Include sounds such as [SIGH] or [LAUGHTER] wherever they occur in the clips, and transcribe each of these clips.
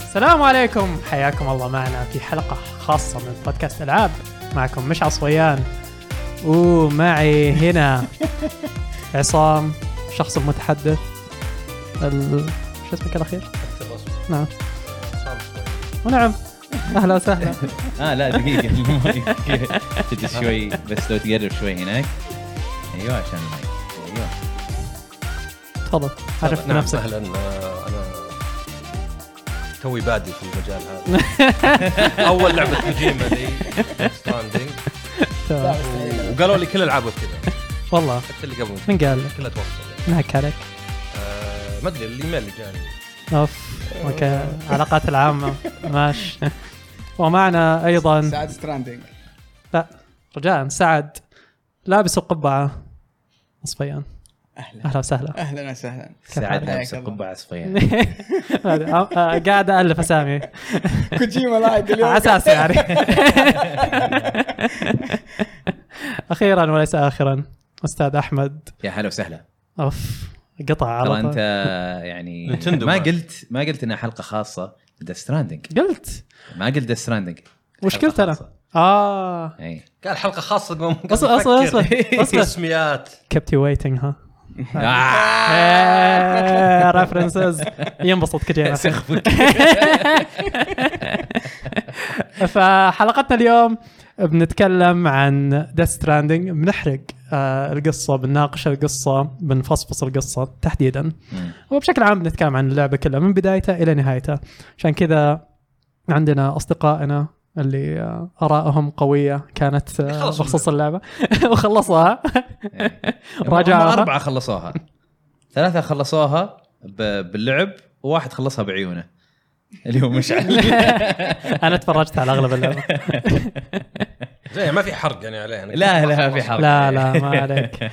السلام عليكم حياكم الله معنا في حلقة خاصة من بودكاست ألعاب معكم مش عصويان ومعي هنا عصام الشخص المتحدث ال... شو اسمك الأخير؟ نعم ونعم أهلا وسهلا اه لا دقيقة [LAUGHS] المايك تجلس شوي بس لو تقرب شوي هناك ايوه عشان المايك ايوه تفضل عرف نعم نفسك اهلا آه، انا توي بادي في المجال هذا اول لعبه كوجيما لي ستاندينج تمام. وقالوا لي كل العابه كذا والله حتى اللي قبل من قال لك؟ كلها توصل نهك عليك آه، ما ادري الايميل اللي جاني اوف اوكي العلاقات العامة ماشي ومعنا أيضا سعد ستراندينج لا رجاء سعد لابس القبعة مصفيان اهلا أهلا وسهلا اهلا وسهلا ساعات حالك؟ لابس حياك الله. القبعة [LAUGHS] يعني. صفيان هذا، أ- أ- [LAUGHS] قاعد ألف أسامي كوجيما لاعب اليوم على أساس يعني أخيرا وليس آخرا أستاذ أحمد يا هلا وسهلا أوف قطع ترى على انت طول يعني نينتندو ما معك. قلت ما قلت انها حلقة خاصة ذا ستراندنج قلت ما قلت ذا ستراندنج وش قلت أنا؟ آه اي قال حلقه خاصه قبل ما أصلا- أصلا- أصلا- أصلا. [LAUGHS] اسميات كبتي ويتنج ها آه، [LAUGHS] ريفرنسز آه، ينبسط كجيمر سخفك [LAUGHS] فحلقتنا اليوم بنتكلم عن ديث ستراندنج بنحرق آه، القصه بنناقش القصه بنفصفص القصه تحديدا [LAUGHS] مم. وبشكل عام بنتكلم عن اللعبه كلها من بدايتها الى نهايتها عشان كذا عندنا اصدقائنا اللي آه، ارائهم قويه كانت آه، خلصوا بخصوص اللعبه [LAUGHS] وخلصوها إيه. راجعوها. هم أربعة خلصوها ثلاثة خلصوها ب- باللعب وواحد خلصها بعيونه اللي هو مشعل [LAUGHS] انا تفرجت على اغلب اللعبه زي ما في حرق يعني عليه أنا لا، كنت لا، خلاص. في حرق. لا لا ما [LAUGHS] عليك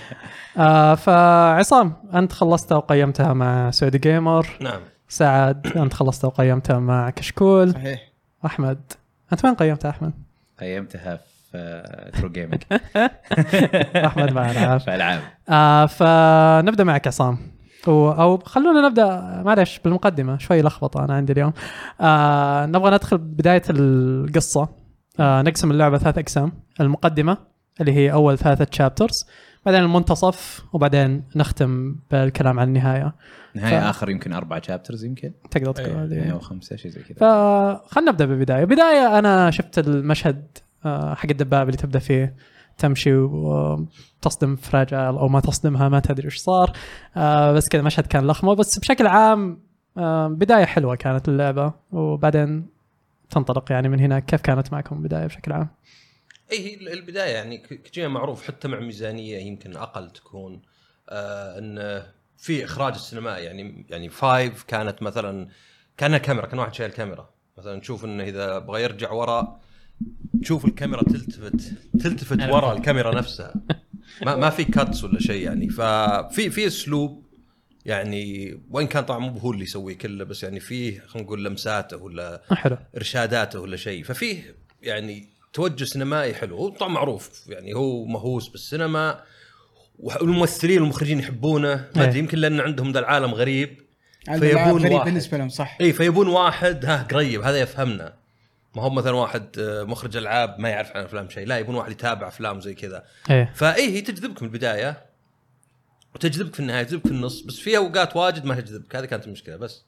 آه فعصام انت خلصتها وقيمتها مع سعودي جيمر نعم سعد انت خلصتها وقيمتها مع كشكول صحيح احمد انت وين قيمتها احمد؟ قيمتها في ترو جيمنج [LAUGHS] احمد معنا [LAUGHS] عارف في العاب آه فنبدا معك عصام و- او خلونا نبدا معلش بالمقدمه شوي لخبطه انا عندي اليوم آه نبغى ندخل بدايه القصه آه نقسم اللعبه ثلاث اقسام المقدمه اللي هي اول ثلاثه تشابترز بعدين المنتصف وبعدين نختم بالكلام عن النهايه ف- نهاية اخر يمكن اربع شابترز يمكن تقدر تقول أيوة، هذه. نهاية وخمسه شيء زي كذا فخلنا نبدا بالبدايه بدايه انا شفت المشهد آه، حق الدبابه اللي تبدا فيه تمشي وتصدم فراجال او ما تصدمها ما تدري وش صار آه، بس كذا مشهد كان لخمه بس بشكل عام آه، بدايه حلوه كانت اللعبه وبعدين تنطلق يعني من هناك كيف كانت معكم البدايه بشكل عام؟ اي هي البدايه يعني ك- كوجيما معروف حتى مع ميزانيه يمكن اقل تكون آه انه في اخراج السينمائي يعني يعني فايف كانت مثلا كانها كاميرا كان واحد شايل كاميرا مثلا تشوف انه اذا بغى يرجع ورا تشوف الكاميرا تلتفت تلتفت ورا الكاميرا نفسها ما ما في كاتس ولا شيء يعني ففي في اسلوب يعني وان كان طبعا مو هو اللي يسويه كله بس يعني فيه خلينا نقول لمساته ولا حلو ارشاداته ولا شيء ففيه يعني توجه سينمائي حلو هو طبعا معروف يعني هو مهووس بالسينما والممثلين والمخرجين يحبونه ما إيه. ادري يمكن لان عندهم ذا العالم غريب عنده لاعب فيبون غريب واحد. بالنسبه لهم صح اي فيبون واحد ها قريب هذا يفهمنا ما هو مثلا واحد آه، مخرج العاب ما يعرف عن افلام شيء لا يبون واحد يتابع افلام زي كذا ايه فاي هي تجذبك من البدايه وتجذبك في النهايه تجذبك في النص بس في اوقات واجد ما تجذبك هذه كانت المشكله بس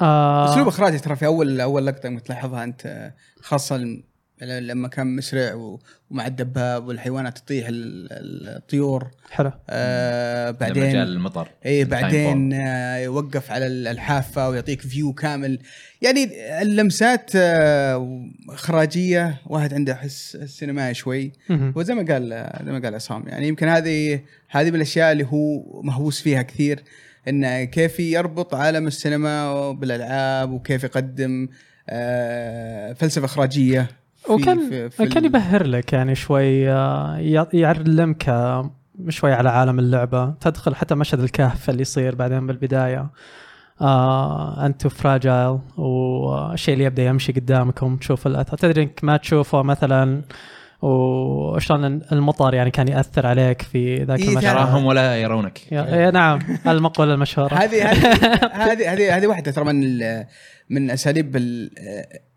آه، اسلوب اخراجي ترى في اول اول لقطه لما تلاحظها انت آه، خاصه لم- لما كان مسرع و- ومع الدباب والحيوانات تطيح ال- ال- الطيور حلو آه لما جاء بعدين المطر ايه Time بعدين آه، يوقف على ال- الحافه ويعطيك فيو كامل يعني اللمسات آه، اخراجيه واحد عنده حس سينمائي شوي مهم. وزي ما قال زي ما قال عصام يعني يمكن هذه هذه من الاشياء اللي هو مهووس فيها كثير انه كيف يربط عالم السينما بالالعاب وكيف يقدم آه، فلسفه اخراجيه في- وكان في- في كان ال- يبهر لك يعني شوي آه، ي- يعلمك آه، شوي على عالم اللعبه تدخل حتى مشهد الكهف اللي يصير بعدين بالبدايه آه انت فراجايل والشيء اللي يبدا يمشي قدامكم تشوف الاثر تدري انك ما تشوفه مثلا وشلون المطر يعني كان ياثر عليك في ذاك إيه، المشهد ترى. تراهم ولا يرونك يا- يا [LAUGHS] نعم المقوله المشهوره هذه [LAUGHS] هذه- هذه هذه هذه واحده ترى من ال- من اساليب ال-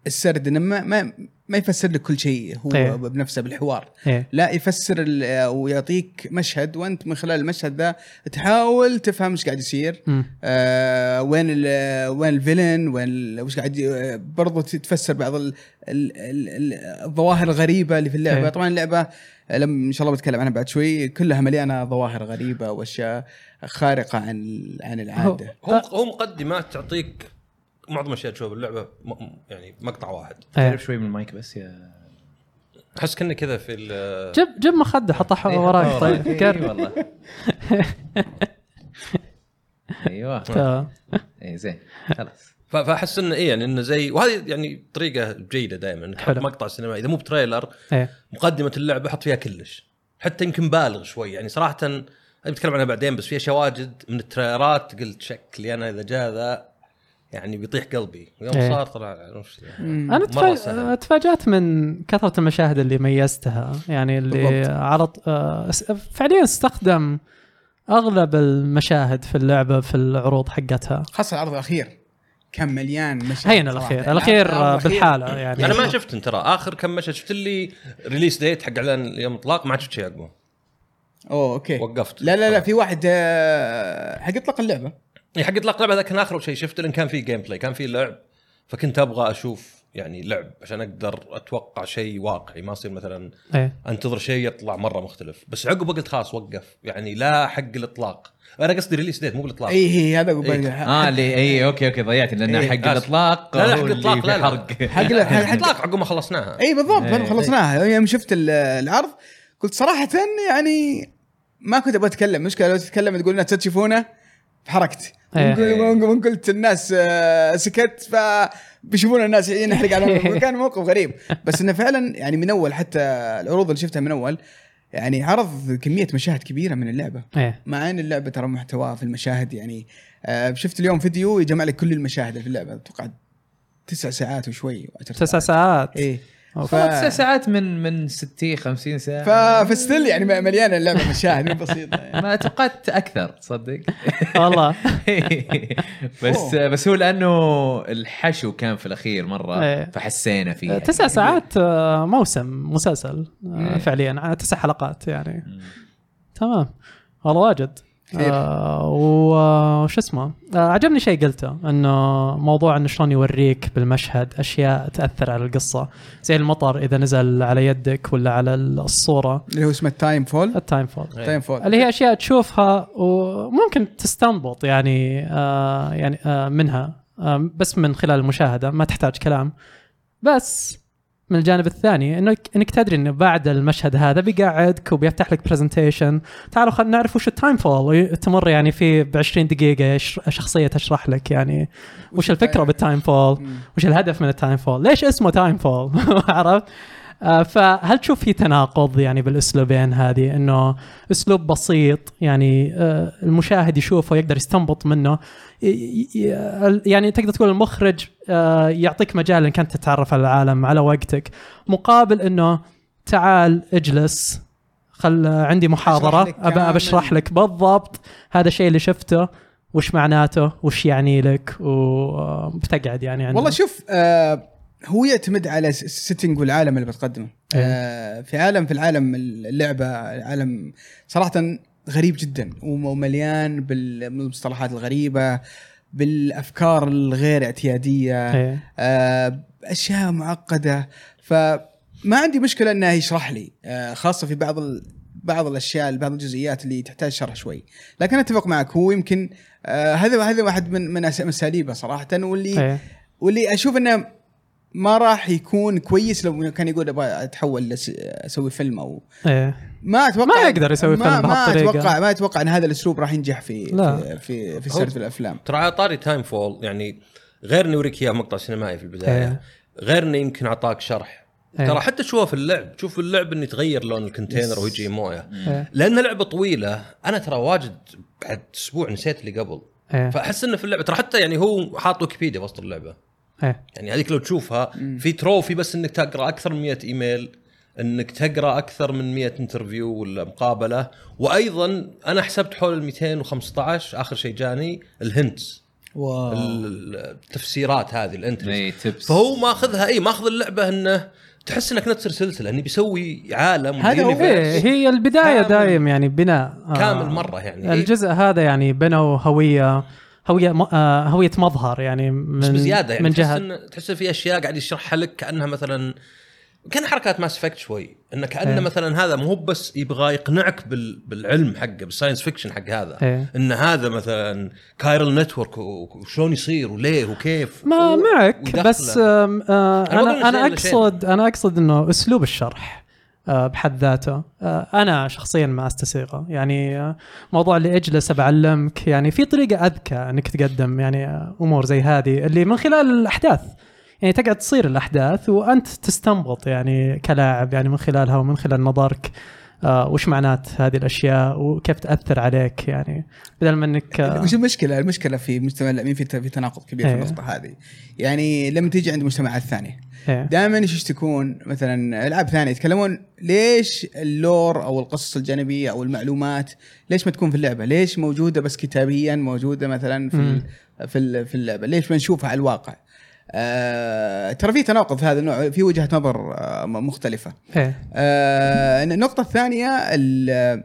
السرد انه ما ما ما يفسر لك كل شيء هو إيه. بنفسه بالحوار إيه. لا يفسر ال- ويعطيك مشهد وانت من خلال المشهد ذا تحاول تفهم ايش قاعد يصير أمم. آه وين ال وين الفيلن وين ال- وش قاعد ي- آه، برضو تتفسر بعض ال ال ال ال الظواهر الغريبه اللي في اللعبه إيه. طبعا اللعبه آه، لم ان شاء الله بتكلم عنها بعد شوي كلها مليانه ظواهر غريبه واشياء خارقه عن عن العاده هو هو مقدمات تعطيك معظم الاشياء تشوفها باللعبه م- م- يعني مقطع واحد إيه. تعرف شوي من المايك بس يا احس كنا كذا في ال- جيب جيب مخده حطها إيه، وراك طيب إيه، قرب والله [LAUGHS] ايوه آه. اي إيه، زين خلاص ف- فاحس انه ايه يعني انه زي وهذه يعني طريقه جيده دائما انك تحط حلو. مقطع سينمائي اذا مو بتريلر ايه مقدمه اللعبه حط فيها كلش حتى يمكن بالغ شوي يعني صراحه انا بتكلم عنها بعدين بس في اشياء واجد من التريلرات قلت شكلي انا اذا جاء ذا يعني بيطيح قلبي ويوم إيه. صار طلع نفس انا مرة تفا... سهل. تفاجات من كثره المشاهد اللي ميزتها يعني اللي بالضبط. على ط- آه، س- فعليا استخدم اغلب المشاهد في اللعبه في العروض حقتها خاصة العرض الاخير كان مليان مشاهد هين صراحة. الاخير الاخير آه، العرض بالحاله يعني انا ما شفت ترى اخر كم مشهد شفت لي ريليس ديت حق اعلان يوم اطلاق ما عاد شفت شيء عقبه اوه اوكي وقفت. إيه. لا لا لا في واحد آه، حق اطلاق اللعبه إي، إيه، حق اطلاق لعبه هذا كان اخر شيء شفته لان كان في جيم بلاي كان في لعب فكنت ابغى اشوف يعني لعب عشان اقدر اتوقع شيء واقعي ما يصير مثلا ايه انتظر شيء يطلع مره مختلف بس عقبه قلت خلاص وقف يعني لا حق الاطلاق انا قصدي ريليس ديت مو بالاطلاق اي هي هذا أبو إيه. بكر. اه اللي اي اوكي اوكي ضيعت لان إيه، حق آسف. الاطلاق لا، لا، هو حق اللي الإطلاق، في لا، لا. حرق حق إيه. لا- حق- حق- الاطلاق يعني عقب ما خلصناها اي بالضبط ما إيه. خلصناها يوم شفت ال- العرض قلت صراحه يعني ما كنت ابغى اتكلم مشكله لو تتكلم تقول الناس تشوفونه فحركت إيه. ومن- ومن ومن قلت الناس آه، سكت ف بيشوفون الناس ينحرق على كان موقف غريب بس انه فعلا يعني من اول حتى العروض اللي شفتها من اول يعني عرض كميه مشاهد كبيره من اللعبه ايه مع ان اللعبه ترى محتواها في المشاهد يعني آه، شفت اليوم فيديو يجمع لك كل المشاهد اللي في اللعبه اتوقع تسع ساعات وشوي وعشر تسع ساعات. ساعات إيه. ايه أوف. ف- تسع ساعات من من 60 50 ساعه ف- فستيل يعني م- مليانه اللعبه مشاهد مو بسيطه يعني. ما توقعت اكثر تصدق [LAUGHS] والله [LAUGHS] بس بس هو لانه الحشو كان في الاخير مره إيه. فحسينا يعني فيه آه، تسع ساعات آه، موسم مسلسل آه، فعليا آه، تسع حلقات يعني تمام والله واجد خير. آه، و- وش اسمه آه، عجبني شيء قلته انه موضوع انه شلون يوريك بالمشهد اشياء تاثر على القصه زي المطر اذا نزل على يدك ولا على الصوره اللي هو اسمه تايم فول التايم فول تايم فول اللي هي اشياء تشوفها وممكن تستنبط يعني آه يعني آه منها آه بس من خلال المشاهده ما تحتاج كلام بس من الجانب الثاني انك انك تدري انه بعد المشهد هذا بيقعدك وبيفتح لك برزنتيشن تعالوا خلينا نعرف وش التايم فول تمر يعني في ب 20 دقيقه يش- شخصيه تشرح لك يعني وش الفكره بالتايم فول وش الهدف من التايم فول ليش اسمه تايم فول [LAUGHS] عرفت آه، فهل تشوف في تناقض يعني بالاسلوبين هذه انه اسلوب بسيط يعني آه، المشاهد يشوفه يقدر يستنبط منه ي- ي- ي- يعني تقدر تقول المخرج آه، يعطيك مجال انك انت تتعرف على العالم على وقتك مقابل انه تعال اجلس خل عندي محاضره لك ابى بشرح كامل. لك بالضبط هذا الشيء اللي شفته وش معناته وش يعني لك وبتقعد يعني عنده والله شوف آه هو يعتمد على السيتنج والعالم اللي بتقدمه إيه. آه في عالم في العالم اللعبه عالم صراحه غريب جدا ومليان بالمصطلحات الغريبه بالافكار الغير اعتياديه إيه. آه، اشياء معقده فما عندي مشكله انه يشرح لي آه، خاصه في بعض ال... بعض الاشياء بعض الجزئيات اللي تحتاج شرح شوي لكن اتفق معك هو يمكن آه، هذا هذا واحد من من أس- من اساليبه صراحه واللي إيه. واللي اشوف انه ما راح يكون كويس لو إنه كان يقول ابغى اتحول لس- اسوي فيلم او إيه. ما اتوقع ما يقدر يسوي ما- فيلم ما بهالطريقة. اتوقع ما اتوقع ان هذا الاسلوب راح ينجح في لا. في في, في سرد الافلام ترى على طاري تايم فول يعني غير انه يوريك اياه مقطع سينمائي في البدايه إيه. غير انه يمكن اعطاك شرح إيه. ترى حتى تشوفها في اللعب تشوف اللعب انه يتغير لون الكونتينر ويجي مويه إيه. لان لعبه طويله انا ترى واجد بعد اسبوع نسيت اللي قبل إيه. فاحس انه في اللعبه ترى حتى يعني هو حاط ويكيبيديا وسط اللعبه إيه. يعني هذيك لو تشوفها في تروفي بس انك تقرا اكثر من 100 ايميل انك تقرا اكثر من 100 انترفيو ولا مقابله وايضا انا حسبت حول ال 215 اخر شيء جاني الهنتس آه. واو ال- التفسيرات هذه الانتريز اي تبس فهو ماخذها اي ماخذ اللعبه انه تحس انك نفس السلسله انه بيسوي عالم هذا هو. إيه universe هي البدايه كامل- دايم يعني بناء آه، كامل مره يعني إيه، الجزء هذا يعني بنوا هويه هويه م- آه، هويه مظهر يعني من بس بزياده يعني من تحس جهه إن تحس إن في اشياء قاعد يشرحها لك كانها مثلا كان حركات ماس افكت شوي انه كانه إيه. مثلا هذا مو هو بس يبغى يقنعك بال... بالعلم حقه بالساينس فيكشن حق هذا إيه. ان هذا مثلا كايرل نتورك و- وشلون يصير وليه وكيف ما و- معك ويدخله. بس آم، آه، أنا بقول إن انا انا شيء إلا شيء. اقصد انا اقصد انه اسلوب الشرح آه، بحد ذاته آه، انا شخصيا ما استسيغه يعني آه، موضوع اللي اجلس بعلمك يعني في طريقه اذكى انك تقدم يعني آه، امور زي هذه اللي من خلال الاحداث يعني تقعد تصير الاحداث وانت تستنبط يعني كلاعب يعني من خلالها ومن خلال نظرك آه، وش معنات هذه الاشياء وكيف تاثر عليك يعني بدل ما انك [LAUGHS] آه، وش المشكله؟ المشكله في مجتمع اللاعبين في في تناقض كبير في إيه. النقطه هذه يعني لما تيجي عند مجتمعات ثانيه إيه. دائما ايش يشتكون مثلا العاب ثانيه يتكلمون ليش اللور او القصص الجانبيه او المعلومات ليش ما تكون في اللعبه؟ ليش موجوده بس كتابيا موجوده مثلا في مم. ال- في ال- في اللعبه؟ ليش ما نشوفها على الواقع؟ آه ترى في تناقض في هذا النوع في وجهه نظر آه مختلفه. إيه. آه النقطه الثانيه ال-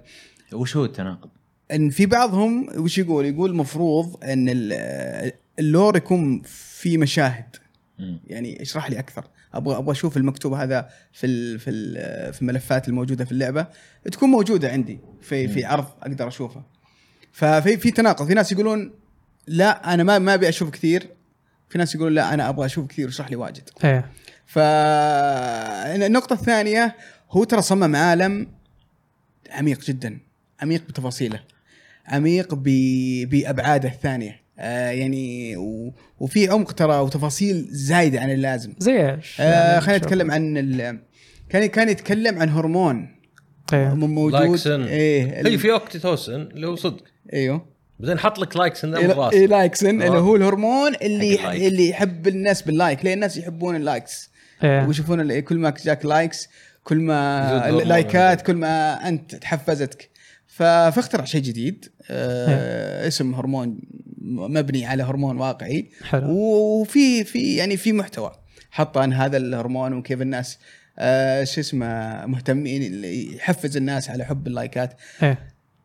وش هو التناقض؟ ان في بعضهم وش يقول؟ يقول المفروض ان ال- اللور يكون في مشاهد مم. يعني اشرح لي اكثر ابغى ابغى اشوف المكتوب هذا في ال في ال في الملفات الموجوده في اللعبه تكون موجوده عندي في في عرض اقدر اشوفه ففي في تناقض في ناس يقولون لا انا ما ما ابي اشوف كثير في ناس يقولون لا انا ابغى اشوف كثير اشرح لي واجد إيه. فالنقطة الثانية هو ترى صمم عالم عميق جدا عميق بتفاصيله عميق ب... بأبعاده الثانية آه يعني و... وفي عمق ترى وتفاصيل زايدة عن اللازم زي ايش؟ آه يعني خلينا شوف. نتكلم عن ال... كان كان يتكلم عن هرمون إيه. هرمون موجود لايكسن. ايه ال- اي في اوكتيتوسن اللي هو صدق ايوه بعدين حط لك لايكسن ذا من إيه- راسه إيه لايكسن اللي هو الهرمون حق اللي اللايك. اللي يحب الناس باللايك ليه الناس يحبون اللايكس إيه. ويشوفون ال- كل ما جاك لايكس كل يزود ما هرمون لايكات عندك. كل ما انت تحفزتك ف- فاخترع شيء جديد إيه. آه اسم هرمون مبني على هرمون واقعي حلو. وفي في يعني في محتوى حط عن هذا الهرمون وكيف الناس آه شو اسمه مهتمين اللي يحفز الناس على حب اللايكات ايه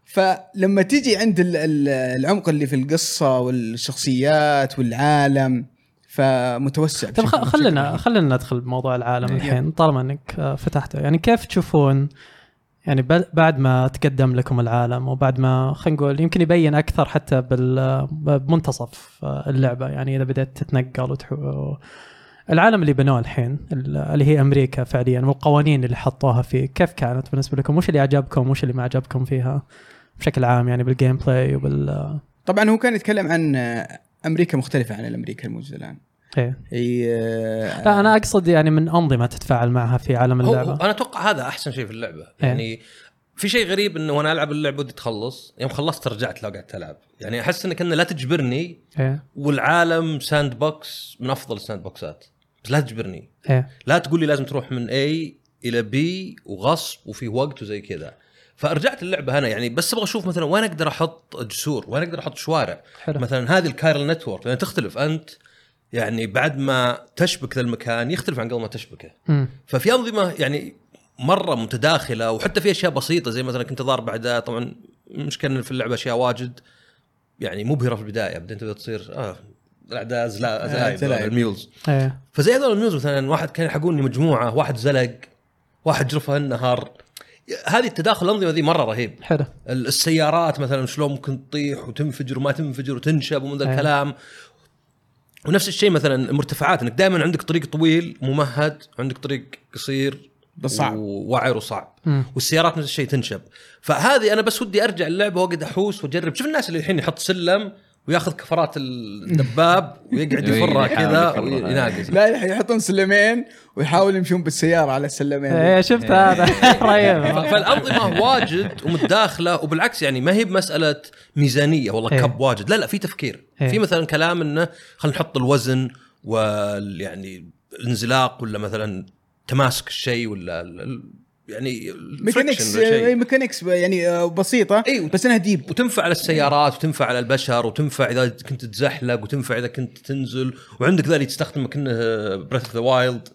فلما تيجي عند ال- ال- العمق اللي في القصه والشخصيات والعالم فمتوسع طيب بشكل- خ- بشكل خلينا رهيب. خلينا ندخل بموضوع العالم إيه. الحين طالما انك آه، فتحته يعني كيف تشوفون يعني بل- بعد ما تقدم لكم العالم وبعد ما خلينا نقول يمكن يبين اكثر حتى بال- آه، بمنتصف آه، اللعبه يعني اذا بدأت تتنقل وتح... و- العالم اللي بنوه الحين ال- اللي هي امريكا فعليا والقوانين اللي حطوها فيه كيف كانت بالنسبه لكم؟ وش اللي عجبكم وش اللي ما عجبكم فيها بشكل عام يعني بالجيم بلاي وبال آه، طبعا هو كان يتكلم عن آه، امريكا مختلفه عن الامريكا الموجوده الان ايه هي لا انا اقصد يعني من انظمه تتفاعل معها في عالم هو اللعبه انا اتوقع هذا احسن شيء في اللعبه إيه. يعني في شيء غريب انه وانا العب اللعبه ودي تخلص يوم خلصت رجعت لو قعدت العب يعني احس انك انه لا تجبرني ايه والعالم ساند بوكس من افضل الساند بوكسات بس لا تجبرني ايه لا تقول لي لازم تروح من اي الى بي وغصب وفي وقت وزي كذا فرجعت اللعبه انا يعني بس ابغى اشوف مثلا وين اقدر احط جسور وين اقدر احط شوارع حلو مثلا هذه الكايرل نتورك لان تختلف انت يعني بعد ما تشبك ذا المكان يختلف عن قبل ما تشبكه مم. ففي انظمه يعني مره متداخله وحتى في اشياء بسيطه زي مثلا كنت ضارب اعداء طبعا المشكله إن في اللعبه اشياء واجد يعني مبهره في البدايه بعدين تبدا تصير اه الاعداء زلا- زلايب ولا زلايب. الميولز ايه فزي هذول الميوز مثلا واحد كان يلحقوني مجموعه واحد زلق واحد جرفه النهار هذه التداخل الانظمه ذي مره رهيب حلو ال- السيارات مثلا شلون ممكن تطيح وتنفجر وما تنفجر وتنشب ومن ذا أيوه. أيوة. الكلام ونفس الشيء مثلا المرتفعات انك دائما عندك طريق طويل ممهد عندك طريق قصير بس صعب. ووعر وصعب مم. والسيارات نفس الشيء تنشب فهذه انا بس ودي ارجع اللعبه واقعد احوس واجرب شوف الناس اللي الحين يحط سلم وياخذ كفرات الدباب ويقعد إيه، يفرها كذا يحاول يفرها. ويناقز لا يحطون سلمين ويحاولوا يمشون بالسياره على السلمين إيه. ايه شفت هذا [LAUGHS] طيب. [LAUGHS] ف- رهيب فالانظمه واجد ومتداخله وبالعكس يعني ما هي بمساله ميزانيه والله إيه. كب واجد لا لا في تفكير إيه. في مثلا كلام انه خلينا نحط الوزن وال يعني الانزلاق ولا مثلا تماسك الشيء ولا ال- ال- يعني ميكانكس اي ميكانكس يعني آه، بسيطه أيوة. بس انها ديب وتنفع على السيارات وتنفع على البشر وتنفع اذا كنت تزحلق وتنفع اذا كنت تنزل وعندك ذا اللي تستخدمه كانه بريث اوف ذا وايلد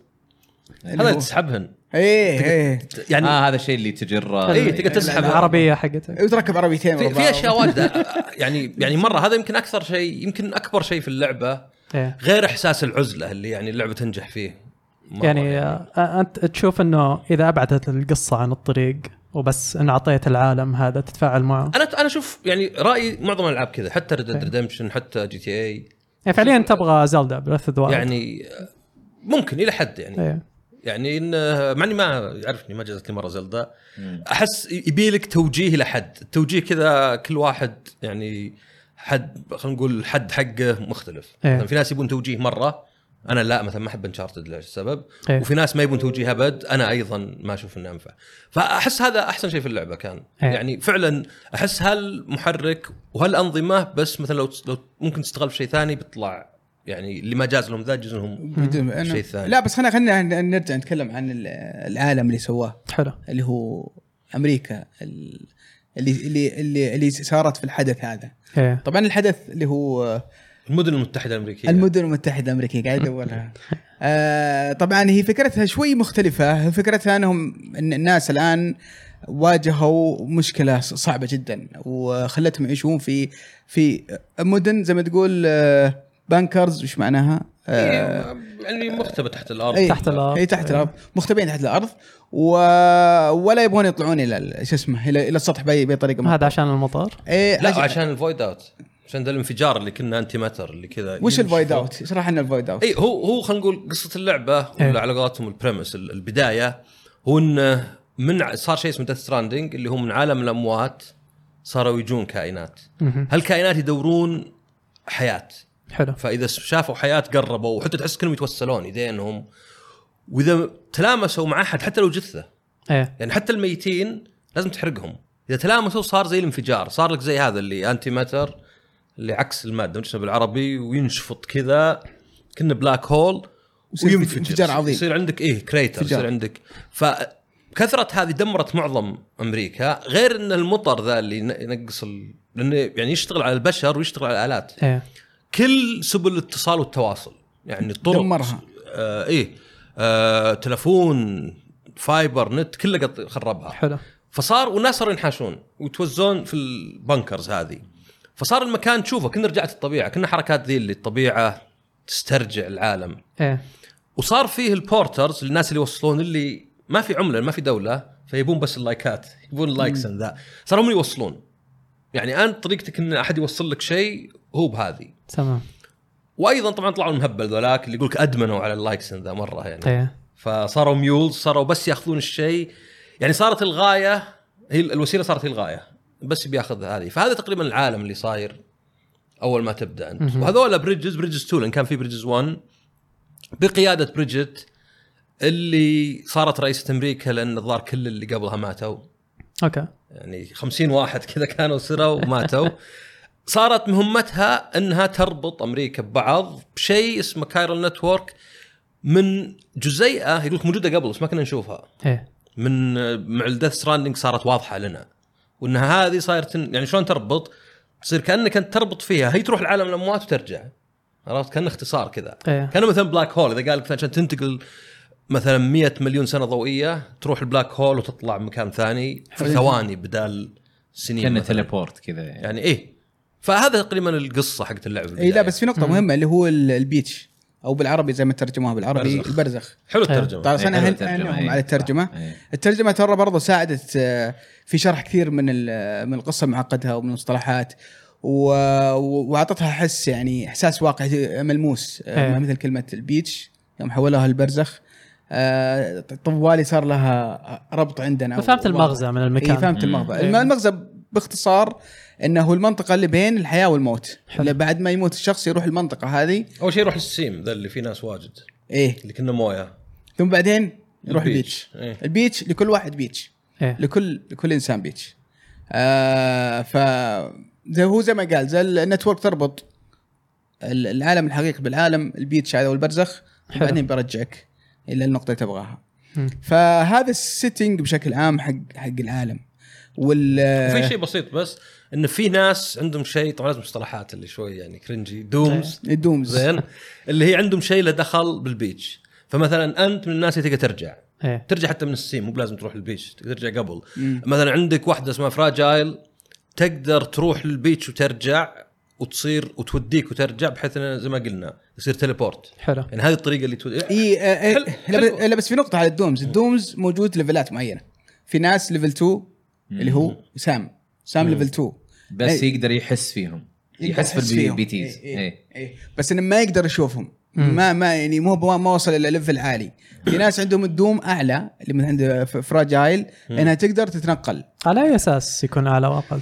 يعني هذا هو- اللي تسحبهن ايه ايه يعني اه هذا الشيء اللي تجره إيه، تقدر تسحب. العربيه حقتك وتركب عربيتين في, ورا في بعض. اشياء واجده يعني يعني مره هذا يمكن اكثر شيء يمكن اكبر شيء في اللعبه إيه. غير احساس العزله اللي يعني اللعبه تنجح فيه مرة يعني آه، انت تشوف انه اذا ابعدت القصه عن الطريق وبس ان اعطيت العالم هذا تتفاعل معه انا انا اشوف يعني رايي معظم الالعاب كذا حتى ريد إيه. ديد ريدمشن حتى جي تي اي يعني فعليا تبغى زلدا بريث اوف يعني ممكن الى حد يعني ايه يعني انه مع اني ما يعرفني ما جازت لي مره زلدا إيه. احس يبي لك توجيه لحد التوجيه كذا كل واحد يعني حد خلينا نقول حد حقه مختلف إيه. مثلا في ناس يبون توجيه مره انا لا مثلا ما احب انشارتد لهذا السبب إيه. وفي ناس ما يبون توجيه ابد انا ايضا ما اشوف انه انفع فاحس هذا احسن شيء في اللعبه كان إيه. يعني فعلا احس هالمحرك وهالانظمه بس مثلا لو لو ممكن تستغل في شيء ثاني بيطلع يعني اللي ما جاز لهم ذا جزء لهم بدون- أنا- شيء ثاني. لا بس خلينا خلينا نرجع نتكلم عن ال- العالم اللي سواه حلو اللي هو امريكا ال- اللي اللي اللي, اللي صارت في الحدث هذا ايه طبعا الحدث اللي هو المدن المتحده الامريكيه المدن المتحده الامريكيه [LAUGHS] قاعد ادورها آه طبعا هي فكرتها شوي مختلفه فكرتها انهم ان الناس الان واجهوا مشكله ص- صعبه جدا وخلتهم يعيشون في في مدن زي ما تقول آه بانكرز وش معناها؟ آه يعني مختبى تحت الارض أي- إيه، تحت الأرض. اي تحت الارض مختبئين تحت الارض و... ولا يبغون يطلعون الى ال- شو اسمه الى الى السطح باي باي طريقه ما هذا عشان المطر إيه لا عشان- عشان الفويد اوت عشان ذا الانفجار اللي كنا انتي ماتر اللي كذا وش يمشي الفويد فوق. اوت؟ اشرح لنا الفويد اوت اي إيه، هو هو خلينا نقول قصه اللعبه إيه. ولا على قولتهم البريمس ال- البدايه هو انه من ع- صار شيء اسمه ديث ستراندنج اللي هو من عالم الاموات صاروا يجون كائنات مهم. هالكائنات يدورون حياه حلو فاذا شافوا حياه قربوا وحتى تحس كانهم يتوسلون يدينهم واذا تلامسوا مع احد حتى لو جثه إيه. ايه يعني حتى الميتين لازم تحرقهم اذا تلامسوا صار زي الانفجار صار لك زي هذا اللي انتي ماتر اللي عكس الماده مش بالعربي وينشفط كذا كنا بلاك هول يصير وينفجر انفجار عظيم. يصير عندك ايه كريتر انفجار. يصير عندك فكثرة هذه دمرت معظم امريكا غير ان المطر ذا اللي ين- ينقص ال... لانه يعني يشتغل على البشر ويشتغل على الالات ايه كل سبل الاتصال والتواصل يعني الطرق دمرها. آه ايه آه تلفون فايبر نت كله قط- خربها حلو فصار والناس صاروا ينحاشون ويتوزون في البنكرز هذه فصار المكان تشوفه كنا رجعت الطبيعه كنا حركات ذي اللي الطبيعه تسترجع العالم ايه وصار فيه البورترز الناس اللي يوصلون اللي ما في عمله ما في دوله فيبون بس اللايكات يبون اللايكس and ذا صاروا هم اللي يوصلون يعني انت طريقتك ان احد يوصل لك شيء هو بهذه تمام وايضا طبعا طلعوا المهبل ذولاك اللي يقولك ادمنوا على اللايكس إن ذا مره يعني ايه فصاروا ميولز صاروا بس ياخذون الشيء يعني صارت الغايه هي الوسيله صارت هي الغايه بس بياخذ هذه فهذا تقريبا العالم اللي صاير اول ما تبدا انت مهم. وهذول بريدجز بريدجز 2 لان كان في بريدجز 1 بقياده بريدجت اللي صارت رئيسه امريكا لان الظاهر كل اللي قبلها ماتوا اوكي يعني 50 واحد كذا كانوا سروا وماتوا صارت مهمتها انها تربط امريكا ببعض بشيء اسمه كايرل نتورك من جزيئه يقول لك موجوده قبل بس ما كنا نشوفها ايه من مع الديث ستراندنج صارت واضحه لنا وانها هذه صايرة يعني شلون تربط تصير كانك انت تربط فيها هي تروح لعالم الاموات وترجع عرفت كان اختصار كذا ايه كان مثلا بلاك هول اذا قال لك عشان تنتقل مثلا 100 مليون سنه ضوئيه تروح البلاك هول وتطلع مكان ثاني في حلو. ثواني بدال سنين كانه مثلاً. تليبورت كذا يعني يعني ايه فهذا تقريبا القصه حقت اللعبه اي إيه، لا بالبداية. بس في نقطه مهمه اللي هو ال- البيتش او بالعربي زي ما ترجموها بالعربي برزخ. البرزخ حلو إيه. الترجمه طبعا إيه، انا حلو هن- الترجمة، أنهم إيه. أيوة، على الترجمه صح، إيه. الترجمه ترى برضه ساعدت آه، في شرح كثير من ال- من القصه معقدها ومن المصطلحات و- و- واعطتها حس يعني احساس واقعي ملموس آه، إيه. مثل كلمه البيتش يوم حولوها البرزخ آه، طوالي صار لها ربط عندنا فهمت و- المغزى من اي المكان فهمت مم. المغزى إيه. المغزى باختصار انه المنطقه اللي بين الحياه والموت حلو. اللي بعد ما يموت الشخص يروح المنطقه هذه اول شيء يروح السيم ذا اللي فيه ناس واجد ايه اللي كنا مويه ثم بعدين يروح البيتش. البيتش إيه. البيتش لكل واحد بيتش ايه لكل لكل انسان بيتش آه ف زي هو زي ما قال زي النتورك تربط ال- العالم الحقيقي بالعالم البيتش هذا والبرزخ حلو. وبعدين برجعك الى النقطه اللي تبغاها مم. فهذا السيتنج بشكل عام حق حق العالم وال في شيء بسيط بس انه في ناس عندهم شيء طبعا لازم مصطلحات اللي شوي يعني كرنجي دومز آه. الدومز زين اللي هي عندهم شيء له دخل بالبيتش فمثلا انت من الناس اللي تقدر ترجع ايه ترجع حتى من السيم مو بلازم تروح البيتش تقدر ترجع قبل مم. مثلا عندك واحده اسمها فراجايل تقدر تروح للبيتش وترجع وتصير وتوديك وترجع بحيث انه زي ما قلنا يصير تليبورت حلو يعني هذه الطريقه اللي تود... اي آه، آه، حلو- لا بس- حلو. لا بس في نقطه على الدومز الدومز موجود ليفلات معينه في ناس ليفل 2 اللي هو سام سام ليفل 2 بس إيه. يقدر يحس فيهم يحس في فيهم. البي تيز إيه، إيه، إيه. بس انه ما يقدر يشوفهم مم. ما ما يعني مو هو ما وصل الى ليفل عالي في ناس عندهم الدوم اعلى اللي من عند ف- فراجايل انها تقدر تتنقل على اي اساس يكون على واقل؟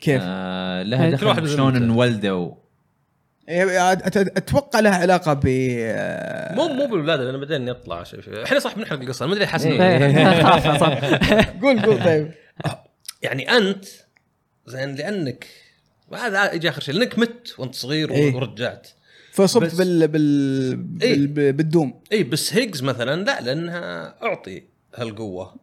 كيف؟ لها كل إيه، واحد آه، دخل بيقول شلون ممتاز. انولدوا إيه، أت- أت- اتوقع لها علاقه ب آه، مو مو بالولاده لان بعدين يطلع شيء شيء. احنا صح بنحرق القصه أنا ما ادري حاسس إيه. إنه- ايه [LAUGHS] خاف صح قول قول طيب يعني انت زين لانك هذا يجي اخر شيء لانك مت وانت صغير إيه. ورجعت فصبت بس- بال بال, بال... إيه. بال... بالدوم اي بس هيجز مثلا لا لانها اعطي هالقوه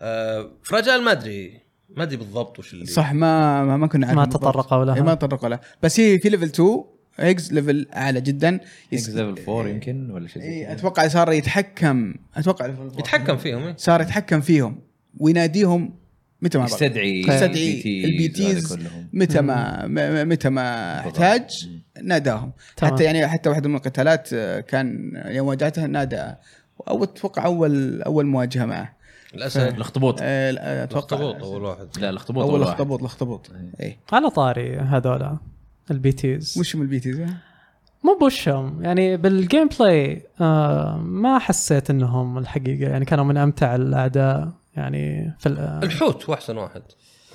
آه فراجال ما ادري ما ادري بالضبط وش اللي صح ما ما, ما كنا عارفين ما بالضبط. تطرقوا لها. إيه، ما تطرقوا لها بس هي في ليفل 2 هيجز ليفل اعلى جدا يس- يس ليفل 4 يمكن ولا شيء زي إيه، كذا. اتوقع صار يتحكم اتوقع level four. يتحكم فيهم إيه؟ صار يتحكم فيهم ويناديهم متى ما بغى يستدعي يستدعي البي إيه. البي تيز تيز كلهم متى ما م- م- متى ما بالضبط. احتاج ناداهم تمام. حتى يعني حتى واحده من القتالات آه، كان يوم واجهتها نادى او اتوقع اول اول مواجهه معه الاسد الاخطبوط آه، لا، اتوقع الاخطبوط اول واحد لا الاخطبوط اول أول واحد. إيه. اخطبوط الاخطبوط اي على طاري هذولا البي تيز إيه. وش من البيتيز مو بوشهم يعني بالجيم بلاي آه ما حسيت انهم الحقيقه يعني كانوا من امتع الاعداء يعني في ال- الحوت هو احسن واحد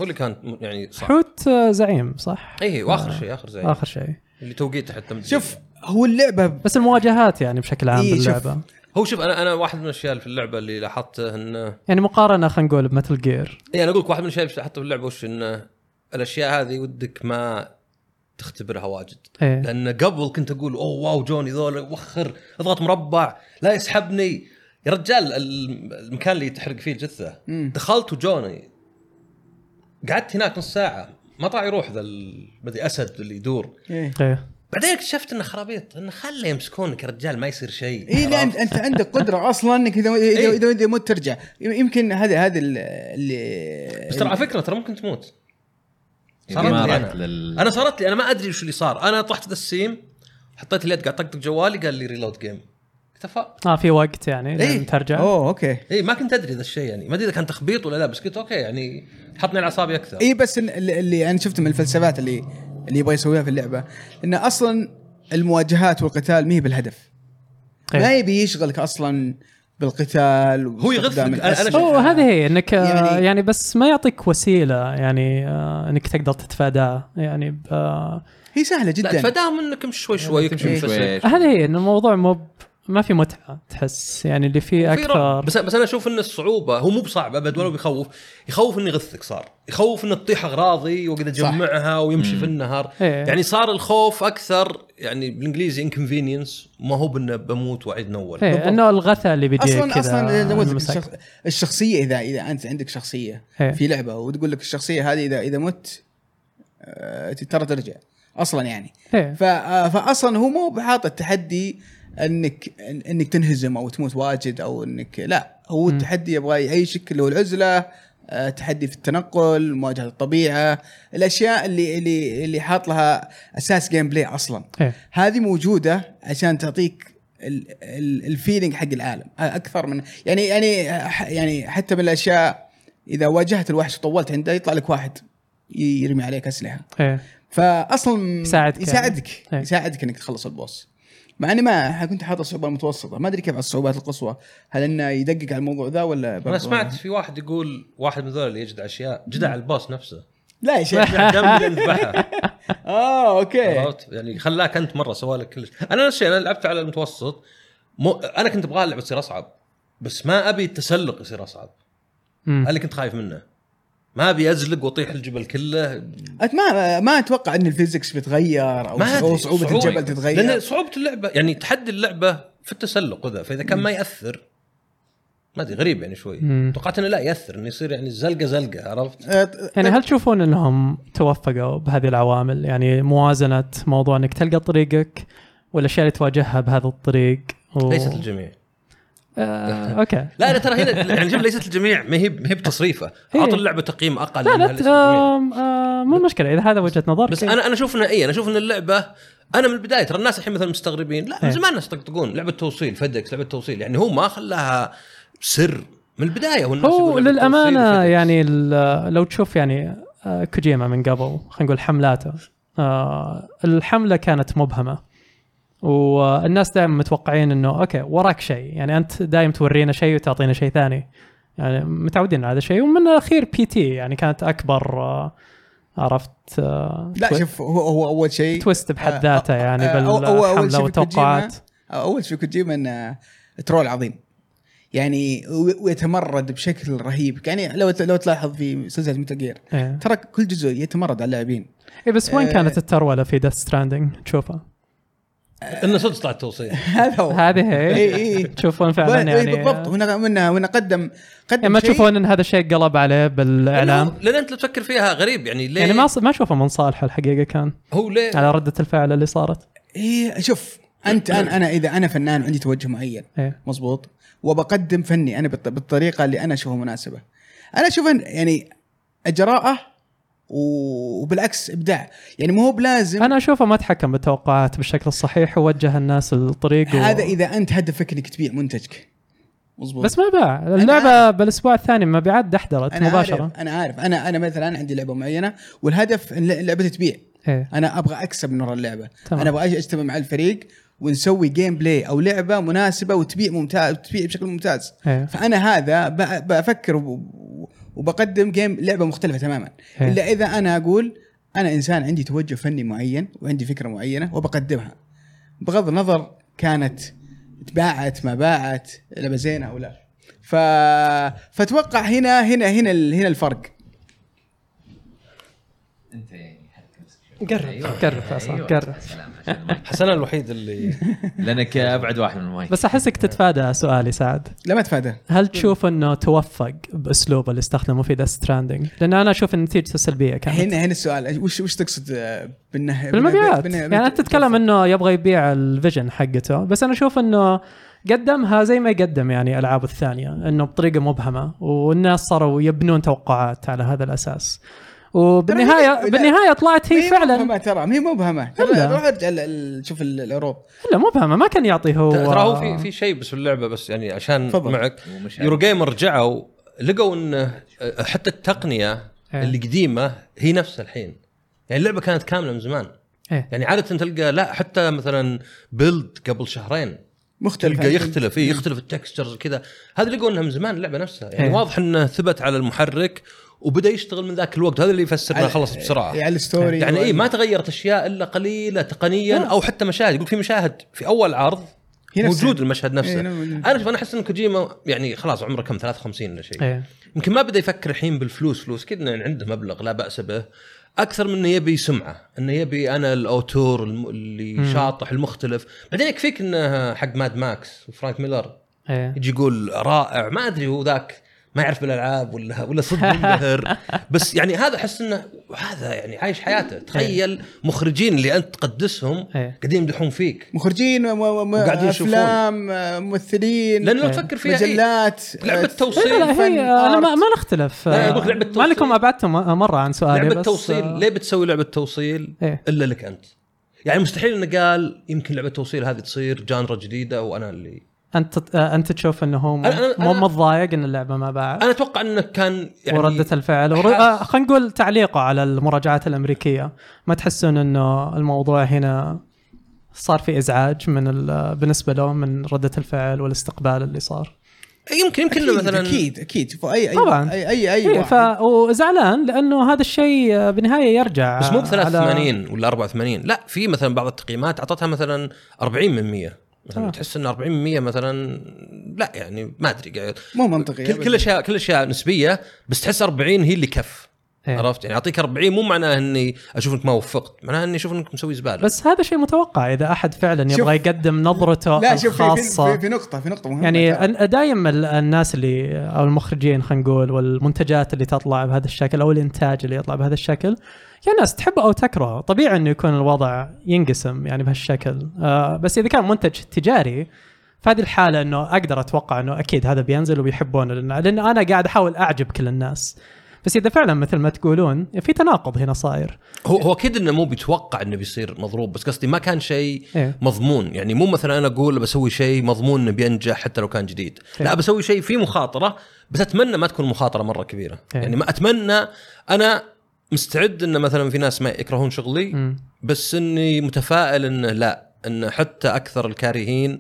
هو اللي كان م- يعني صح حوت آه، زعيم صح؟ إيه. اي واخر شيء اخر زي اخر شيء اللي توقيته حتى مدري. شوف هو اللعبه بس المواجهات يعني بشكل عام إيه، شوف. باللعبه هو شوف انا انا واحد من الاشياء اللي في اللعبه اللي لاحظته انه يعني مقارنه خلينا نقول بمتل جير اي انا اقول لك واحد من الاشياء اللي لاحظته في اللعبه وش انه الاشياء هذه ودك ما تختبرها واجد ايه لان قبل كنت اقول اوه واو جوني ذولا وخر اضغط مربع لا يسحبني يا رجال ال- المكان اللي تحرق فيه الجثه مم. دخلت وجوني قعدت هناك نص ساعه ما طاع يروح ذا ال- ما ادري اسد اللي يدور ايه ايه بعدين اكتشفت انه خرابيط انه خله يمسكونك يا رجال ما يصير شيء اي إيه، لا انت إيه، عرفت؟ انت عندك قدره اصلا انك اذا اذا إيه. اذا, إذا مت ترجع يمكن هذا هذا ال- اللي بس ترى على فكره ترى ممكن تموت إذا صارت ما لي رحت يعني لل انا صارت لي انا ما ادري وش اللي صار انا طحت ذا السيم حطيت اليد قاعد طقطق جوالي قال لي ريلود جيم اكتفى اه في وقت يعني إيه. لين ترجع اوه اوكي اي ما كنت ادري ذا الشيء يعني ما ادري اذا كان تخبيط ولا لا بس قلت اوكي يعني حطني على اعصابي اكثر اي إيه، بس ال- ال- اللي انا شفت من الفلسفات اللي اللي يبغى يسويها في اللعبه انه اصلا المواجهات والقتال ما هي بالهدف ما إيه. يبي يشغلك اصلا بالقتال هو يغث واستخدام لك. أنا- أنا [LAUGHS] الأسلحة. هو هذه هي انك يعني, يعني- يعني بس ما يعطيك وسيله يعني آه انك تقدر تتفاداه يعني ب- آه هي سهله لا جدا تفداهم انك مش شوي شوي إيه. تمشي شوي شوي هذه هي ان الموضوع مو ب- ما في متعه تحس يعني اللي فيه اكثر بس بس انا اشوف ان الصعوبه هو مو بصعب ابد ولا بيخوف يخوف اني يغثك صار يخوف ان تطيح اغراضي واقدر اجمعها ويمشي في النهار إيه. يعني صار الخوف اكثر يعني بالانجليزي انكونفينينس ما هو بانه بموت واعيد من اول ايه انه الغثى اللي بيجيك اصلا كذا اصلا إذا قلت لك مسك. الشخ- الشخصيه اذا اذا انت عندك شخصيه إيه. في لعبه وتقول لك الشخصيه هذه اذا اذا مت آه، ترى ترجع اصلا يعني إيه. ف- آه، فاصلا هو مو بحاط التحدي انك إن- انك تنهزم او تموت واجد او انك لا هو التحدي يبغى يعيشك اللي هو العزله آه، تحدي في التنقل مواجهه الطبيعه الاشياء اللي اللي اللي حاط لها اساس جيم بلاي اصلا إيه. هذه موجوده عشان تعطيك ال- ال- الفيلينج حق العالم اكثر من يعني يعني ح- يعني حتى من الاشياء اذا واجهت الوحش وطولت عنده يطلع لك واحد ي- يرمي عليك اسلحه ايه فاصلا يساعدك يعني. يساعدك إيه. يعني. يساعدك انك تخلص البوس مع اني ما كنت حاطط صعوبه متوسطه ما ادري كيف على الصعوبات القصوى هل انه يدقق على الموضوع ذا ولا انا برضو- سمعت في واحد يقول واحد من ذول اللي يجدع اشياء جدع الباص نفسه لا [LAUGHS] يا شيخ جاء جنبي يذبحها اه اوكي عرفت يعني خلاك انت مره سوالك كلش انا نفس الشيء انا لعبت على المتوسط مو انا كنت ابغى اللعبه تصير اصعب بس ما ابي التسلق يصير اصعب مم. هذا اللي كنت خايف منه ما ابي ازلق واطيح الجبل كله أت- ما ما اتوقع ان الفيزكس بيتغير او ما أدري. صعوبه, صعوبة الجبل تتغير لان صعوبه اللعبه يعني تحدي اللعبه في التسلق وذا فاذا كان ما ياثر ما ادري غريب يعني شوي مم. توقعت انه لا ياثر انه يصير يعني زلقه زلقه عرفت؟ آه، ط- يعني هل تشوفون انهم توفقوا بهذه العوامل يعني موازنه موضوع انك تلقى طريقك والاشياء اللي تواجهها بهذا الطريق و... ليست الجميع آه، اوكي لا لا ترى هنا يعني الجمله ليست الجميع ما هي ما هي بتصريفه هي. اعطوا اللعبه تقييم اقل إيه. لا منها لا ليست ت- الجميع. آم، آه، مو مشكله اذا هذا وجهه نظر بس انا انا اشوف انه اي انا اشوف ان اللعبه انا من البدايه ترى الناس الحين مثلا مستغربين لا من إيه. زمان الناس يطقطقون لعبه توصيل فدكس لعبه توصيل يعني هو ما خلاها سر من البدايه والناس هو يقول لعبة توصيل للامانه FedEx. يعني ال- لو تشوف يعني آه، كوجيما من قبل خلينا نقول حملاته آه، الحمله كانت مبهمه والناس دائما متوقعين انه اوكي وراك شيء يعني انت دائم تورينا شيء وتعطينا شيء ثاني يعني متعودين على هذا الشيء ومن الاخير بي تي يعني كانت اكبر آه، عرفت آه، لا تو- شوف هو, هو اول شيء تويست بحد ذاته يعني آه، أو- أو- أول شيء بالحمله في والتوقعات كوجيما- اول شيء كوجيما انه ترول عظيم يعني و- ويتمرد بشكل رهيب يعني لو لو تلاحظ في سلسله متل جير ايه ترى كل جزء يتمرد على اللاعبين [LAUGHS] إيه، بس وين آه. كانت التروله في ديث ستراندنج تشوفها يعني انه صدق طلعت توصيل هذا هو هذه إيه، هي إيه. تشوفون فعلا فعلا يعني بالضبط هنا هنا هنا قدم قدم يعني ما شيء- تشوفون ان هذا الشيء قلب عليه بالاعلام لأنه- لان انت لو تفكر فيها غريب يعني ليه يعني ما ما اشوفه من صالحه الحقيقه كان هو ليه على رده الفعل اللي صارت إيه شوف انت انا انا اذا انا فنان عندي توجه معين ايه مزبوط وبقدم فني انا بالط- بالطريقه اللي انا اشوفها مناسبه انا اشوف إن- يعني جراءه و- وبالعكس ابداع يعني مو هو بلازم انا اشوفه ما تحكم بالتوقعات بالشكل الصحيح ووجه الناس الطريق و... هذا اذا انت هدفك انك تبيع منتجك مزبوط بس ما باع اللعبه بالاسبوع الثاني مبيعات دحدرت انا مباشره عارف انا عارف انا انا مثلا عندي لعبه معينه والهدف ان اللعبه تبيع ايه انا ابغى اكسب من وراء اللعبه تمام. انا ابغى أجي اجتمع مع الفريق ونسوي جيم بلاي او لعبه مناسبه وتبيع ممتاز تبيع بشكل ممتاز ايه فانا هذا ب- بفكر وب- وبقدم جيم لعبه مختلفه تماما إيه. الا اذا انا اقول انا انسان عندي توجه فني معين وعندي فكره معينه وبقدمها بغض النظر كانت تباعت ما باعت لعبه زينه او لا ف... فتوقع هنا هنا هنا ال- هنا الفرق انت يعني حرك نفسك شوي. قرب أيوة. أيوه. قرب فيصل أيوه. أيوة. قرب سلام عشان المايك. [LAUGHS] حسن الوحيد اللي لانك ابعد واحد من المايك بس احسك تتفادى سؤالي سعد لا ما تفادى هل تشوف انه توفق باسلوبه اللي استخدمه في ذا ستراندنج؟ لان انا اشوف ان نتيجته سلبيه كانت هنا هنا السؤال وش وش تقصد آه، بالنه... بالمبيعات بالنه- بالنه- يعني انت تتكلم انه يبغى يبيع الفيجن حقته بس انا اشوف انه قدمها زي ما يقدم يعني العابه الثانيه انه بطريقه مبهمه والناس صاروا يبنون توقعات على هذا الاساس ترى هي- وبالنهايه لا. بالنهايه طلعت ما هي هي فعلا مبهمه ترى ما هي مبهمه إلا. ترى روح ارجع ال- ال- شوف ال- العروض لا مبهمه ما كان يعطي هو ترى هو في في شيء بس في اللعبه بس يعني عشان تفضل. معك ومش يورو جيمر رجعوا لقوا انه حتى التقنيه إيه. اللي قديمه هي نفسها الحين يعني اللعبه كانت كامله من زمان إيه. يعني عاده تلقى لا حتى مثلا بيلد قبل شهرين مختلف تلقى يختلف إيه يختلف التكستشرز كذا هذا اللي قلنا من زمان اللعبه نفسها يعني إيه. واضح انه ثبت على المحرك وبدا يشتغل من ذاك الوقت هذا اللي يفسر انه خلص بسرعه يعني الستوري يعني اي وال- ما تغيرت اشياء الا قليله تقنيا او حتى مشاهد يقول في مشاهد في اول عرض هي نفسها. موجود المشهد نفسه إيه، نعم. انا شوف انا احس ان كوجيما يعني خلاص عمره كم 53 ولا شيء إيه. يمكن ما بدا يفكر الحين بالفلوس فلوس كذا يعني عنده مبلغ لا باس به اكثر من انه يبي سمعه انه يبي انا الاوتور الم... اللي شاطح المختلف بعدين يكفيك انه حق ماد ماكس وفرانك ميلر إيه. يجي يقول رائع ما ادري هو ذاك ما يعرف بالالعاب ولا ولا صدق منبهر بس يعني هذا احس انه هذا يعني عايش حياته تخيل مخرجين اللي انت تقدسهم إيه. قاعدين يمدحون فيك مخرجين و- و- و- وقاعدين يشوفون. افلام آه، ممثلين لان لو إيه. تفكر فيها إيه؟ مجلات لعبة آه، توصيل. لا لا فن، هي انا ما, آرت. ما نختلف لا، أقول لك لعبة ما توصيل. لكم ابعدتم مره عن سؤالي لعبه بس آه. توصيل ليه بتسوي لعبه توصيل إيه. الا لك انت يعني مستحيل انه قال يمكن لعبه توصيل هذه تصير جانرا جديده وانا اللي انت انت تشوف انه هو أنا- أنا- مو أنا- متضايق ان اللعبه ما باعت انا اتوقع انه كان يعني وردة الفعل ور... حاس- آه خلينا نقول تعليقه على المراجعات الأمريكية ما تحسون أنه الموضوع هنا صار في إزعاج من ال... بالنسبة له من ردة الفعل والاستقبال اللي صار يمكن يمكن إنه اكيد مثلا اكيد اكيد شوفوا اي اي طبعاً. اي اي, أي إيه واحد. ف... وزعلان لأنه هذا الشيء آه، بالنهاية يرجع بس مو ب على- 83 ولا 84 لا في مثلا بعض التقييمات اعطتها مثلا 40 من 100 مثلا آه. تحس ان 40 من 100 مثلا لا يعني ما ادري قاعد مو منطقي كل كل اشياء كل اشياء نسبيه بس تحس 40 هي اللي كف إيه. عرفت يعني اعطيك 40 مو معناه اني اشوف انك ما وفقت معناه اني اشوف انك مسوي زباله بس هذا شيء متوقع اذا احد فعلا شوف. يبغى يقدم نظرته لا شوف في- في, في, الخاصه في نقطه في نقطه مهمه يعني ترى. أن- دايم ال- الناس اللي او المخرجين خلينا نقول والمنتجات اللي تطلع بهذا الشكل او الانتاج اللي يطلع بهذا الشكل يا ناس تحبه او تكرهه طبيعي انه يكون الوضع ينقسم يعني بهالشكل آه بس اذا كان منتج تجاري فهذه الحاله انه اقدر اتوقع انه اكيد هذا بينزل وبيحبونه لان لان انا قاعد احاول اعجب كل الناس بس اذا فعلا مثل ما تقولون في تناقض هنا صاير هو هو اكيد انه مو بيتوقع انه بيصير مضروب بس قصدي ما كان شيء إيه. مضمون يعني مو مثلا انا اقول بسوي شيء مضمون انه بينجح حتى لو كان جديد إيه. لا بسوي شيء فيه مخاطره بس اتمنى ما تكون مخاطره مره كبيره إيه. يعني ما اتمنى انا مستعد انه مثلا في ناس ما يكرهون شغلي مم. بس اني متفائل انه لا انه حتى اكثر الكارهين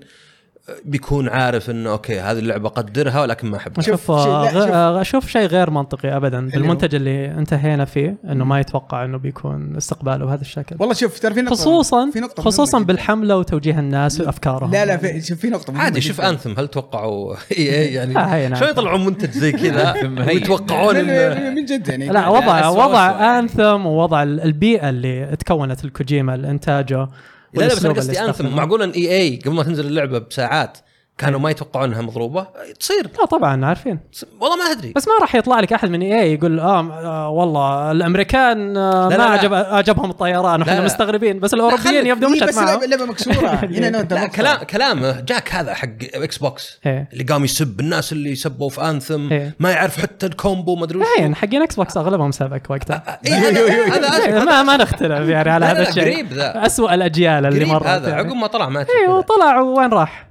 بيكون عارف انه اوكي هذه اللعبه اقدرها ولكن ما احبها اشوف شوف- شيء- لا، غ- شوف. اشوف شيء غير منطقي ابدا هو. بالمنتج اللي انتهينا فيه انه ما يتوقع انه بيكون استقباله بهذا الشكل والله شوف ترى في نقطه خصوصا في نقطه خصوصا مهمة جداً. بالحمله وتوجيه الناس وافكارهم لا لا في شوف في نقطه مهمة عادي شوف جداً. انثم هل توقعوا [LAUGHS] اي [LAUGHS] اي يعني آه، هي نعم. شلون يطلعون منتج زي [LAUGHS] كذا مهين. ويتوقعون انه من- من جد يعني لا وضع أسوأ أسوأ وضع يعني. انثم ووضع ال- البيئه اللي تكونت الكوجيما لانتاجه لا لا بس انا والأسلوب اللي قصدي انثم استخدمه. معقول ان اي اي قبل ما تنزل اللعبه بساعات كانوا ما يتوقعون انها مضروبه تصير لا طبعا عارفين تص- والله ما ادري بس ما راح يطلع لك احد من اي يقول اه م- آه، والله الامريكان آه، لا، ما لا، لا. عجب عجبهم الطيران لا، وحنا لا. مستغربين بس خلي- الاوروبيين يبدو إيه، مشت بس معهم اللعبه اللعبه [LAUGHS] مكسوره هنا نقطة لا نقطة. كلام كلامه جاك هذا حق اكس بوكس إيه. اللي قام يسب الناس اللي سبوا في انثم إيه. ما يعرف حتى الكومبو ما ادري وش عين حقين اكس بوكس اغلبهم سبك وقتها إيه، [LAUGHS] هذا هذا أسوأ. إيه، ما ما نختلف يعني على لا، هذا لا، الشيء قريب ذا. اسوء الاجيال اللي قريب مرت هذا يعني. عقب ما طلع ماتش ايوه كذا. طلع وين راح؟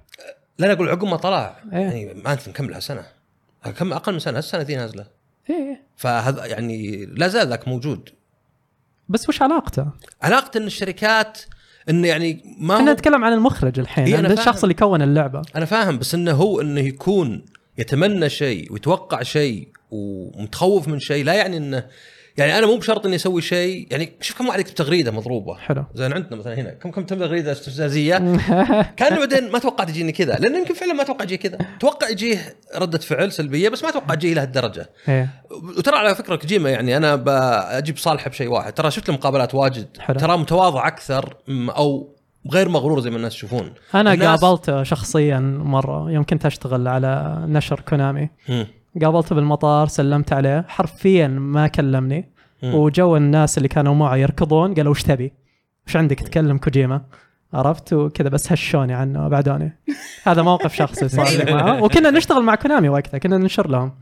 لا انا اقول عقب ما طلع إيه. يعني مانثم كم لها سنه كم اقل من سنه السنه ذي نازله ايه فهذا يعني لا زال ذاك موجود بس وش علاقته؟ علاقه ان الشركات انه يعني ما احنا هو نتكلم عن المخرج الحين إيه، عن أنا الشخص فاهم. اللي كون اللعبه انا فاهم بس انه هو انه يكون يتمنى شيء ويتوقع شيء ومتخوف من شيء لا يعني انه يعني انا مو بشرط اني اسوي شيء يعني شوف كم واحد يكتب تغريده مضروبه حلو زين عندنا مثلا هنا كم كم تم تغريده استفزازيه كان بعدين ما توقعت يجيني كذا لانه يمكن فعلا ما توقع يجي كذا توقع يجيه رده فعل سلبيه بس ما توقع يجيه لهالدرجه ايه وترى على فكره كوجيما يعني انا بجيب صالحه بشيء واحد ترى شفت المقابلات واجد حلو. ترى متواضع اكثر م- او غير مغرور زي ما الناس يشوفون انا الناس- قابلته شخصيا مره يوم كنت اشتغل على نشر كونامي مم. قابلته بالمطار سلمت عليه حرفيا ما كلمني مم. وجو الناس اللي كانوا معي يركضون قالوا وش تبي؟ وش عندك تكلم كوجيما؟ عرفت وكذا بس هشوني عنه وابعدوني هذا موقف شخصي صار لي معه [LAUGHS] وكنا نشتغل مع كونامي وقتها كنا ننشر لهم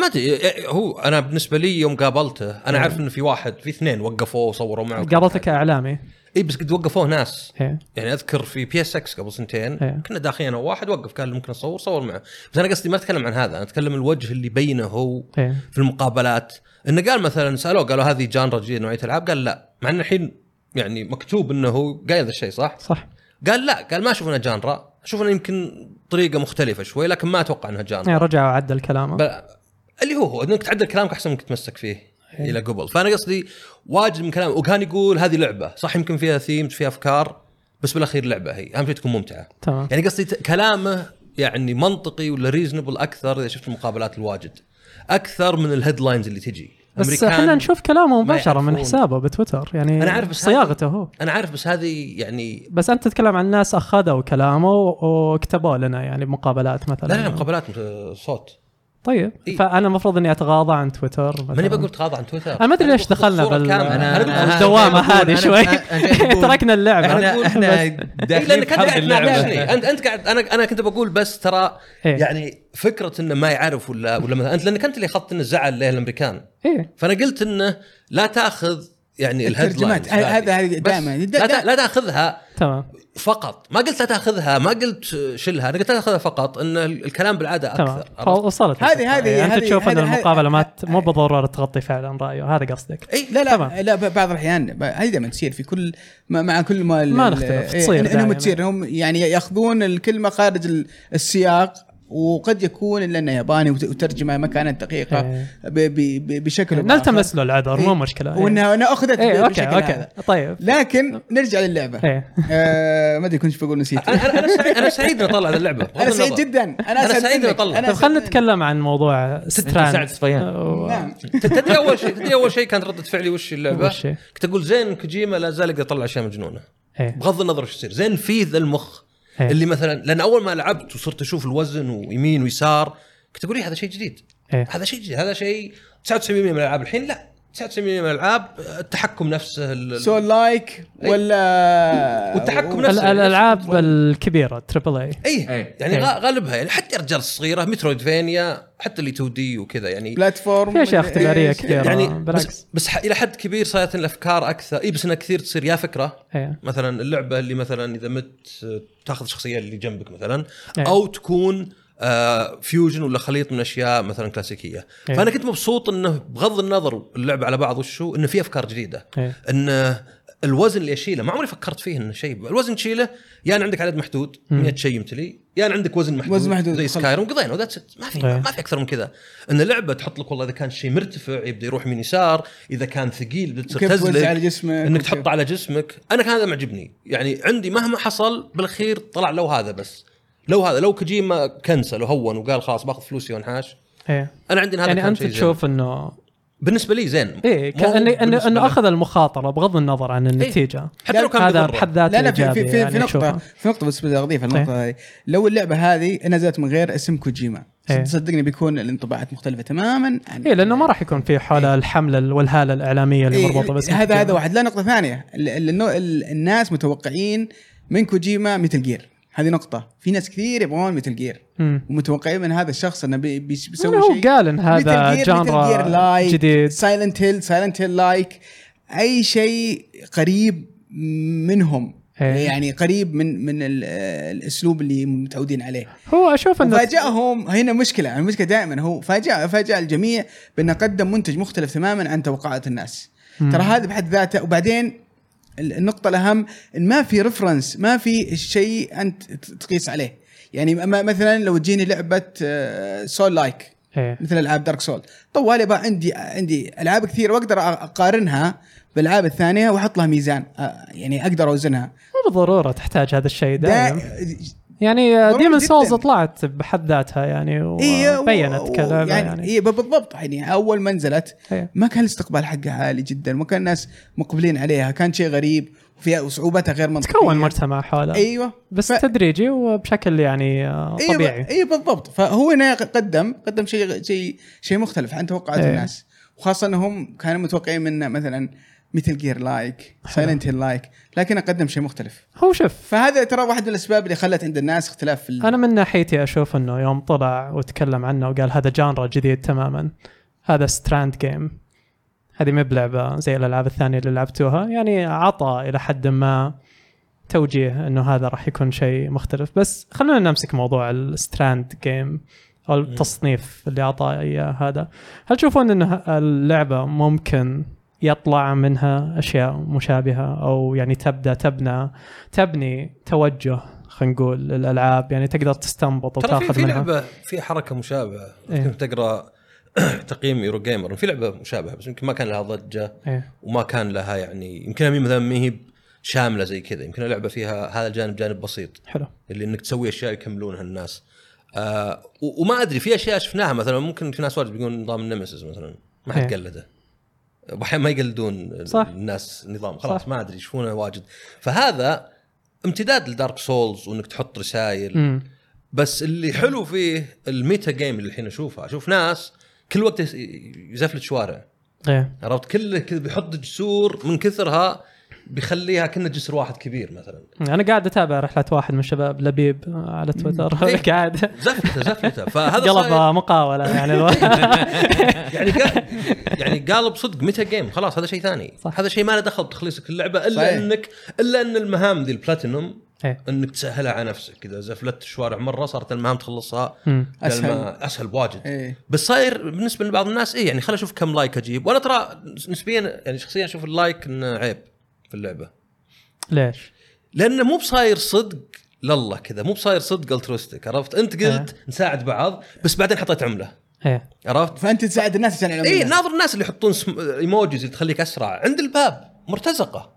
ما ادري هو انا بالنسبه لي يوم قابلته انا عارف انه في واحد في اثنين وقفوه وصوروا معه قابلته كاعلامي اي بس قد وقفوه ناس إيه. يعني اذكر في بي اس اكس قبل سنتين إيه. كنا داخلين انا وواحد وقف قال ممكن اصور صور معه بس انا قصدي ما اتكلم عن هذا انا اتكلم الوجه اللي بينه هو إيه. في المقابلات انه قال مثلا سالوه قالوا هذه جانرا جديده نوعيه العاب قال لا مع انه الحين يعني مكتوب انه هو قايل ذا الشيء صح؟ صح قال لا قال ما اشوف انها جانرا اشوف انها يمكن طريقه مختلفه شوي لكن ما اتوقع انها جانرا يعني رجع وعدل كلامه ب... اللي هو هو انك تعدل كلامك احسن منك تمسك فيه الى قبل فانا قصدي واجد من كلامه وكان يقول هذه لعبه صح يمكن فيها ثيمز فيها افكار بس بالاخير لعبه هي اهم شيء تكون ممتعه تمام يعني قصدي ت- كلامه يعني منطقي ولا ريزنبل اكثر اذا شفت المقابلات الواجد اكثر من الهيدلاينز اللي تجي بس أمريكان- احنا نشوف كلامه ما مباشره من يعرفون. حسابه بتويتر يعني أنا عارف بس صياغته هو انا عارف بس هذه يعني بس انت تتكلم عن ناس اخذوا كلامه وكتبوه لنا يعني بمقابلات مثلا لا لا مقابلات مت- صوت طيب إيه. فانا المفروض اني اتغاضى عن تويتر مثلا. ماني بقول تغاضى عن تويتر انا ما ادري ليش بأخذ دخلنا صورة بال كاملة. أنا- أنا بقول- أنا- الدوامه أنا بقول- هذه أنا- شوي أنا- أنا بقول- تركنا اللعبه احنا احنا داخلين لانك انت في حرب إيه، قاعد اللعبه تناقشني انت انت قاعد انا انا كنت بقول بس ترى إيه. يعني فكره انه ما يعرف ولا ولا مثلا انت لانك انت اللي اخذت انه زعل له الامريكان ايه فانا قلت انه لا تاخذ يعني الترجمات. الهيدلاينز هذا- هذه. هذا- هذه بس دائماً. دا- لا تا- دا- لا تاخذها تمام فقط ما قلت لا تاخذها ما قلت شلها انا قلت لا تاخذها فقط ان الكلام بالعاده تمام اكثر عرفت؟ وصلت هذه- الفكرة. هذه- يعني انت هذه- تشوف ان هذه- المقابله ما ت- هذه- مو بالضروره تغطي فعلا رايه هذا قصدك اي إيه، لا تمام. لا لا ب- بعض الاحيان ب- هذه دائما تصير في كل مع- مع كل ما ال- ما ال- نختلف، إيه، تصير إن- انهم دائماً. تصير هم يعني ياخذون الكلمه خارج ال- السياق وقد يكون الا انه ياباني وت- وترجمه ما كانت دقيقه إيه. ب- ب- ب- بشكل أو بآخر. نلتمس له العذر مو إيه. مشكله إيه. وانها أنا اخذت ايه بشكل اوكي هذا اوكي طيب لكن نرجع للعبه ايه آه، ما ادري كنت بقول نسيت انا انا سعيد انا سعيد اني اطلع هذه اللعبه بغض انا سعيد النظر. جدا انا, أنا أسعد سعيد منك. أطلع. أنا طيب خلينا أسعد منك. نتكلم عن موضوع سعد ستران صفيان. نعم ت- تدري اول شيء تدري اول شيء كانت رده فعلي وش اللعبه؟ وش هي؟ كنت اقول زين كوجيما لا زال يقدر يطلع اشياء مجنونه ايه بغض النظر ايش يصير زين في ذا المخ إيه. اللي مثلا لان اول ما لعبت وصرت اشوف الوزن ويمين ويسار كنت اقول إيه هذا شيء جديد إيه. هذا شيء جديد هذا شيء 99% من الالعاب الحين لا 99% من الالعاب التحكم نفسه ال- سو لايك إيه. ولا والتحكم ال- نفسه الالعاب الكبيره تريبل اي ايه إيه. يعني إيه. غ- غالبها يعني حتى الرجال الصغيره مترويدفينيا حتى اللي 2 دي وكذا يعني بلاتفورم في اشياء اختباريه إيه، كثيره يعني بالعكس بس بس ح- الى حد كبير صارت الافكار اكثر اي إيه، بس انها كثير تصير يا فكره ايه مثلا اللعبه اللي مثلا اذا مت آه، تاخذ الشخصيه اللي جنبك مثلا إيه. او تكون آه، فيوجن ولا خليط من اشياء مثلا كلاسيكيه إيه. فانا كنت مبسوط انه بغض النظر اللعبه على بعض وشو انه في افكار جديده ايه ان الوزن اللي اشيله ما عمري فكرت فيه انه شيء الوزن تشيله يا أن عندك عدد محدود 100 شيء يمتلي يا أن عندك وزن محدود, وزن محدود، زي خلاص. سكايرم قضينا ذاتس ما في إيه. ما في اكثر من كذا ان لعبه تحط لك والله اذا كان شيء مرتفع يبدا يروح من يسار اذا كان ثقيل بتصير كيف توزع على تزلق جسمك انك وكيف- تحطه على جسمك انا كان هذا معجبني يعني عندي مهما حصل بالاخير طلع لو هذا بس لو هذا لو كوجيما كنسل وهون وقال خلاص باخذ فلوسي وانحاش ايه انا عندي إن هذا يعني كان انت شيء زين. تشوف انه بالنسبه لي زين ايه إيه، مو كأن- انه بالنسبة انه له. اخذ المخاطره بغض النظر عن النتيجه حتى لو كان هذا بيضره. بحد ذاته لا لا في في في, إيجابي في يعني نقطة أشوفها. في نقطة بس بدي اضيف النقطة هذه لو اللعبة هذه نزلت من غير اسم كوجيما إيه. صدقني بيكون الانطباعات مختلفة تماما عن ايه لانه ما راح يكون في حول الحمله والهاله الاعلاميه اللي إيه، مربوطه بس هذا هذا واحد لا نقطة ثانية ال- ال- النو- ال- الناس متوقعين من كوجيما ميتل جير هذه نقطة في ناس كثير يبغون ميتل جير مم. ومتوقعين من هذا الشخص انه بي- بي- بيسوي هو شيء قال ان هذا جانرا جديد سايلنت هيل سايلنت هيل لايك اي شيء قريب منهم إيه. يعني قريب من من ال- الاسلوب اللي متعودين عليه هو اشوف انه فاجأهم هنا مشكله المشكله دائما هو فاجأ فاجأ الجميع بانه قدم منتج مختلف تماما عن توقعات الناس ترى هذا بحد ذاته وبعدين ال- النقطه الاهم إن ما في ريفرنس ما في شيء انت ت- تقيس عليه يعني م- مثلا لو تجيني آه، لعبه سول لايك ايه مثل العاب دارك سول طوالي بقى عندي عندي العاب كثير واقدر أ- اقارنها بالالعاب الثانيه واحط لها ميزان أ- يعني اقدر اوزنها مو بالضروره تحتاج هذا الشيء دا دائما يعني ضروري ديمن جداً. سولز طلعت بحد ذاتها يعني إيه، و- وبينت و- كلعبه يعني, يعني إيه بالضبط يعني اول ما نزلت إيه. ما كان الاستقبال حقها عالي جدا ما كان الناس مقبلين عليها كان شيء غريب وفيها صعوبتها غير منطقيه تكون مجتمع حوله ايوه بس تدريجي وبشكل يعني آه، إيه ب- طبيعي إيه بالضبط فهو هنا قدم قدم شيء شيء شيء مختلف عن توقعات إيه. الناس وخاصه انهم كانوا متوقعين منه مثلا مثل جير لايك سايلنت هيل لايك لكن قدم شيء مختلف هو شوف فهذا ترى واحد من الاسباب اللي خلت عند الناس اختلاف في ال- انا من ناحيتي اشوف انه يوم طلع وتكلم عنه وقال هذا جانرا جديد تماما هذا ستراند جيم هذه ما بلعبه زي الالعاب الثانيه اللي لعبتوها يعني عطى الى حد ما توجيه انه هذا راح يكون شيء مختلف بس خلونا نمسك موضوع الستراند جيم إيه. او التصنيف اللي اعطاه اياه هذا هل تشوفون ان ه- اللعبه ممكن يطلع منها اشياء مشابهه او يعني تبدا تبنى تبني توجه خلينا نقول الالعاب يعني تقدر تستنبط ترى في وتاخذ في منها لعبه في حركه مشابهه إيه. كنت تقرا [CLEARS THROAT] تقييم يورو جيمر في لعبه مشابهه بس يمكن ما كان لها ضجه إيه. وما كان لها يعني يمكن مثلا ما هي شامله زي كذا يمكن اللعبه فيها هذا الجانب جانب بسيط حلو اللي انك تسوي اشياء يكملونها الناس آه و- وما ادري في اشياء شفناها مثلا ممكن في ناس واجد بيقولون نظام النمسيس مثلا ما إيه. حد قلده واحيانا ما صح. يقلدون صح. الناس نظام خلاص صح. صح. ما ادري يشوفونه واجد فهذا امتداد لدارك سولز وانك تحط رسائل امم بس اللي حلو فيه الميتا جيم اللي الحين اشوفها اشوف ناس كل وقت يس- يزفلت شوارع ايه عرفت كله كذا بيحط جسور من كثرها بيخليها كنا جسر واحد كبير مثلا انا قاعد اتابع رحله واحد من الشباب لبيب آه، على تويتر إيه. [LAUGHS] قاعد زفلته زفلته فهذا صاير- قلب مقاوله يعني [LAUGHS] الو... [LAUGHS] يعني قال- يعني قالب صدق ميتا جيم خلاص هذا شيء ثاني صح. صح. هذا شيء ما له دخل بتخليصك اللعبه الا صحيح. صحيح. انك الا ان المهام ذي البلاتينوم إيه. انك تسهلها على نفسك اذا زفلت الشوارع مره صارت المهام تخلصها أمم. بدل أسهل. ما- اسهل بواجد إيه. بس صاير بالنسبه لبعض الناس ايه يعني خل اشوف كم لايك اجيب وانا ترى نسبيا يعني شخصيا اشوف اللايك انه عيب في اللعبه ليش؟ لانه مو بصاير صدق لله كذا مو بصاير صدق التروستك عرفت انت قلت نساعد بعض بس بعدين حطيت عمله ايه عرفت فانت تساعد الناس عشان يعلمون اي الناس. ناظر الناس اللي يحطون سم... ايموجيز اللي تخليك اسرع عند الباب مرتزقه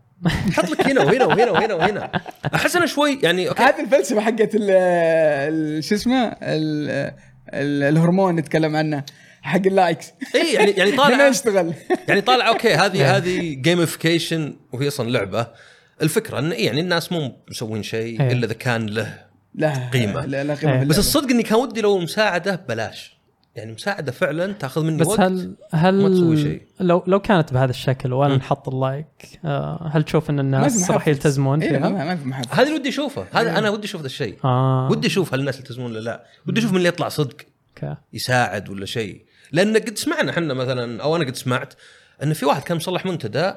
حط لك هنا وهنا وهنا وهنا وهنا احس انا شوي يعني اوكي هذه الفلسفه حقت ال- ال- شو اسمه ال- ال- الهرمون نتكلم عنه حق اللايكس اي يعني يعني هنا طالع اشتغل يعني طالع اوكي نعم. هذه هذه جيمفيكيشن وهي اصلا لعبه الفكره ان يعني الناس مو مسوين شيء إيه. الا اذا كان له لا قيمة. لا, لا قيمه إيه. في بس اللعبة. الصدق اني كان ودي لو المساعده ببلاش يعني مساعده فعلا تاخذ مني بس وقت هل هل ما تسوي شيء. لو لو كانت بهذا الشكل ولا مم. نحط اللايك آه هل تشوف ان الناس في راح محفز. يلتزمون إيه، فيها؟ ما ما في محفز هذا اللي ودي اشوفه نعم. هذا انا ودي اشوف ذا الشيء اه ودي اشوف هل الناس يلتزمون ولا لا ودي اشوف من اللي يطلع صدق اوكي يساعد ولا شيء لان قد سمعنا احنا مثلا او انا قد سمعت ان في واحد كان مصلح منتدى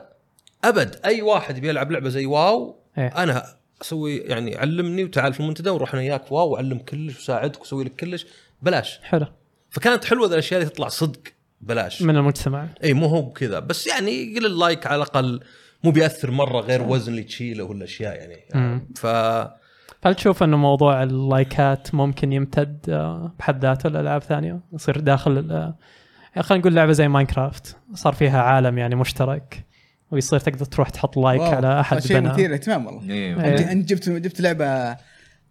ابد اي واحد بيلعب لعبه زي واو ايه انا اسوي يعني علمني وتعال في المنتدى ونروح انا وياك واو واعلم كلش وساعدك واسوي لك كلش بلاش حلو فكانت حلوه ذا الاشياء اللي تطلع صدق بلاش من المجتمع اي مو هو كذا بس يعني قل اللايك على الاقل مو بياثر مره غير وزن اللي تشيله ولا اشياء يعني مم. ف هل تشوف انه موضوع اللايكات ممكن يمتد آه، بحد ذاته لالعاب ثانيه يصير داخل ال- آه، خلينا نقول لعبه زي ماينكرافت صار فيها عالم يعني مشترك ويصير تقدر تروح تحط لايك واو، على احد شيء بنى. مثير للاهتمام والله إيه. إيه. انت انت جبت جبت لعبه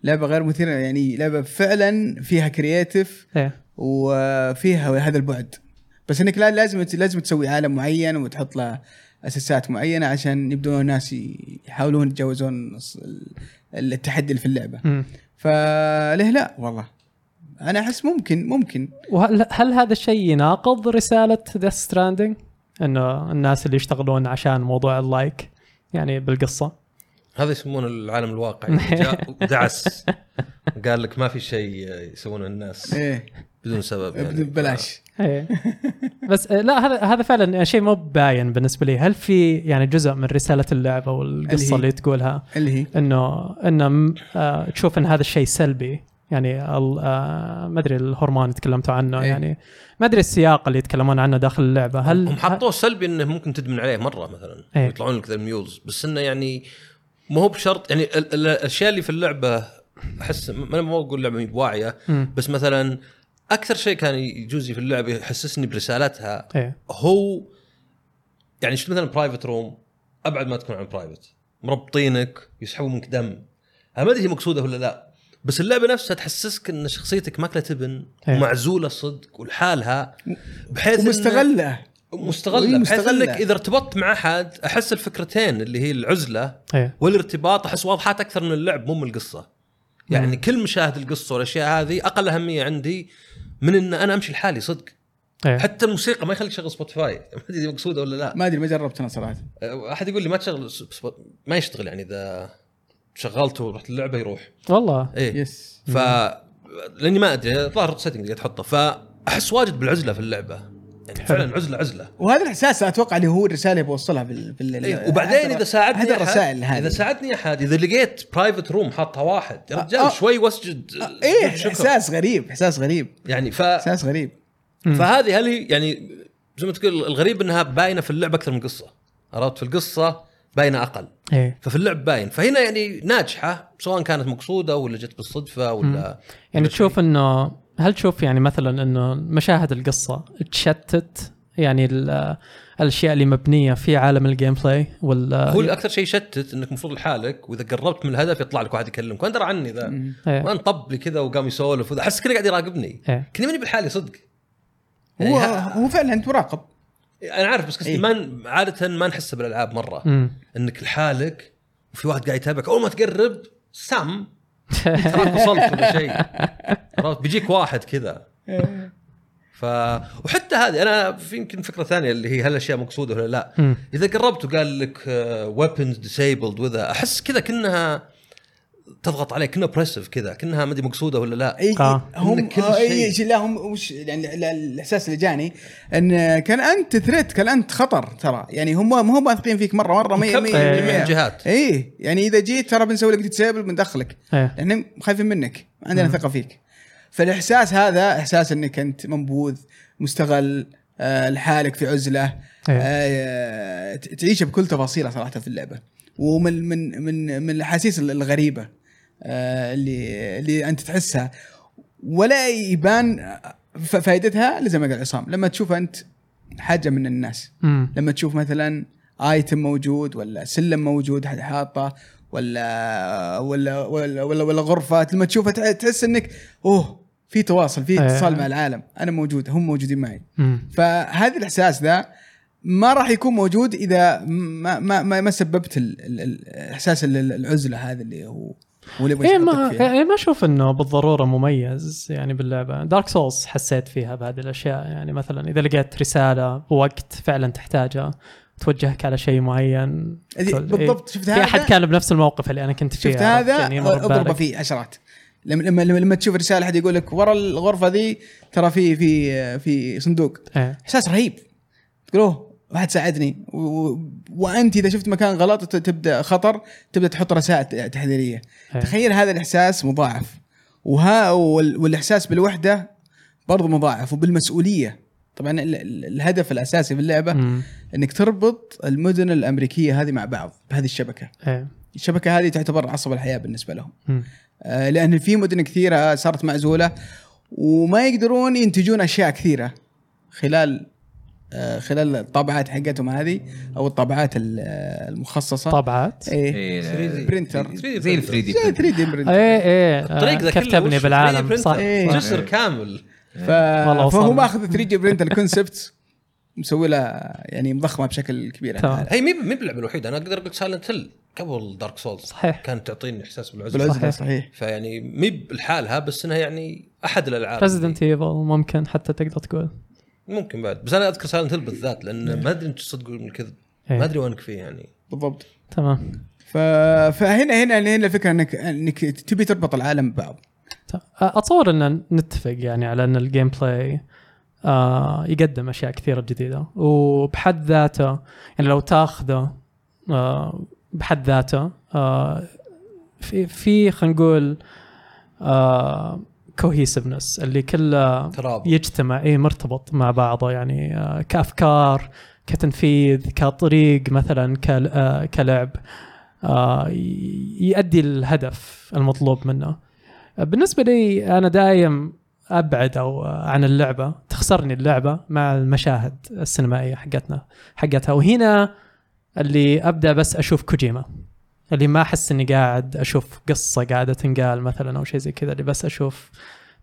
لعبه غير مثيره يعني لعبه فعلا فيها كرييتيف ايه وفيها هذا البعد بس انك لا- لازم لازم تسوي عالم معين وتحط له اساسات معينه عشان يبدون الناس ي- يحاولون يتجاوزون الص- ال- التحدي اللي في اللعبه مم. فليه لا والله انا احس ممكن ممكن وهل هل هذا الشيء يناقض رساله ذا ستراندنج انه الناس اللي يشتغلون عشان موضوع اللايك يعني بالقصه هذا يسمونه العالم الواقعي جاء ودعس قال لك ما في شيء يسوونه الناس ايه بدون سبب يعني ببلاش ايه [LAUGHS] بس آه، لا هذا هذا فعلا شيء مو باين بالنسبه لي هل في يعني جزء من رساله اللعبه والقصه اللي هي- اللي تقولها اللي هي انه انه م- آه، تشوف ان هذا الشيء سلبي يعني ال- آه، ما ادري الهرمون تكلمتوا عنه إيه. يعني ما ادري السياق اللي يتكلمون عنه داخل اللعبه هل هم حطوه سلبي انه ممكن تدمن عليه مره مثلا إيه. يطلعون لك ذا الميولز بس انه يعني مو هو بشرط يعني ال- ال- الاشياء اللي في اللعبه احس ما أنا ما اقول لعبه مي بواعيه مم. بس مثلا اكثر شيء كان يجوز في اللعبه يحسسني برسالتها ايه هو يعني شفت مثلا برايفت روم ابعد ما تكون عن برايفت مربطينك يسحبوا منك دم انا ما ادري هي مقصوده ولا لا بس اللعبه نفسها تحسسك ان شخصيتك ماكله تبن إيه. ومعزوله صدق ولحالها بحيث إن- ومستغله مستغله وهي بحيث مستغلة. انك اذا ارتبطت مع احد احس الفكرتين اللي هي العزله ايه والارتباط احس واضحات اكثر من اللعب مو من القصه يعني مم. كل مشاهد القصه والاشياء هذه اقل اهميه عندي من ان انا امشي لحالي صدق ايه حتى الموسيقى ما يخليك تشغل سبوتيفاي [LAUGHS] ما ادري إذا مقصوده ولا لا ما ادري ما جربت انا صراحه أه، احد يقول لي ما تشغل سب- سبوت- ما يشتغل يعني اذا شغلته ورحت اللعبه يروح والله ايه يس ف لاني ما ادري الظاهر سيتنج اللي تحطه فاحس واجد بالعزله في اللعبه يعني فعلا عزله عزله وهذا الاحساس اتوقع اللي هو الرساله اللي بوصلها في ال- في ال- إيه، وبعدين اذا ساعدني هذا أحد- الرسائل هذه اذا ساعدني احد اذا لقيت برايفت روم حاطها واحد يا رجال آه. شوي واسجد ايه شكرا. احساس غريب احساس غريب يعني ف... احساس غريب فهذه هل هي يعني زي ما تقول الغريب انها باينه في اللعب اكثر من قصه عرفت في القصه باينه اقل ايه ففي اللعب باين فهنا يعني ناجحه سواء كانت مقصوده ولا جت بالصدفه ولا يعني ولا تشوف انه هل تشوف يعني مثلا انه مشاهد القصه تشتت يعني ال- الاشياء اللي مبنيه في عالم الجيم بلاي شيء. هو ولا اللي اكثر شيء يشتت انك المفروض لحالك واذا قربت من الهدف يطلع لك واحد يكلمك وين درى عني ذا إيه. وين طب لي كذا وقام يسولف وذا. احس كني قاعد يراقبني إيه. كني ماني بالحالي صدق يعني هو ها- هو فعلا انت مراقب انا عارف بس قصدي إيه. ما ن- عاده ما نحس بالالعاب مره مم. انك لحالك وفي واحد قاعد يتابعك اول ما تقرب سام تراك وصلت ولا شيء عرفت بيجيك واحد كذا ف وحتى هذه انا في يمكن فكره ثانيه اللي هي هل الاشياء مقصوده ولا لا مم. اذا قربت وقال لك ويبنز ديسيبلد وذا احس كذا كانها تضغط عليك كنا بريسف كذا كانها ما ادري مقصوده ولا لا اي آه. إيه، هم إن كل آه، اي شيء. شيء لا هم وش يعني ال- ال- الاحساس اللي جاني ان كان انت ثريت كان انت خطر ترى يعني هم ما هم واثقين فيك مره مره مية مكبر مية من مية. جميع الجهات. اي يعني اذا جيت ترى بنسوي لك ديسيبل بندخلك ايه احنا يعني خايفين منك ما عندنا ثقه فيك فالاحساس هذا احساس انك انت منبوذ مستغل آه، لحالك في عزله إيه. آه، ت- تعيشه بكل تفاصيله صراحه في اللعبه ومن من من من الاحاسيس ال- الغريبه آه، اللي اللي انت تحسها ولا يبان آه، ف- فائدتها اللي زي ما قال عصام لما تشوفها انت حاجه من الناس مم. لما تشوف مثلا ايتم موجود ولا سلم موجود حد حاطه ولا ولا ولا ولا, ولا غرفه لما تشوفها تع- تحس انك اوه في تواصل في إيه. اتصال مع العالم انا موجود هم موجودين معي مم. فهذا الاحساس ذا ما راح يكون موجود اذا ما ما ما, ما سببت ال- ال- ال- احساس ال- ال- العزله هذا اللي هو هو اللي يبغى ايه يحطك ما فيها ايه ما اشوف انه بالضروره مميز يعني باللعبه دارك سولز حسيت فيها بهذه الاشياء يعني مثلا اذا لقيت رساله وقت فعلا تحتاجه توجهك على شيء معين هذه تقول إيه. بالضبط شفت في احد هذا كان بنفس الموقف اللي انا كنت فيه شفت عرفت؟ هذا يعني يمر اضربه ببالك. فيه عشرات لما لما لما, لما تشوف رساله احد يقول لك ورا الغرفه ذي ترى في في في صندوق ايه احساس رهيب تقول اوه واحد ساعدني و... و... وانت اذا شفت مكان غلط ت- تبدا خطر تبدا تحط رسائل تحذيريه إيه. تخيل هذا الاحساس مضاعف وها وال... والاحساس بالوحده برضه مضاعف وبالمسؤوليه طبعا ال... ال- الهدف الاساسي في اللعبه مم. انك تربط المدن الامريكيه هذه مع بعض بهذه الشبكه ايه الشبكه هذه تعتبر عصب الحياه بالنسبه لهم مم. آه، لان في مدن كثيره آه، صارت معزوله وما يقدرون ينتجون اشياء كثيره خلال آه، خلال الطابعات حقتهم هذه او الطابعات ال- آه، المخصصه طابعات ايه إيه، 3D. برينتر. زي ال 3 دي 3 دي برينتر ايه ايه إيه. الطريق ذا آه، كركبني وش- بالعالم 3D صح printer. صح. جسر كامل ف... والله وصلنا. فهو ماخذ 3 دي برينتر الكونسبت مسوي لها يعني مضخمه بشكل كبير تمام. هي مي مي باللعبه الوحيده انا اقدر اقول لك سايلنت هيل قبل دارك سولز صحيح. كانت تعطيني احساس بالعزله بالعزله صحيح. صحيح فيعني مي بحالها بس انها يعني احد الالعاب ريزدنت ايفل ممكن حتى تقدر تقول ممكن بعد بس انا اذكر سايلنت هيل بالذات لان ما ادري انت صدق من الكذب إيه. ما ادري وينك فيه يعني بالضبط تمام ف... فهنا هنا هنا الفكره انك انك تبي تربط العالم ببعض تمام. آه، اتصور ان نتفق يعني على ان الجيم بلاي آه يقدم اشياء كثيره جديده وبحد ذاته يعني لو تاخذه آه بحد ذاته آه في في خلينا نقول آه كوهيسفنس اللي كله ترابط يجتمع اي مرتبط مع بعضه يعني آه، كافكار كتنفيذ كطريق مثلا كل- آه، كلعب آه، ي- يؤدي الهدف المطلوب منه آه، بالنسبه لي انا دايم ابعد او آه، عن اللعبه تخسرني اللعبه مع المشاهد السينمائيه حقتنا حقتها وهنا اللي ابدا بس اشوف كوجيما اللي ما احس اني قاعد اشوف قصه قاعده تنقال مثلا او شيء زي كذا اللي بس اشوف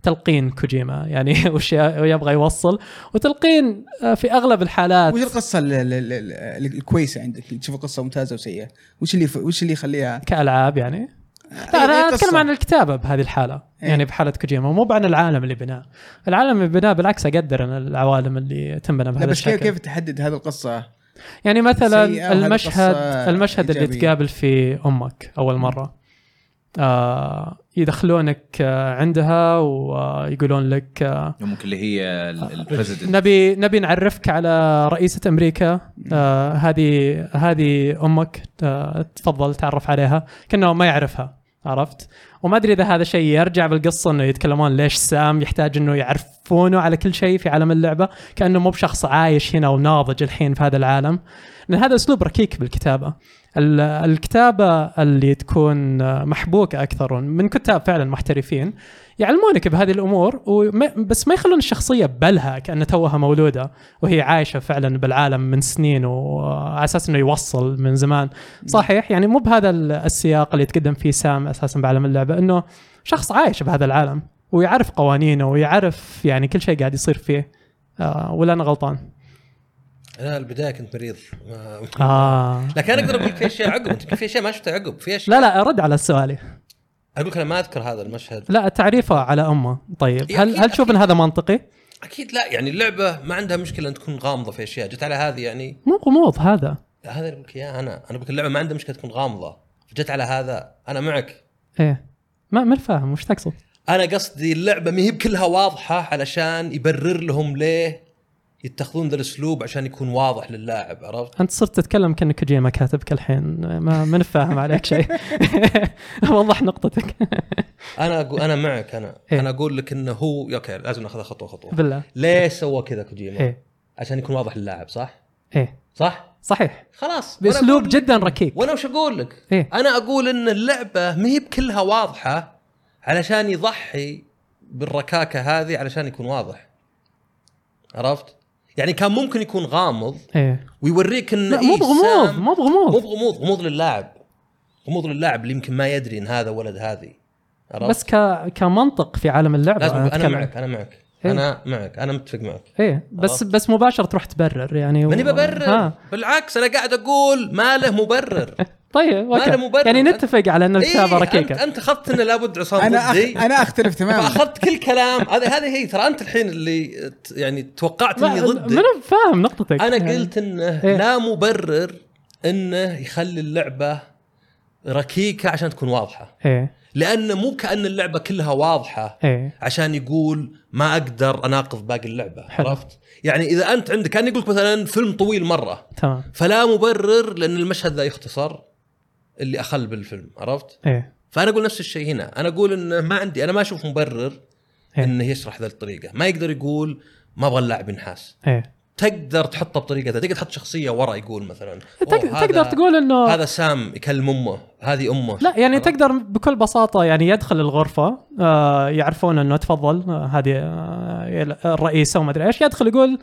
تلقين كوجيما يعني [LAUGHS] وش يبغى يوصل وتلقين آه، في اغلب الحالات وش القصه ال- ال- ال- ال- الكويسه عندك اللي تشوفها قصه ممتازه وسيئه وش اللي وش اللي يخليها كالعاب يعني لا أي- أي انا اتكلم قصة. عن الكتابه بهذه الحاله إيه. يعني بحاله كوجيما مو عن العالم اللي بناه العالم اللي بناه بالعكس اقدر انا العوالم اللي تنبنى لا بهذا بس كيف الشكل كيف تحدد هذه القصه؟ يعني سيئة مثلا وهذه المشهد قصة المشهد اللي إيجابية. تقابل فيه امك اول مره آه يدخلونك آه عندها ويقولون لك آه ممكن اللي هي البريزدنت نبي نبي نعرفك على رئيسه امريكا آه هذه هذه امك آه تفضل تعرف عليها كانه ما يعرفها عرفت وما ادري اذا هذا شيء يرجع بالقصه انه يتكلمون ليش سام يحتاج انه يعرفونه على كل شيء في عالم اللعبه كانه مو بشخص عايش هنا وناضج الحين في هذا العالم لان هذا اسلوب ركيك بالكتابه ال- الكتابه اللي تكون آه، محبوكه اكثر من كتاب فعلا محترفين يعلمونك بهذه الامور وما بس ما يخلون الشخصيه بلها كانها توها مولوده وهي عايشه فعلا بالعالم من سنين وعلى اساس انه يوصل من زمان صحيح يعني مو بهذا ال- السياق اللي يتقدم فيه سام اساسا بعالم اللعبه انه شخص عايش بهذا العالم ويعرف قوانينه ويعرف يعني كل شيء قاعد يصير فيه آه ولا انا غلطان انا البدايه كنت مريض ما- اه لكن انا اقدر اقول لك في اشياء عقب انت في اشياء ما شفتها عقب في لا اشياء لا رد على سؤالي اقول لك انا ما اذكر هذا المشهد لا تعريفه على امه طيب هل هل تشوف ان هذا منطقي اكيد لا يعني اللعبه ما عندها مشكله ان تكون غامضه في اشياء جت على هذه يعني مو غموض هذا هذا اللي اقول لك اياه انا انا اقول لك اللعبه ما عندها مشكله تكون غامضه جت على هذا انا معك ايه ما ما فاهم وش تقصد انا قصدي اللعبه ما هي بكلها واضحه علشان يبرر لهم ليه يتخذون ذا الاسلوب عشان يكون واضح للاعب عرفت؟ انت صرت تتكلم كانك كوجيما كاتبك الحين ما ما نفهم عليك شيء [LAUGHS] وضح نقطتك [LAUGHS] انا أقول انا معك انا إيه. انا اقول لك انه هو اوكي لازم ناخذها خطوه خطوه بالله ليه سوى كذا كوجيما؟ ايه عشان يكون واضح للاعب صح؟ ايه صح؟ صحيح خلاص وأنا باسلوب أقول- جدا ركيك وانا وش اقول لك؟ إيه. انا اقول ان اللعبه ما هي بكلها واضحه علشان يضحي بالركاكه هذه علشان يكون واضح. عرفت؟ يعني كان ممكن يكون غامض ايه ويوريك ان لا مو إيه، بغموض سام- مو مو بغموض بغموض غموض للاعب غموض للاعب اللي يمكن ما يدري ان هذا ولد هذه عرفت؟ بس ك... كمنطق في عالم اللعبه لازم انا أتكلم. معك انا معك إيه. انا معك انا متفق معك ايه بس عرفت؟ بس مباشره تروح تبرر يعني و- ماني ببرر ها. بالعكس انا قاعد اقول ما له مبرر طيب ما أنا اوكي مبرر. يعني نتفق على ان الكتابه إيه، ركيكه أنت- انت اخذت انه لابد عصام انا أخ... ضدي انا اختلف تماما فاخذت كل كلام هذه هذه هي ترى انت الحين اللي ت- يعني توقعت ما- اني ضدك منو فاهم نقطتك انا يعني. قلت انه إيه. لا مبرر انه يخلي اللعبه ركيكه عشان تكون واضحه ايه لانه مو كان اللعبه كلها واضحه ايه عشان يقول ما اقدر اناقض باقي اللعبه حلو. عرفت يعني اذا انت عندك كان يقول مثلا فيلم طويل مره تمام فلا مبرر لان المشهد ذا يختصر اللي اخل بالفيلم عرفت ايه فانا اقول نفس الشيء هنا انا اقول انه ما عندي انا ما اشوف مبرر إيه. انه يشرح ذا الطريقه ما يقدر يقول ما ابغى اللاعب ينحاس ايه تقدر تحطه بطريقه ذا تقدر تحط شخصيه ورا يقول مثلا تق- أوه، هذا- تقدر تقول انه هذا سام يكلم امه هذه امه لا يعني عرفت؟ تقدر بكل بساطه يعني يدخل الغرفه آه يعرفون انه تفضل آه، هذه آه الرئيسه وما ادري ايش يدخل يقول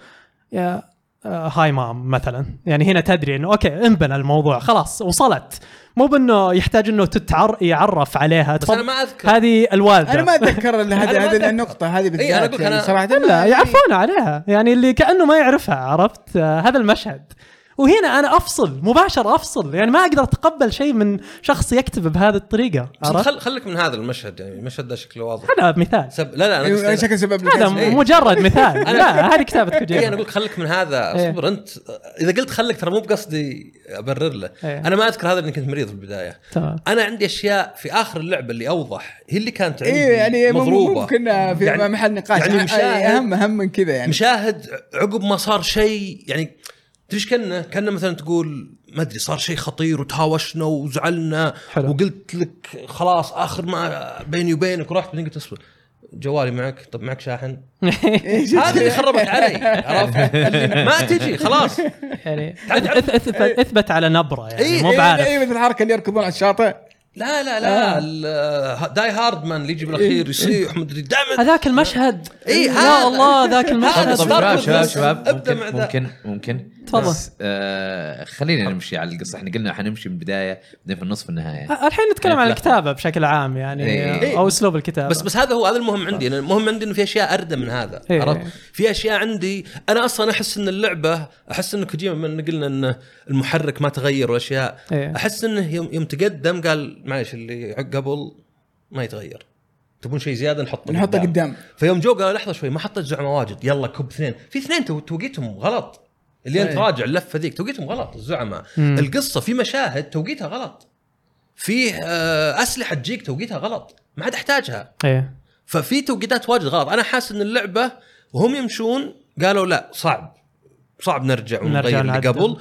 يا آه هاي مام مثلا يعني هنا تدري انه اوكي انبنى الموضوع خلاص وصلت مو بانه يحتاج انه تتعر يعرف عليها بس انا تفضل. ما اذكر هذه الوالده انا ما اتذكر [LAUGHS] ان أنا ما هذه أتذكر. إيه، هذه النقطه هذه بالذات أنا أقول يعني أنا- صراحه لا ما- يعرفون عليها يعني اللي كانه ما يعرفها عرفت آه هذا المشهد وهنا انا افصل مباشره افصل يعني ما اقدر اتقبل شيء من شخص يكتب بهذه الطريقه بس عرفت خل خليك من هذا المشهد يعني المشهد ذا شكله واضح هذا مثال سب... لا أيوه، لا انا قصدي يعني أنا- شكل سبب هذا الكاس. إيه. مجرد [LAUGHS] إيه، مثال لا هذه كتابه اي انا كوجيما اقول خليك من هذا إيه. اصبر انت اذا قلت خليك ترى مو بقصدي ابرر له إيه. انا ما اذكر هذا اني كنت مريض في البدايه تمام انا عندي اشياء في اخر اللعبه اللي اوضح هي اللي كانت عندي ايه يعني مضروبه مضروبه ممكن في يعني- محل نقاش يعني يعني مشاهد- اهم اهم من كذا يعني مشاهد عقب ما صار شيء يعني تدري إيش كنا كنا مثلا تقول ما ادري صار شيء خطير وتهاوشنا وزعلنا حلو. وقلت لك خلاص اخر ما بيني وبينك ورحت بعدين قلت اصبر جوالي معك طب معك شاحن إيه، هذا اللي خربت علي عرفت ما تجي خلاص [LAUGHS] يعني أث- أث- إيه. أث- اثبت على نبره يعني مو إيه، بعارف إيه مثل الحركه اللي يركضون على الشاطئ لا لا لا ال- داي هارد مان اللي يجي بالاخير يصيح مدري دامت هذاك المشهد إيه، يا هذا. الله ذاك هذا طب طب طب المشهد صار. شباب بس- شباب شباب أبدأ مع ممكن ذا. ممكن ممكن تفضل. بس، آه، خلينا نمشي على القصه احنا قلنا حنمشي من البدايه بعدين في النص في النهايه الحين نتكلم عن لا. الكتابه بشكل عام يعني إيه. او اسلوب الكتابه بس بس هذا هو هذا المهم عندي أنا المهم عندي انه في اشياء اردى من هذا إيه. عرفت في اشياء عندي انا اصلا احس ان اللعبه احس ان كوجيما من إن قلنا انه المحرك ما تغير واشياء إيه. احس انه يوم, يوم تقدم قال معلش اللي قبل ما يتغير تبون شيء زياده نحطه نحطه قدام فيوم جو قال لحظه شوي ما حطيت زعماء واجد يلا كب اثنين في اثنين تو- توقيتهم غلط اللي انت أي. راجع اللفه ذيك توقيتهم غلط الزعماء مم. القصه في مشاهد توقيتها غلط فيه آه، اسلحه تجيك توقيتها غلط ما عاد احتاجها ايه ففي توقيتات واجد غلط انا حاسس ان اللعبه وهم يمشون قالوا لا صعب صعب نرجع نرجع ونغير اللي نعدل. قبل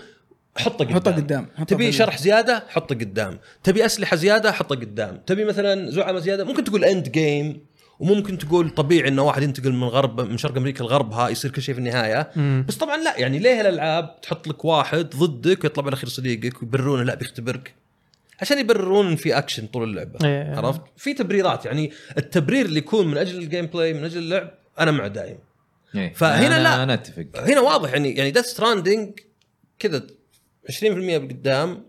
حطه قدام حطه قدام حطه تبي قدام. شرح زياده حطه قدام تبي اسلحه زياده حطه قدام تبي مثلا زعماء زياده ممكن تقول اند جيم وممكن تقول طبيعي انه واحد ينتقل من غرب من شرق امريكا لغربها يصير كل شيء في النهايه مم. بس طبعا لا يعني ليه الالعاب تحط لك واحد ضدك ويطلع بالاخير صديقك ويبرونه لا بيختبرك عشان يبررون ان في اكشن طول اللعبه إيه. عرفت في تبريرات يعني التبرير اللي يكون من اجل الجيم بلاي من اجل اللعب انا مع دايم إيه. فهنا أنا- لا. انا اتفق هنا واضح يعني يعني ديث ستراندنج كذا 20% بالقدام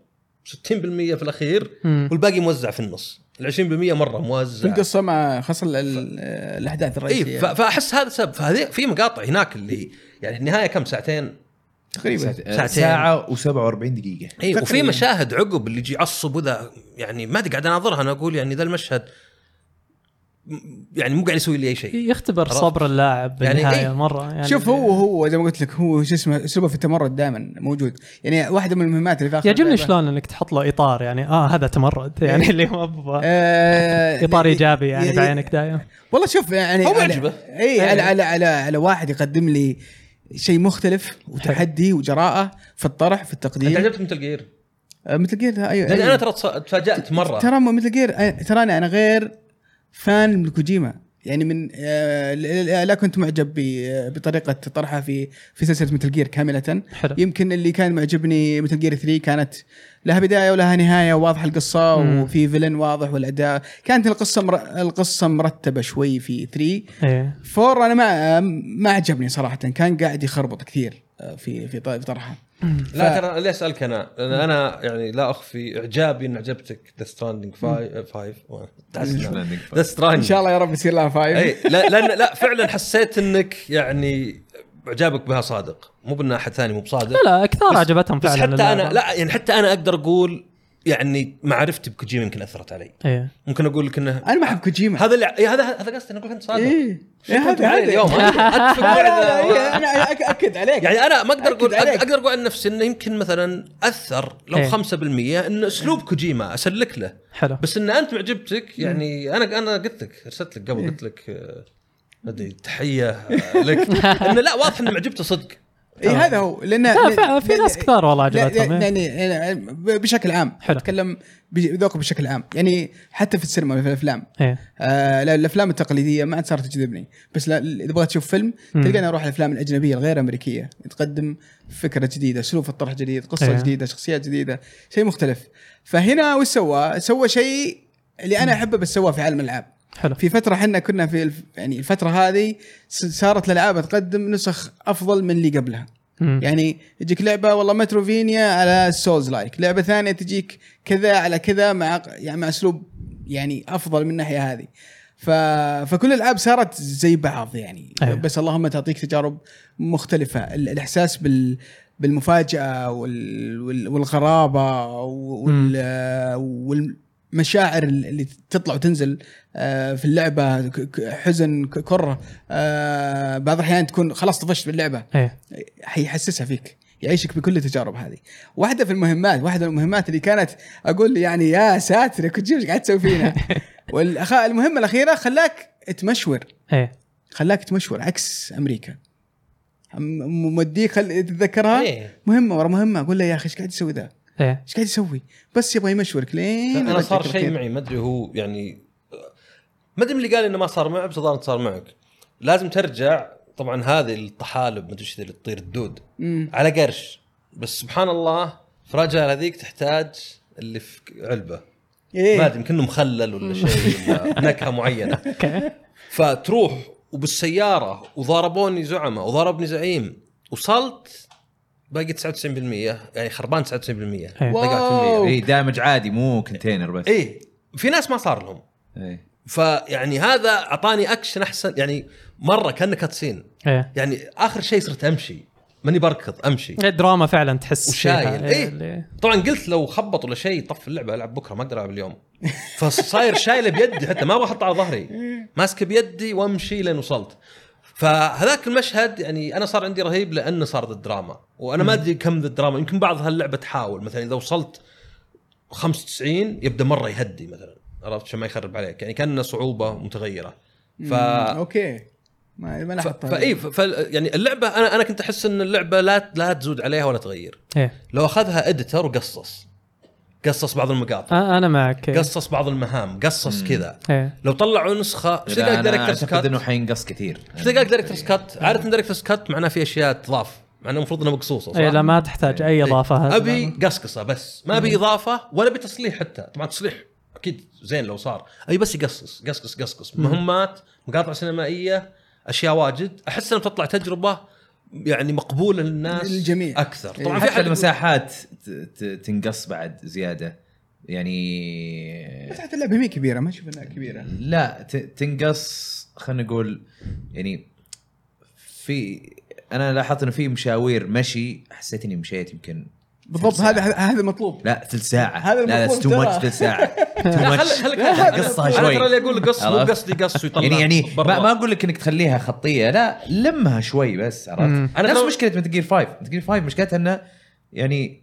60% في الاخير مم. والباقي موزع في النص ال 20% مره في موزع القصه مع خصل ال- الاحداث اي الرئيسيه فاحس هذا السبب فهذه في مقاطع هناك اللي يعني النهايه كم ساعتين تقريبا ساعتين ساعه و47 دقيقه اي تقريباً. إيه، وفي مشاهد عقب اللي يجي يعصب وذا يعني ما أدري قاعد اناظرها انا اقول يعني ذا المشهد م- يعني مو قاعد يسوي لي اي شيء يختبر عرفت؟ صبر اللاعب يعني بالنهايه إيه. مره يعني شوف هو هو زي ما قلت لك هو شو اسمه اسلوبه في التمرد دائما موجود يعني واحده من المهمات اللي في اخر يعجبني اللعبة- شلون انك تحط له اطار يعني اه هذا إيه. تمرد يعني اللي هو أبغى. آه، اطار ايجابي ي- يعني ي- بعينك دايم والله شوف يعني هو على- يعجبه. اي على على على على واحد يقدم لي شيء مختلف وتحدي وجراءه في الطرح في انت التقديم عجبتك مثل جير آه، مثل جير ايوه لاني انا أيوة. ترى تص- تفاجات مره ترى مثل جير آه، تراني انا غير فان من كوجيما يعني من آه، لا- لا لا كنت معجب ب- آه، بطريقه طرحها في في سلسله متل جير كامله حلو يمكن اللي كان معجبني متل جير 3 كانت لها بدايه ولها نهايه وواضحه القصه مم. وفي فيلن واضح والاداء كانت القصه مر... القصه مرتبه شوي في 3 ايه فور انا ما ما عجبني صراحه كان قاعد يخربط كثير آه، في في ط- في طرحها لا ف- ترى ليه اسالك انا؟ لان انا يعني لا اخفي اعجابي ان عجبتك ذا ستراندنج 5 ذا ستراندنج ان شاء الله يا رب يصير لها فايف اي إيه، لا لان لا فعلا حسيت انك يعني اعجابك بها صادق مو بان احد ثاني مو بصادق لا لا كثار بس- عجبتهم بس فعلا حتى اللعبة. انا لا يعني حتى انا اقدر اقول يعني معرفتي بكوجيما يمكن اثرت علي ايه ممكن اقول لك انه انا ما احب كوجيما هذا اللي إيه، هذا هذا قصدي انا اقول انت صادق ايه إيه، كنت هذا معي هذا اليوم أنا أتفق [LAUGHS] لا، لا، لا، معك. إيه، انا أك- اكد عليك يعني انا ما اقدر أكد اقول عليك. اقدر اقول عن نفسي انه يمكن مثلا اثر إيه. لو 5% ان اسلوب كوجيما اسلك له حلو بس ان انت معجبتك يعني انا انا قلت لك ارسلت لك إيه. قبل قلت لك آه، ما ادري تحيه آه، لك [LAUGHS] انه لا واضح انه معجبته صدق اي إيه، هذا هو لان لا يعني فع- في ناس كثار والله لا- لا- عجبتهم إيه. يعني يعني بشكل عام حلو. اتكلم بذوقه بشكل عام يعني حتى في السينما في الافلام ايه آه لا، الافلام التقليديه ما عاد صارت تجذبني بس لا- اذا بغيت تشوف فيلم مم. تلقاني اروح الافلام الاجنبيه الغير امريكيه تقدم فكره جديده اسلوب في الطرح جديد قصه إيه. إيه. جديده شخصيات جديده شيء مختلف فهنا وش سوى؟ سوى شيء اللي انا احبه بس سواه في عالم الالعاب حلو في فتره احنا كنا في الف... يعني الفتره هذه س- صارت الالعاب تقدم نسخ افضل من اللي قبلها مم. يعني يجيك لعبه والله متروفينيا على سولز لايك لعبه ثانيه تجيك كذا على كذا مع يعني مع اسلوب يعني افضل من الناحيه هذه ف... فكل الالعاب صارت زي بعض يعني أيوة. أيوه. بس اللهم تعطيك تجارب مختلفه ال... الاحساس بال بالمفاجاه وال... وال... والغرابه مم. وال... وال... مشاعر اللي تطلع وتنزل آه، في اللعبه ك- ك- حزن ك- كره آه، بعض الاحيان تكون خلاص طفشت باللعبه ايه حيحسسها فيك يعيشك بكل التجارب هذه واحده في المهمات واحده من المهمات اللي كانت اقول يعني يا ساتر يا كوجيما ايش قاعد تسوي [LAUGHS] فينا والأخ... المهمه الاخيره خلاك تمشور [LAUGHS] ايه خلاك تمشور عكس امريكا أم- موديك خل... تتذكرها إيه. مهمه ورا مهمه اقول له يا اخي ايش قاعد يسوي ذا ايه ايش قاعد يسوي بس يبغى يمشورك لين انا صار أرجعك شيء بالخير. معي ما ادري هو يعني ما ادري من اللي قال انه ما صار معه بس الظاهر إنه صار معك لازم ترجع طبعا هذه الطحالب ما ادري إيش اللي تطير الدود مم. على قرش بس سبحان الله في رجال هذيك تحتاج اللي في علبه إيه. ما ادري يمكن إنه مخلل ولا شيء ولا [LAUGHS] نكهه معينه اوكي فتروح وبالسياره وضاربوني زعماء وضربني زعيم وصلت باقي 99% يعني خربان 99% إيه. واو. باقي 1%. اي دامج عادي مو كونتينر بس اي إيه. في ناس ما صار لهم إيه. فيعني هذا اعطاني اكشن احسن يعني مره كانه كاتسين ايه يعني اخر شيء صرت امشي ماني بركض امشي إيه، دراما فعلا تحس وشايل إيه. فيها. إيه، اي اللي- طبعا قلت لو خبط ولا شيء طف اللعبه العب بكره ما اقدر العب اليوم فصاير شايله بيدي حتى ما بحط على ظهري ماسكه بيدي وامشي لين وصلت فهذاك المشهد يعني انا صار عندي رهيب لانه صار ذا الدراما وانا ما ادري كم ذا الدراما يمكن بعض هاللعبه تحاول مثلا اذا وصلت 95 يبدا مره يهدي مثلا عرفت عشان ما يخرب عليك يعني كانه صعوبه متغيره ف مم. اوكي ما ما لاحظت هذا. فاي ف... ف... يعني اللعبه انا انا كنت احس ان اللعبه لا لا تزود عليها ولا تغير ايه لو اخذها اديتر وقصص قصص بعض المقاطع آه، انا معك إيه. قصص بعض المهام قصص مم. كذا ايه لو طلعوا نسخه ايش لا، تلقى انا دايركترز اعتقد انه كات حينقص كثير ايش تلقى دايركترز كات عاده دايركترز كات معناه في اشياء تضاف معناه المفروض انها مقصوصه صح؟ ايه لا ما تحتاج اي إيه. اضافه هذا ابي [LAUGHS] قصقصه بس ما ابي اضافه ولا ابي تصليح حتى طبعا تصليح اكيد زين لو صار ابي بس يقصص قصقص قصقص مهمات مقاطع سينمائيه اشياء واجد احس انها بتطلع تجربه يعني مقبوله للناس للجميع. اكثر إيه. طبعا في يعني حتى حد المساحات ت- ت- تنقص بعد زياده يعني مساحه اللعبه هي كبيره ما اشوف انها كبيره لا ت- تنقص خلينا نقول يعني في انا لاحظت انه في مشاوير مشي حسيت اني مشيت يمكن بالضبط ساعة. هذا هذا مطلوب لا ثلث ساعه هذا لا لا المفروض تو ترى. ماتش [LAUGHS] ثلث ساعه تو لا، ماتش خل- خلك هذا قصها أنا شوي. ترى اللي اقول قص مو عرفت؟ قصدي قص ويطلع يعني يعني برا. ما, ما اقول لك انك تخليها خطيه لا لمها شوي بس مم. عرفت أنا نفس ترى- مشكله متجير 5 متجير 5 مشكلتها انه يعني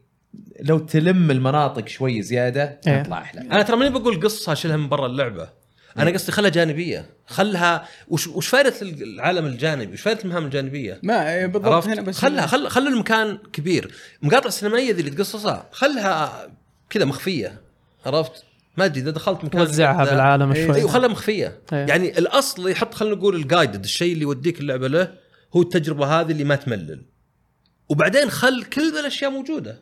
لو تلم المناطق شوي زياده إيه. تطلع احلى انا ترى ماني بقول قصها شيلها من برا اللعبه إيه. انا قصدي خلها جانبيه خلها وش وش فائده العالم الجانبي وش فائده المهام الجانبيه ما إيه، بالضبط هنا عرفت بس خلها خل خلوا المكان كبير مقاطع السينمائيه ذي اللي تقصصها خلها كذا مخفيه عرفت ما ادري اذا دخلت مكان وزعها ذا- بالعالم إيه. شوي اي وخلها مخفيه إيه. يعني الاصل يحط خلينا نقول الجايدد الشيء اللي يوديك اللعبه له هو التجربه هذه اللي ما تملل وبعدين خل كل ذا الاشياء موجوده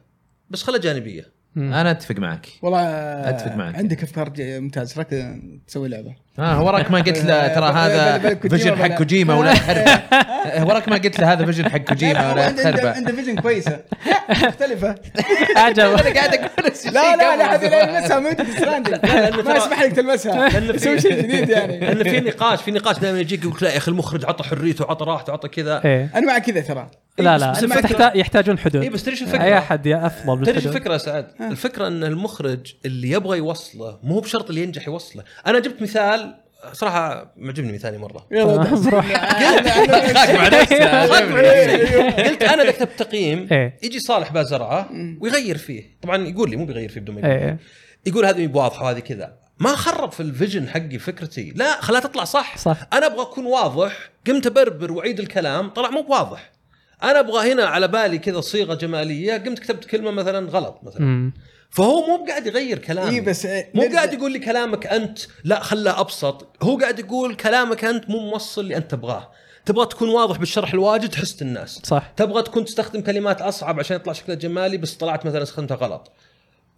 بس خلها جانبيه مم. انا اتفق معك والله أتفق معك. عندك افكار ج- ممتاز راك تسوي لعبه ها وراك ما قلت له [LAUGHS] ترى بل- هذا بل- كوجيما فيجن ولا- حق كوجيما [LAUGHS] ولا تخربه وراك ما قلت له هذا فيجن حق كوجيما ولا عنده عنده- [LAUGHS] تخربه عنده فيجن [LAUGHS] كويسه لا، مختلفه عجب قاعد اقول نفس لا الشيء لا قبل. لا هذه لا يلمسها ميوتك ستراندنج لأنه ما ترى- يسمح [LAUGHS] لك لأنه تلمسها في- سوي شيء جديد يعني لان في نقاش في نقاش دائما يجيك يقول لك لا يا اخي المخرج عطى حريته عطى راحته عطى كذا ايه انا مع كذا ترى لا إيه، بس- لا بس بس الفكرة- تحتاج يحتاجون حدود اي إيه، بس تدري شو اي الفكره؟ احد يا افضل تدري شو بالحدود. الفكره يا سعد؟ الفكره ان المخرج اللي يبغى يوصله مو بشرط اللي ينجح يوصله، انا جبت مثال صراحه معجبني مثالي [LAUGHS] مره يلا تمام، دحس. روح. أنا- أنا- [LAUGHS] ضحك مع نفسه. [LAUGHS] قلت انا اذا كتبت تقييم إيه. يجي صالح بازرعه ويغير فيه طبعا يقول لي مو بيغير فيه بدون ما يقول ايه يقول هذه مو واضحه وهذه كذا ما خرب في الفيجن حقي فكرتي لا خلاها تطلع صح صح انا ابغى اكون واضح قمت ابربر واعيد الكلام طلع مو واضح انا ابغى هنا على بالي كذا صيغه جماليه قمت كتبت كلمه مثلا غلط مثلا مم. فهو مو قاعد يغير كلامي إيه، اي بس مو قاعد يقول لي كلامك انت لا خله ابسط هو قاعد يقول كلامك انت مو موصل اللي انت تبغاه تبغى تكون واضح بالشرح الواجد حست الناس صح تبغى تكون تستخدم كلمات اصعب عشان يطلع شكلها جمالي بس طلعت مثلا استخدمتها غلط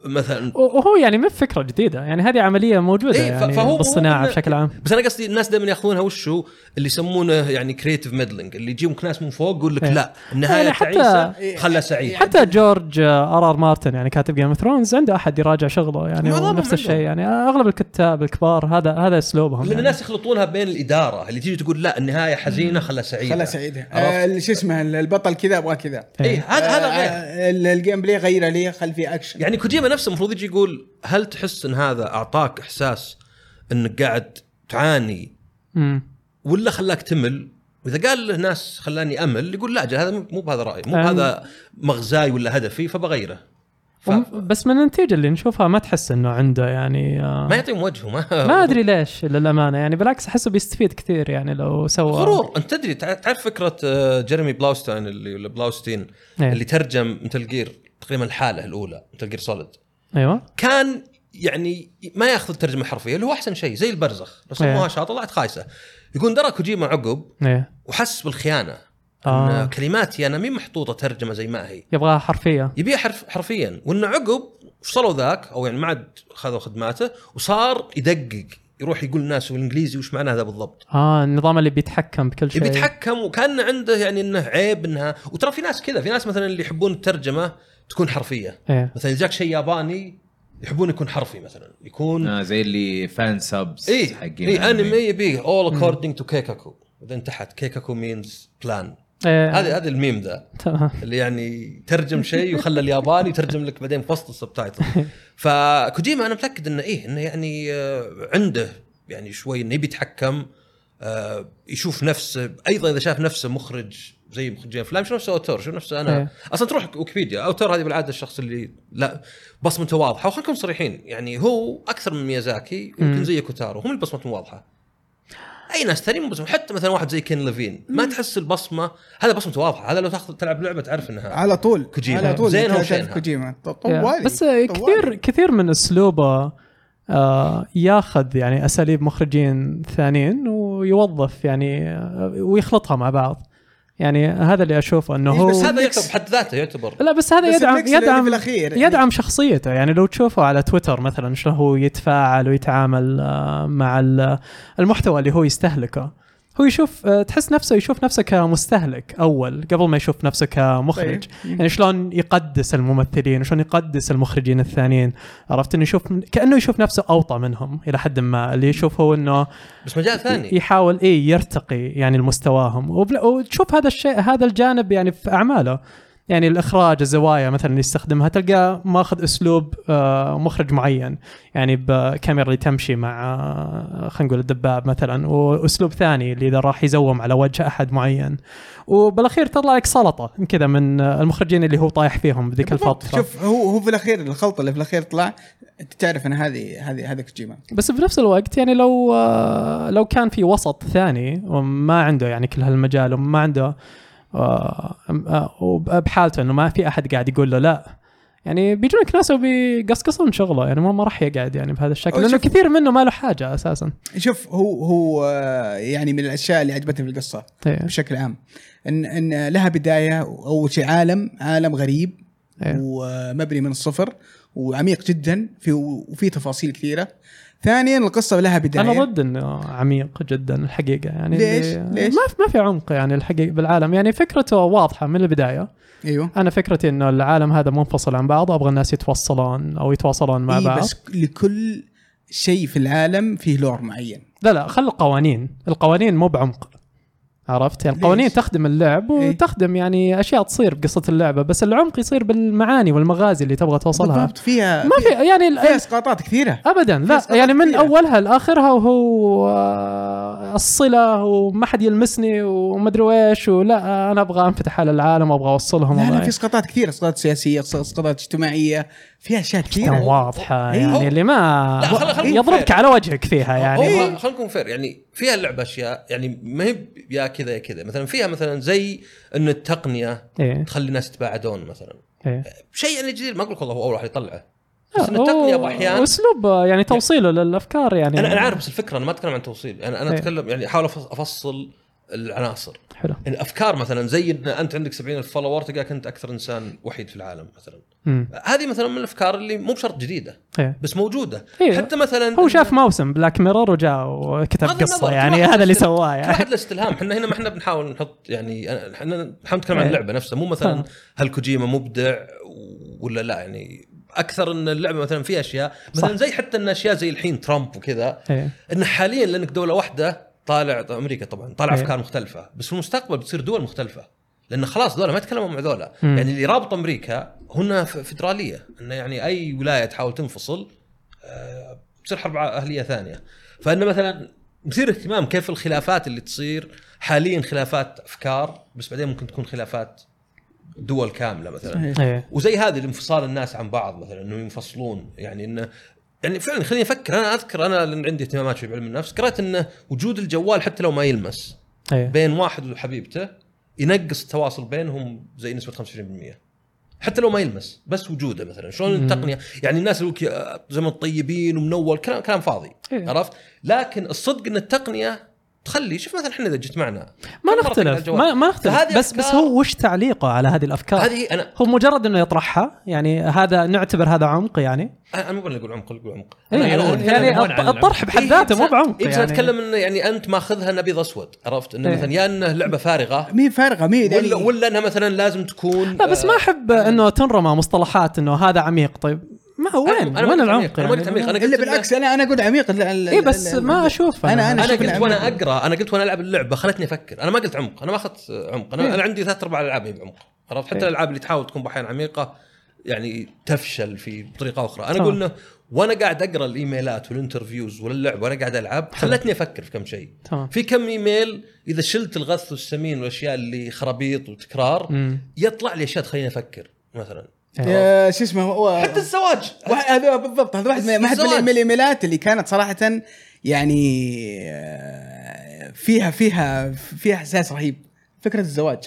مثلا و- وهو يعني ما في فكره جديده يعني هذه عمليه موجوده إيه، ف- يعني فهو- بالصناعه هو- بشكل عام بس انا قصدي الناس دائما ياخذونها وشو اللي يسمونه يعني كريتيف ميدلينج اللي يجيبك ناس من فوق يقول لك إيه. لا النهايه يعني حتى- تعيسه خلها سعيد حتى جورج ار ار مارتن يعني كاتب جيم اوف ثرونز عنده احد يراجع شغله يعني معظمهم نفس الشيء عندهم. يعني اغلب الكتاب الكبار هذا هذا اسلوبهم لان يعني. الناس يخلطونها بين الاداره اللي تيجي تقول لا النهايه حزينه خلها سعيده خلاص سعيدها عرفت؟ آه، شو اسمه البطل كذا ابغى كذا إيه، اي إيه، هذا هذا غير آه، ال- الجيم بلاي غيره لي خل فيه اكشن يعني كوجيما نفسه المفروض يجي يقول هل تحس ان هذا اعطاك احساس انك قاعد تعاني مم. ولا خلاك تمل؟ واذا قال له ناس خلاني امل يقول لا اجل هذا مو- مو بهذا رايي، مو أم. بهذا مغزاي ولا هدفي فبغيره. ف... وم- بس من النتيجه اللي نشوفها ما تحس انه عنده يعني آه، ما يعطيهم وجهه ما ما ادري ليش للامانه يعني بالعكس احسه بيستفيد كثير يعني لو سوى غرور انت تدري تع- تعرف فكره آه، جيرمي بلاوستاين اللي ولا بلاوستين إيه. اللي ترجم مثل جير تقريبا الحاله الاولى مثل جير سوليد ايوه كان يعني ما ياخذ الترجمه الحرفيه اللي هو احسن شيء زي البرزخ لو سموها إيه. شاطر طلعت خايسه يقول درى كوجيما عقب ايه وحس بالخيانه آه. آه. كلماتي انا مين محطوطه ترجمه زي ما هي يبغاها حرفيه يبيها حرف حرفيا وانه عقب فصلوا ذاك او يعني ما عاد خذوا خدماته وصار يدقق يروح يقول للناس بالانجليزي وش معنى هذا بالضبط اه النظام اللي بيتحكم بكل شيء يبي يتحكم وكان عنده يعني انه عيب انها وترى في ناس كذا في ناس مثلا اللي يحبون الترجمه تكون حرفيه ايه مثلا اذا جاك شيء ياباني يحبون يكون حرفي مثلا يكون آه، زي اللي فان سبس اي حقين اي انمي يبيه اول اكوردنج تو كيكاكو بعدين تحت كيكاكو مينز بلان ايه هذا هذا الميم ذا تمام اللي يعني ترجم شيء وخلى الياباني يترجم لك بعدين في [LAUGHS] وسط السبتايتل فكوجيما انا متاكد انه ايه انه يعني آه، عنده يعني شوي انه يبي يتحكم آه، يشوف نفسه ايضا اذا شاف نفسه مخرج زي مخرجين افلام شوف نفسه اوتور شوف نفسه انا إيه. اصلا تروح ويكيبيديا اوتور هذه بالعاده الشخص اللي لا بصمته واضحه وخلينا نكون صريحين يعني هو اكثر من ميازاكي مم. يمكن زي كوتارو هم اللي بصمتهم واضحه اي ناس ثانيين مو بصمة حتى مثلا واحد زي كين لافين ما تحس البصمه هذا بصمته واضحه هذا لو تاخذ تلعب لعبه تعرف انها على طول كوجيما. على طول زينها تعرف وشينها. كوجيما ط- يا. طوالي بس آه، كثير كثير من اسلوبه آه، ياخذ يعني اساليب مخرجين ثانيين ويوظف يعني آه، ويخلطها مع بعض يعني هذا اللي اشوفه انه إيه، هو بس هذا ميكس. يعتبر بحد ذاته يعتبر لا بس هذا بس يدعم الميكس اللي يدعم في الأخير يعني. يدعم شخصيته يعني لو تشوفه على تويتر مثلا شلون هو يتفاعل ويتعامل آه، مع ال- المحتوى اللي هو يستهلكه هو يشوف آه، تحس نفسه يشوف نفسه كمستهلك اول قبل ما يشوف نفسه كمخرج طيب. يعني شلون يقدس الممثلين وشلون يقدس المخرجين الثانيين عرفت انه يشوف كانه يشوف نفسه اوطى منهم الى حد ما اللي يشوف هو انه بس مجال ثاني يحاول ايه يرتقي يعني لمستواهم وبل- وتشوف هذا الشيء هذا الجانب يعني في اعماله يعني الاخراج الزوايا مثلا اللي يستخدمها تلقى ماخذ اسلوب آه، مخرج معين يعني بكاميرا اللي تمشي مع آه، خلينا نقول الدباب مثلا واسلوب ثاني اللي اذا راح يزوم على وجه احد معين وبالاخير تطلع لك سلطه كذا من آه، المخرجين اللي هو طايح فيهم بذيك بالضبط. الفتره شوف هو هو في الاخير الخلطه اللي في الاخير طلع انت تعرف ان هذه هذه هذا كوجيما بس في نفس الوقت يعني لو آه، لو كان في وسط ثاني وما عنده يعني كل هالمجال وما عنده آه، آه، وبحالته انه ما في احد قاعد يقول له لا يعني بيجونك ناس وبيقصقصون شغله يعني ما ما راح يقعد يعني بهذا الشكل أو لانه شوف- كثير منه ما له حاجه اساسا شوف هو هو آه، يعني من الاشياء اللي عجبتني في القصه إيه. بشكل عام ان ان لها بدايه اول شيء عالم عالم غريب إيه. ومبني من الصفر وعميق جدا في وفي تفاصيل كثيره ثانيا القصه لها بدايه انا ضد انه عميق جدا الحقيقه يعني ليش؟ اللي- ليش؟ ما في ما في عمق يعني الحقيقه بالعالم يعني فكرته واضحه من البدايه ايوه انا فكرتي انه العالم هذا منفصل عن بعض ابغى الناس يتوصلون او يتواصلون مع إيه، بعض بس لكل شيء في العالم فيه لور معين لا لا خل القوانين القوانين مو بعمق عرفت يعني القوانين ليش؟ تخدم اللعب إيه. وتخدم يعني اشياء تصير بقصه اللعبه بس العمق يصير بالمعاني والمغازي اللي تبغى توصلها بالضبط فيها ما في يعني ال- فيها اسقاطات كثيره ابدا لا أسقاطات يعني من كثيرة. اولها لاخرها وهو آه، الصله وما حد يلمسني وما ادري ايش ولا آه، انا ابغى انفتح على العالم وابغى اوصلهم لا لا وأبغى في اسقاطات كثيره اسقاطات سياسيه اسقاطات اجتماعيه فيها اشياء كان كثيره واضحه إيه. يعني اللي ما لا، خل- خل- يضربك خل- على وجهك فيها يعني إيه. يعني خلينا نكون فير يعني فيها اللعبه اشياء يعني ما هي ب- يا كذا يا كذا مثلا فيها مثلا زي ان التقنيه ايه تخلي الناس يتباعدون مثلا ايه شيء يعني جديد ما اقول لك والله هو اول واحد يطلعه لا، بس ان التقنيه هو واحيانا اسلوب آه، يعني توصيله للافكار يعني انا انا عارف بس الفكره انا ما اتكلم عن توصيل انا انا إيه. اتكلم يعني احاول أفص- افصل العناصر حلو الافكار مثلا زي ان انت عندك 70000 فولور تلقاك انت اكثر انسان وحيد في العالم مثلا امم هذه مثلا من الافكار اللي مو بشرط جديده ايه بس موجوده إيه. حتى مثلا هو شاف موسم بلاك ميرور وجاء وكتب بغض قصه النظر، يعني كل واحد هذا اللي يست- سواه كل يعني واحد له استلهام احنا هنا ما احنا بنحاول نحط يعني أنا- احنا احنا نتكلم عن إيه. اللعبه نفسها مو مثلا فاهم. هل كوجيما مبدع ولا لا يعني اكثر ان اللعبه مثلا فيها اشياء صح. مثلا زي حتى ان اشياء زي الحين ترامب وكذا ايه ان حاليا لانك دوله واحده طالع طبعاً امريكا طبعا طالع إيه. افكار مختلفه بس في المستقبل بتصير دول مختلفه لان خلاص دول ما يتكلموا مع ذولا مم. يعني اللي رابط امريكا هنا ف- فدراليه انه يعني اي ولايه تحاول تنفصل آه، بتصير حرب ع- اهليه ثانيه فانه مثلا مثير اهتمام كيف الخلافات اللي تصير حاليا خلافات افكار بس بعدين ممكن تكون خلافات دول كامله مثلا صحيح. ايه وزي هذه الانفصال الناس عن بعض مثلا انه ينفصلون يعني انه يعني فعلا خليني افكر انا اذكر انا لان عندي اهتمامات شوي بعلم النفس قرات انه وجود الجوال حتى لو ما يلمس ايه بين واحد وحبيبته ينقص التواصل بينهم زي نسبه 50% حتى لو ما يلمس بس وجوده مثلا شلون مم. التقنيه يعني الناس اللي يقولك زمن الطيبين ومنور كلام كلام فاضي إيه. عرفت لكن الصدق ان التقنيه تخلي شوف مثلا احنا اذا جيت معنا ما كم مرة تقرأ نختلف الجوال؟ ما, ما نختلف فهذه بس بس أفكار- هو وش تعليقه على هذه الافكار هذه انا هو مجرد انه يطرحها يعني هذا نعتبر هذا عمق يعني انا أه، مو بنقول عمق اقول عمق إيه، أنا- أنا يعني أتكلم يعني هون عن الط- الطرح بحد إيه، ذاته مو بس- بعمق إيه، بس يعني. اتكلم انه يعني انت ماخذها نبيض اسود عرفت انه إيه. مثلا يا انه لعبه [LAUGHS] فارغه مي فارغه مي يعني ولا ولا انها مثلا لازم تكون آه، لا بس ما احب انه تنرمى مصطلحات انه هذا عميق طيب ما هو وين أنا ما وين قلت العمق يعني؟ عميق، أنا ما قلت عميق، أنا الا بالعكس انا انا اقول عميق اي إيه، بس ما اشوف أنا- أنا انا شوف قلت العمق. وانا اقرا انا قلت وانا العب اللعبه خلتني افكر انا ما قلت عمق انا ما اخذت عمق إيه. انا, أنا عندي ثلاث ارباع العاب هي بعمق عرفت حتى إيه. الالعاب اللي تحاول تكون بحين عميقه يعني تفشل في بطريقه اخرى انا طبعاً. اقول انه وانا قاعد اقرا الايميلات والانترفيوز واللعب وانا قاعد العب خلتني افكر في كم شيء تمام في كم ايميل اذا شلت الغث والسمين والاشياء اللي خرابيط وتكرار أمم. يطلع لي اشياء تخليني افكر مثلا إيه. آه، شو اسمه هو- حتى الزواج واحد هذا بالضبط هذا واحد من- واحد من الزواج. الإيميل- الايميلات اللي كانت صراحه يعني آه، فيها فيها فيها احساس رهيب فكره الزواج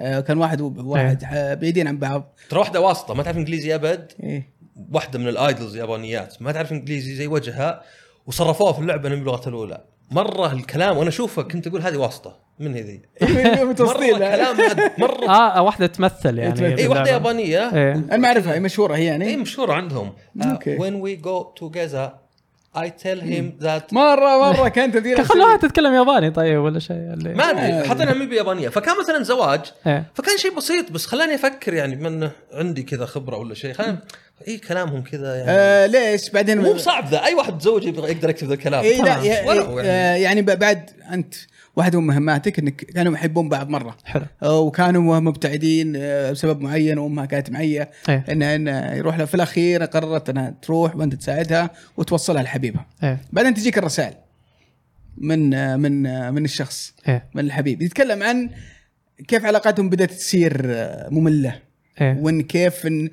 آه، كان واحد وواحد إيه. آه، بعيدين عن بعض ترى واحده واسطه ما تعرف انجليزي ابد [LAUGHS] إيه. واحده من الايدلز يابانيات ما تعرف انجليزي زي وجهها وصرفوها في اللعبه انهم بلغتها الاولى مره الكلام وانا اشوفها كنت اقول هذه واسطه من هي [LAUGHS] ذي مره متوسطين كلام [LAUGHS] مره اه واحده تمثل يعني إيه، اي واحده باللعبة. يابانيه ايه انا ما اعرفها هي مشهوره هي اي يعني مشهوره إيه، عندهم آه، أوكي. إيه. وين وي جو توجذر اي تيل هيم ذات مره مره كان تمثيل كان خلوها تتكلم ياباني طيب ولا شيء اللي ما إيه. ادري حطينا ميبي يابانيه فكان مثلا زواج ايه فكان شيء بسيط بس خلاني افكر يعني بما انه عندي كذا خبره ولا شيء خلاني اي كلامهم كذا يعني آه، ليش بعدين مو بصعب ذا اي واحد متزوج يبغى يقدر يكتب ذا الكلام اي إيه، لا طبعاً. يا- ولو يعني. آه، يعني ب- بعد انت واحده من مهماتك انك كانوا يحبون بعض مره حلو آه، وكانوا مبتعدين آه، بسبب معين وامها كانت معيه ايه انها انها يروح لها في الاخير قررت انها تروح وانت تساعدها وتوصلها لحبيبها ايه بعدين تجيك الرسائل من آه، من آه، من الشخص ايه من الحبيب يتكلم عن كيف علاقاتهم بدات تصير آه، ممله ايه وان كيف ان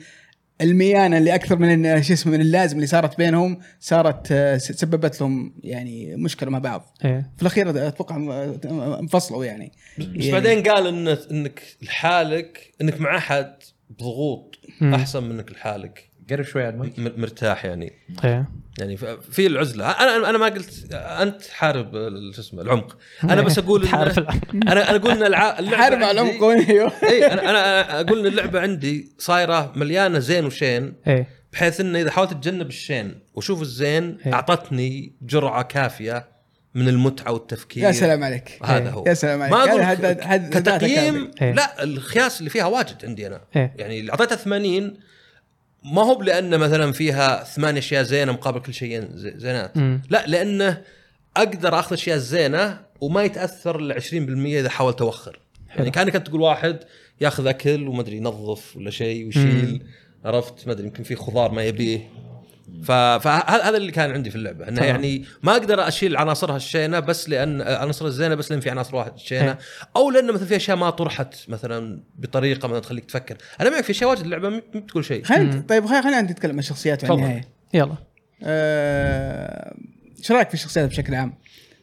الميانه اللي اكثر من إن- شو اسمه من اللازم اللي صارت بينهم صارت آه، س- سببت لهم يعني مشكله مع بعض ايه في الاخير اتوقع آه، انفصلوا يعني بس بعدين قال ان انك لحالك انك مع احد بضغوط مم. احسن منك لحالك قرب شوي على المايك م- مرتاح يعني ايه يعني ف- في العزله انا انا ما قلت انت حارب ال- شو اسمه العمق انا بس اقول إن- تعرف العمق. انا انا اقول ان الع- اللعبه حارب على عندي- العمق [LAUGHS] ايوه اي انا انا اقول ان اللعبه عندي صايره مليانه زين وشين ايه بحيث انه اذا حاولت اتجنب الشين واشوف الزين إيه. اعطتني جرعه كافيه من المتعه والتفكير يا سلام عليك هذا إيه. هو يا سلام عليك يعني ما هذا اقول هد- ك- هد- كتقييم إيه. لا الخياس اللي فيها واجد عندي انا ايه يعني اللي اعطيتها 80 ما هو لان مثلا فيها ثمان اشياء زينه مقابل كل شيء زي- زينات مم. لا لانه اقدر اخذ اشياء زينه وما يتاثر ال 20% اذا حاولت اوخر يعني حلو. كانك انت تقول واحد ياخذ اكل وما ادري ينظف ولا شيء ويشيل عرفت ما ادري يمكن في خضار ما يبيه فهذا اللي كان عندي في اللعبه انه تمام. يعني ما اقدر اشيل عناصرها الشينه بس لان عناصرها الزينه بس لان في عناصر واحد شينه إيه. او لان مثلا في اشياء ما طرحت مثلا بطريقه مثلا تخليك تفكر انا معك في اشياء واجد اللعبه ما بتقول شيء خلينا طيب خلينا خلينا نتكلم عن الشخصيات في تفضل. النهايه يلا آه، ايش رايك في الشخصيات بشكل عام؟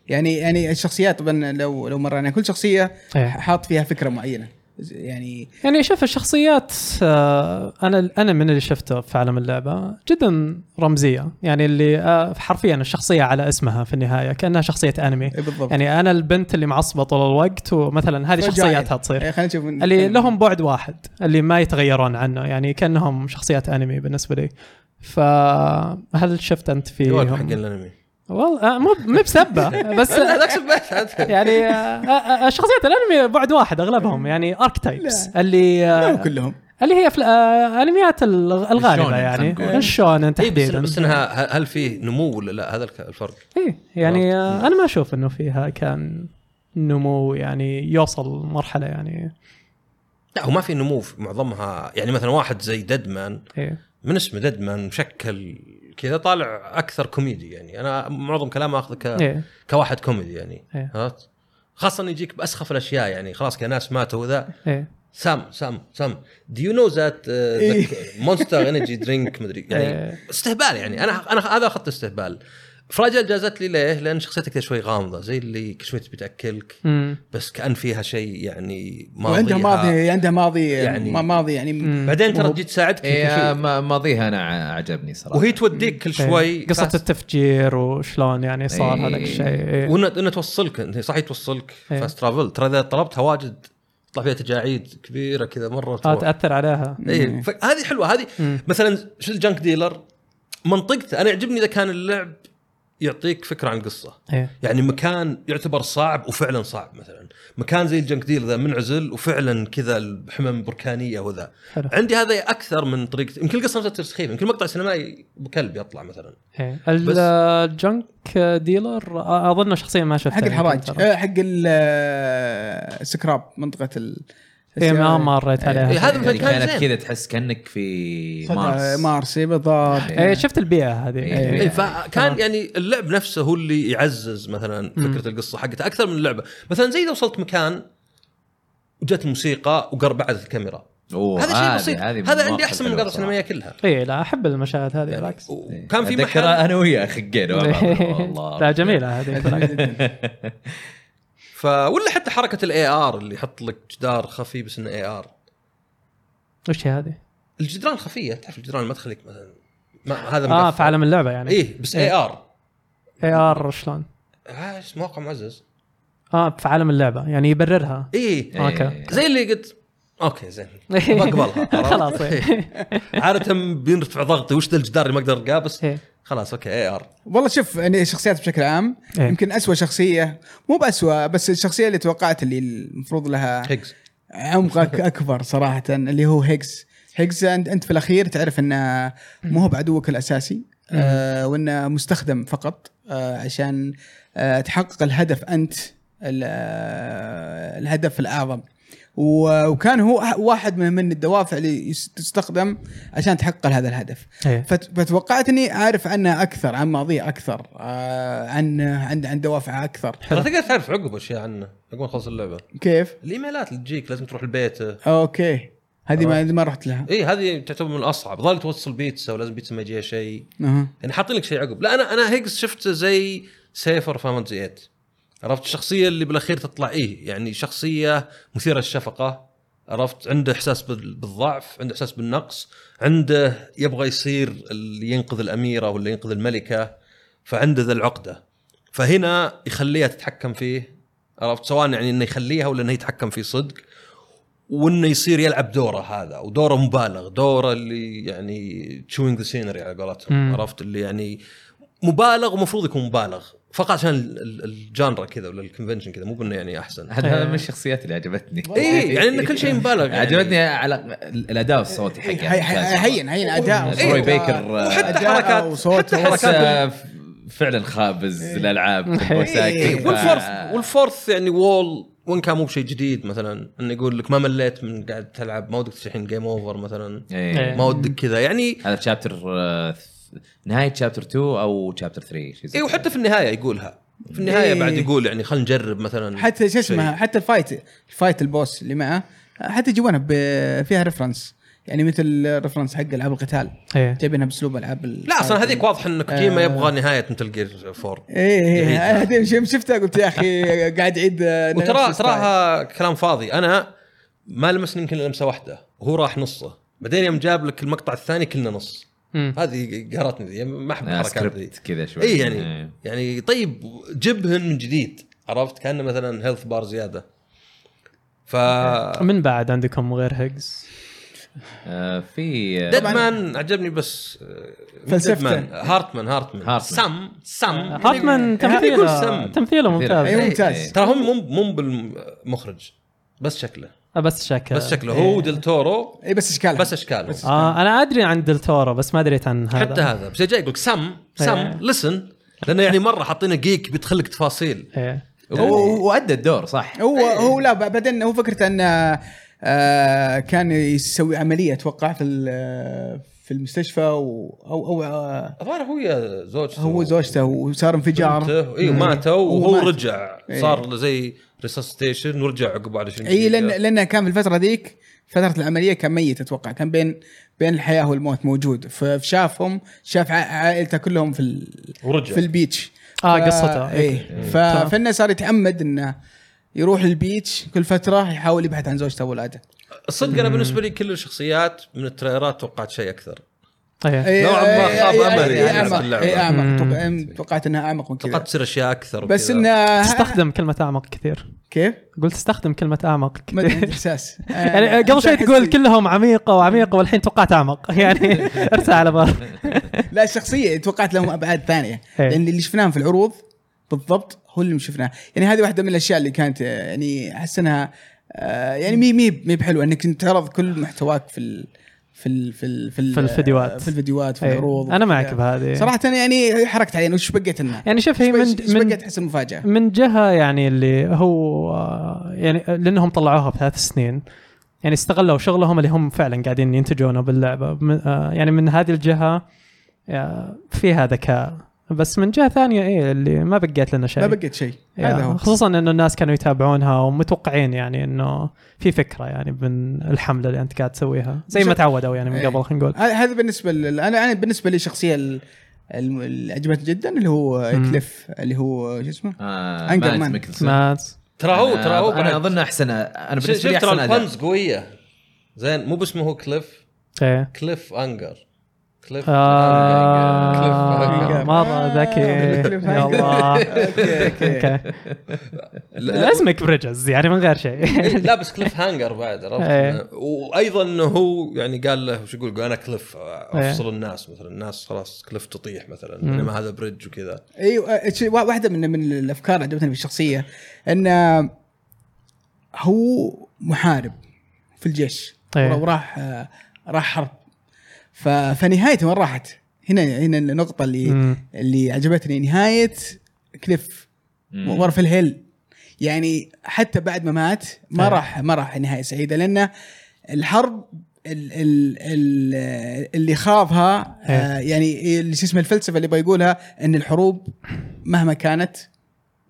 يعني يعني الشخصيات طبعا لو لو مرينا كل شخصيه ايه حاط فيها فكره معينه يعني يعني شوف الشخصيات آه، انا انا من اللي شفته في عالم اللعبه جدا رمزيه يعني اللي آه، حرفيا الشخصيه على اسمها في النهايه كانها شخصيه انمي إيه بالضبط يعني انا البنت اللي معصبه طول الوقت ومثلا هذه فجأة شخصياتها إيه، تصير خلينا نشوف يعني اللي لهم بعد واحد اللي ما يتغيرون عنه يعني كانهم شخصيات انمي بالنسبه لي فهل شفت انت يوالد حق فيهم؟ الانمي [LAUGHS] والله آه، مو مو بسبه بس آه، هذاك سبيت يعني آه، آه، آه، شخصيات الانمي بعد واحد اغلبهم يعني اركتايبس اللي آه، لا كلهم اللي هي فل... آه، انميات ال- الغالبه الشونن خلينا يعني نقول. الشونن إيه، بس, تحديدا بس انها هل- هل فيه نمو ولا لا هذا الك- الفرق ايه يعني آه، انا ما اشوف انه فيها كان نمو يعني يوصل مرحله يعني لا هو ما في نمو في معظمها يعني مثلا واحد زي ديدمان ايه من اسمه ديدمان مشكل كذا طالع اكثر كوميدي يعني انا معظم كلامه اخذه ك... ايه كواحد كوميدي يعني إيه. عرفت خاصه إنه يجيك باسخف الاشياء يعني خلاص كناس ماتوا وذا ايه سام سام سام دو يو نو [LAUGHS] ذات إيه. مونستر انرجي درينك مدري يعني إيه. استهبال يعني انا انا هذا اخذت استهبال فراجل جازت لي ليه؟ لان شخصيتك شوي غامضه زي اللي كل شوي تبي تاكلك امم بس كان فيها شيء يعني وعندها ماضيها ماضي عندها ماضي يعني يعني- ماضي يعني مم. بعدين ترى وهو- تجي تساعدك في كل إيه، شيء. ما- ماضيها انا ع- عجبني صراحه وهي توديك كل شوي إيه. قصه فاست. التفجير وشلون يعني صار إيه. هذاك الشيء إيه. وانها إنها توصلك انت صحيح توصلك إيه. فاست ترافل ترى اذا طلبتها واجد يطلع فيها تجاعيد كبيره كذا مره آه، تروح. تاثر عليها اي ف- هذه حلوه هذه مم. مثلا شو الجنك ديلر منطقته انا يعجبني اذا كان اللعب يعطيك فكره عن القصه ايه يعني مكان يعتبر صعب وفعلا صعب مثلا مكان زي الجنك ديلر ذا منعزل وفعلا كذا الحمم بركانيه وذا حلو عندي هذا اكثر من طريقه يمكن القصه نفسها تصير سخيفه يمكن مقطع سينمائي بكلب يطلع مثلا ايه بس- الجنك ديلر آه، اظن شخصيا ما يعني شفتها حق الحراج يمكن ترى. آه، حق السكراب منطقه ال إيه، ما مريت عليها. إيه، هذا يعني مثلا كان كانت زين. كذا تحس كانك في مارس مارس مارس إيه، بالضبط ايه شفت البيئه هذه إيه. إيه. إيه فكان يعني اللعب نفسه هو اللي يعزز مثلا فكره القصه حقته اكثر من اللعبه مثلا زي اذا وصلت مكان وجت موسيقى وقربعت الكاميرا أوه، هذا شيء هذه- بسيط هذه هذا عندي مواقف احسن من حلوة المقاطع صراحة. السينمائيه كلها ايه لا احب المشاهد هذه [LAUGHS] بالعكس وكان في إيه. أتذكر محل انا وياه خقينا مع بعض. [LAUGHS] والله إيه. لا جميله هذه بالعكس. ف ولا حتى حركه الاي ار اللي يحط لك جدار خفي بس انه اي ار وش هي هذه؟ الجدران خفيه تعرف الجدران ما تخليك مثلا ما هذا آه، اه مقفل. في عالم اللعبه يعني ايه بس اي إيه. ار اي ار شلون؟ ايش موقع معزز اه في عالم اللعبه يعني [LAUGHS] يبررها ايه إيه. أوكي. زي اللي قلت اوكي زين بقبلها [LAUGHS] خلاص إيه. عاده بيرتفع ضغطي وش ذا الجدار اللي ما اقدر القاه بس إيه. خلاص اوكي اي ار والله شوف يعني الشخصيات بشكل عام إيه. يمكن أسوأ شخصيه مو بأسوأ بس الشخصيه اللي توقعت اللي المفروض لها هيجز عمق أك- اكبر صراحه اللي هو هيجز هيجز انت أنت في الاخير تعرف انه مو هو بعدوك الاساسي آه وانه مستخدم فقط آه عشان آه تحقق الهدف انت ال- آه، الهدف الاعظم و- وكان هو أح- واحد من من الدوافع اللي يس- تستخدم عشان تحقق هذا الهدف إيه. فت- فتوقعت اني اعرف عنه اكثر عن ماضيه اكثر آه عن عن عن دوافعه اكثر ترى تقدر تعرف عقب اشياء عنه عقب ما تخلص اللعبه كيف؟ الايميلات اللي تجيك لازم تروح البيت اوكي هذه ما ما رحت لها اي هذه تعتبر من الاصعب ظل توصل بيتزا ولازم بيتزا ما يجيها شيء أها. يعني حاطين لك شيء عقب لا انا انا هيجز شفت زي سيفر فانتزي إيه، 8 عرفت الشخصيه اللي بالاخير تطلع ايه يعني شخصيه مثيره للشفقه عرفت عنده احساس بال- بالضعف عنده احساس بالنقص عنده يبغى يصير اللي ينقذ الاميره ولا ينقذ الملكه فعنده ذا العقده فهنا يخليها تتحكم فيه عرفت سواء يعني انه يخليها ولا انه يتحكم فيه صدق وانه يصير يلعب دوره هذا ودوره مبالغ دوره اللي يعني تشوينج ذا سينري على قولتهم مم. عرفت اللي يعني مبالغ ومفروض يكون مبالغ فقط عشان ال- ال- الجانرا كذا ولا الكونفنشن كذا مو بانه يعني احسن هذا طيب. هذا من الشخصيات اللي عجبتني اي يعني ان كل شيء إيه، مبالغ يعني. [LAUGHS] عجبتني على الاداء الصوتي حقه هي- هي- هين هين آه، اداء [LAUGHS] روي بيكر إيه. [LAUGHS] وحتى أداء حركات- وصوت حتى حركات حركات- آه، ف- فعلا خابز آه، الالعاب إيه. والبوساكي والفورث والفورث يعني وول وان كان مو بشيء جديد مثلا انه يقول لك ما مليت من قاعد تلعب ما ودك تشحن جيم اوفر مثلا إيه. ما ودك كذا يعني هذا آه، شابتر نهايه شابتر 2 او شابتر 3 شيء زي اي كذا. إيه، وحتى في النهايه يقولها في النهايه إيه. بعد يقول يعني خلينا نجرب مثلا حتى شو شيء. اسمها حتى الفايت الفايت البوس اللي معه حتى جوانها ب- فيها ريفرنس يعني مثل ريفرنس حق العاب القتال ايه جايبينها باسلوب العاب ال- لا اصلا هذيك واضح ان كوجيما آه. يبغى نهايه مثل جير 4 ايه ايه هذه يوم شفتها قلت يا اخي قاعد عيد آه، نفس وترى الستايل. تراها كلام فاضي انا ما لمسني يمكن إلا لمسه واحده وهو راح نصه بعدين يوم جاب لك المقطع الثاني كلنا نص مم. هذه قهرتني ذي يعني ما احب آه، الحركات ذي سكريبت كذا شوي إيه. اي يعني يعني طيب جبهن من جديد عرفت كانه مثلا هيلث بار زياده ف من بعد عندكم غير هيجز آه، في آه، ديد مان عجبني بس [LAUGHS] فلسفته. آه، هارتمان هارتمان هارتمان. سم سم هارتمان يقول تمثيله يعني سم تمثيله اي ممتاز أيوة. ممتاز ترى هم مو مو بالمخرج بس شكله آه، بس شكل بس شكله هو ديل تورو اي إيه، بس اشكالها بس اشكاله آه انا ادري عن دلتورو بس ما دريت عن هذا حتى هذا بس جاي يقول لك سم سم إيه. لسن لانه يعني مره حاطينه جيك بيدخلك تفاصيل يعني ايه هو هو ادى الدور صح هو إيه. هو لا بعدين هو فكرته انه آه، كان يسوي عمليه اتوقع في ال- في المستشفى و- او او آه، الظاهر هو يا زوجته هو إيه. زوجته وصار انفجار اي ماتوا إيه، وهو ومات. رجع صار زي ريسستيشن ورجع عقب بعد 20 اي لان دقيقة. لانه كان في الفتره ذيك فتره العمليه كان ميت اتوقع كان بين بين الحياه والموت موجود ف- فشافهم شاف ع- عائلته كلهم في ال- ورجع في البيتش اه ف- قصته ايه ف- تمام. فانه صار يتعمد انه يروح البيتش كل فتره يحاول يبحث عن زوجته واولاده الصدق انا بالنسبه لي كل الشخصيات من التريلرات توقعت شيء اكثر ايه إيه، نوعاً ما إيه، خاب إيه، أملي إيه، يعني أعمق، في اللعبة. إيه، اعمق مم. توق- توقعت انها اعمق من كذا توقعت تصير اشياء اكثر بس وكذا. انه تستخدم كلمه اعمق كثير كيف؟ قلت استخدم كلمه اعمق ما أدري، آه، عندي كثير احساس [LAUGHS] يعني قبل شوي تقول كلهم عميقه وعميقه والحين توقعت اعمق [LAUGHS] يعني ارسل على بال لا الشخصيه توقعت لهم ابعاد ثانيه إيه. لان اللي شفناهم في العروض بالضبط هو اللي شفناه يعني هذه واحده من الاشياء اللي كانت آه، يعني احس انها آه، يعني مي مي مي بحلوه انك أنت تعرض كل محتواك في ال في ال في ال ال- في الفيديوهات. آه، في الفيديوهات في إيه. العروض انا معك بهذه صراحه يعني حركت علينا وش بقيت لنا؟ يعني شوف هي من ايش من بقيت تحس المفاجاه؟ من جهه يعني اللي هو آه، يعني لانهم طلعوها بثلاث سنين يعني استغلوا شغلهم اللي هم فعلا قاعدين ينتجونه باللعبه من- آه، يعني من هذه الجهه آه، فيها ذكاء بس من جهه ثانيه ايه اللي ما بقيت لنا شيء ما بقيت شيء هذا يعني هو خصوصا انه الناس كانوا يتابعونها ومتوقعين يعني انه في فكره يعني من الحمله اللي انت قاعد تسويها زي ما بالضبط. تعودوا يعني من إيه. قبل خلينا نقول هذا هذا بالنسبه لل... انا انا بالنسبه لي الشخصيه ال- الم- اللي عجبتني جدا اللي هو مم. كليف اللي هو شو [LAUGHS] اسمه؟ آه، أنجر مات مان. ميكلسون. ما ترى هو ترى هو أنا- انا بعد. اظن احسن انا ش- بالنسبه لي شفت احسن ترى اداء البنز قويه زين مو باسمه هو كليف ايه كليف انجر كليف آه، أنجر. هانجر. مره ذكي [LAUGHS] آه، كليف يا هانجر. الله [LAUGHS] اوكي اوكي اوكي [LAUGHS] لا- اسمك بريدجز يعني من غير [LAUGHS] شيء [LAUGHS] إيه، لا بس كليف هانجر بعد إيه. عرفت وايضا انه هو يعني قال له وش يقول قال انا كليف افصل إيه. الناس مثلا الناس خلاص كليف تطيح مثلا مم. انما هذا بريدج وكذا ايوه آه، شيء- وا- واحده من من الافكار اللي عجبتني في الشخصيه انه هو محارب في الجيش إيه. وراح آه، راح حرب ف- فنهايته وين راحت؟ هنا هنا النقطه اللي مم. اللي عجبتني نهايه كليف ورا في الهيل يعني حتى بعد ما مات ما آه. راح ما راح نهايه سعيده لانه الحرب ال ال ال اللي خاضها آه، يعني اللي شو اسمه الفلسفه اللي بيقولها ان الحروب مهما كانت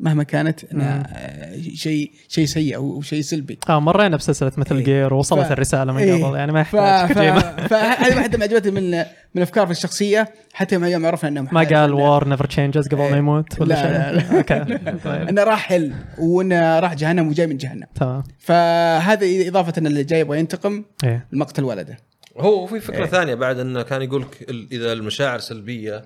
مهما كانت انها آه، شيء شيء سيء او شيء سلبي آه مرينا بسلسله مثل إيه. جير ووصلت ف- الرساله من إيه. قبل يعني ما ف- يحتاج [LAUGHS] ف- كوجيما فهذه واحده من عجبتني من من الافكار في الشخصيه حتى ما يوم عرفنا انه ما محارب، قال إنه- وار نيفر تشينجز قبل ما إيه. يموت ولا لا، شيء لا، لا. [LAUGHS] اوكي طيب انه راح حل وانه راح جهنم وجاي من جهنم تمام فهذا اضافه ان اللي جاي يبغى ينتقم ايه لمقتل ولده هو في إيه. فكره ثانيه بعد انه كان يقول لك ال- اذا المشاعر سلبيه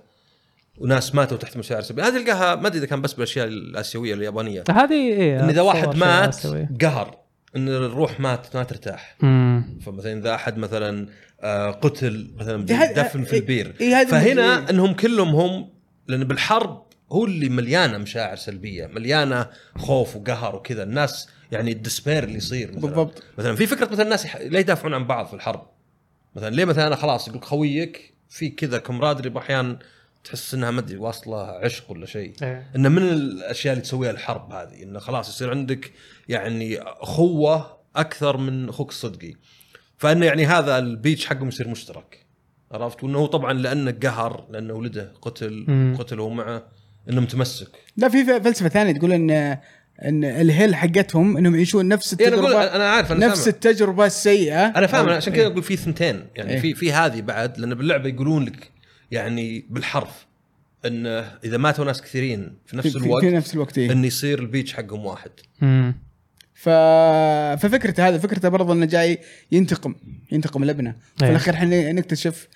وناس ماتوا تحت مشاعر سلبيه هذه تلقاها ما ادري اذا كان بس بالاشياء الاسيويه اليابانيه هذه ايه ان اذا أتصور واحد شيء مات آسيوي. قهر ان الروح مات ما ترتاح امم فمثلا اذا احد مثلا آه، قتل مثلا إيه هذه- دفن في إيه- البير إيه هذه فهنا المدري- انهم كلهم هم لان بالحرب هو اللي مليانه مشاعر سلبيه مليانه خوف وقهر وكذا الناس يعني الدسبير اللي يصير مثلا بالضبط. مثلا في فكره مثلا الناس يح... ليه يدافعون عن بعض في الحرب مثلا ليه مثلا انا خلاص يقول خويك في كذا كمرادري احيانا تحس انها ما ادري واصله عشق ولا شيء إيه. انه من الاشياء اللي تسويها الحرب هذه انه خلاص يصير عندك يعني اخوه اكثر من اخوك الصدقي فانه يعني هذا البيتش حقهم يصير مشترك عرفت وانه هو طبعا لانه قهر لانه ولده قتل مم. قتل هو معه انه متمسك لا في ف- فلسفه ثانيه تقول ان ان الهيل حقتهم انهم يعيشون نفس إيه انا اقول التجربه انا عارف انا نفس سامع. التجربه السيئه انا فاهم أو- عشان كذا اقول في ثنتين إيه. يعني في في هذه بعد لان باللعبه يقولون لك يعني بالحرف انه اذا ماتوا ناس كثيرين في في- نفس في- الوقت في نفس الوقت إيه. ان يصير البيتش حقهم واحد امم ف... ففكرته هذا فكرته برضه انه جاي ينتقم ينتقم لابنه في أيوة. الاخير احنا نكتشف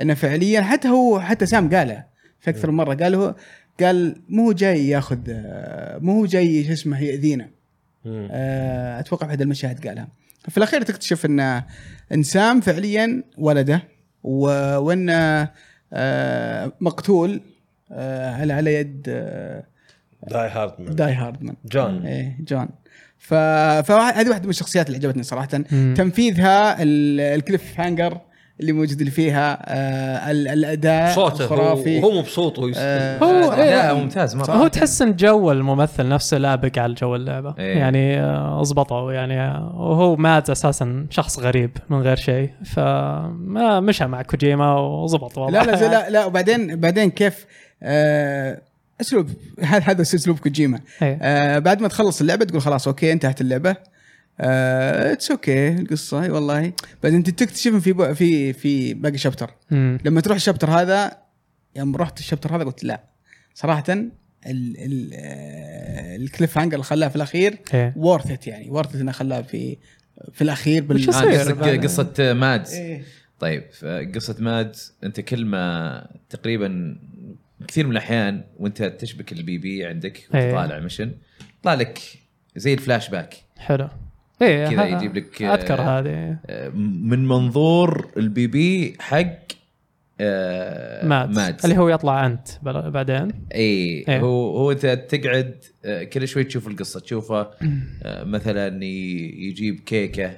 انه فعليا حتى هو حتى سام قالها في اكثر من مره قال هو قال مو هو جاي ياخذ آه، مو هو جاي شو اسمه ياذينا مم. آه، اتوقع في هذا المشاهد قالها في الاخير تكتشف ان ان سام فعليا ولده و... وان آه، مقتول آه، على على يد آه، داي هارد مان. داي هاردمان جون ايه جون ف... فهذه واحده من الشخصيات اللي عجبتني صراحه مم. تنفيذها ال- الكليف هانجر اللي موجود اللي فيها آه ال- الاداء صوته الخرافي هو هو مبسوط وهو آه، يستلم. هو لا إيه. ممتاز مره هو تحس ان جو الممثل نفسه لابق على جو اللعبه إيه. يعني آه، اضبطوا يعني آه، وهو مات اساسا شخص غريب من غير شيء فما مشى مع كوجيما وظبط لا والله لا زي- لا لا وبعدين بعدين كيف آه اسلوب هذا هذا اسلوب كوجيما إيه. آه بعد ما تخلص اللعبه تقول خلاص اوكي انتهت آه، اللعبه اتس اوكي القصه اي والله بعدين انت تكتشف إن في بق- في في باقي شابتر مم. لما تروح الشابتر هذا يوم رحت الشابتر هذا قلت لا صراحه ال ال آه، الكليف هانجر اللي خلاه في الاخير إيه. وورثت يعني وورثت انه خلاه في في الاخير وش آه، يصير؟ قصدك بعد- قصه ماد إيه. طيب قصه ماد انت كل ما تقريبا كثير من الاحيان وانت تشبك البي بي عندك إيه. وتطالع ميشن يطلع لك زي الفلاش باك حلو ايه كذا ها- يجيب لك، آه، اذكر هذه من منظور البي بي حق آه، مات. مات. اللي هو يطلع انت بل- بعدين اي إيه. هو هو انت تقعد آه، كل شوي تشوف القصه تشوفه آه، مثلا ي- يجيب كيكه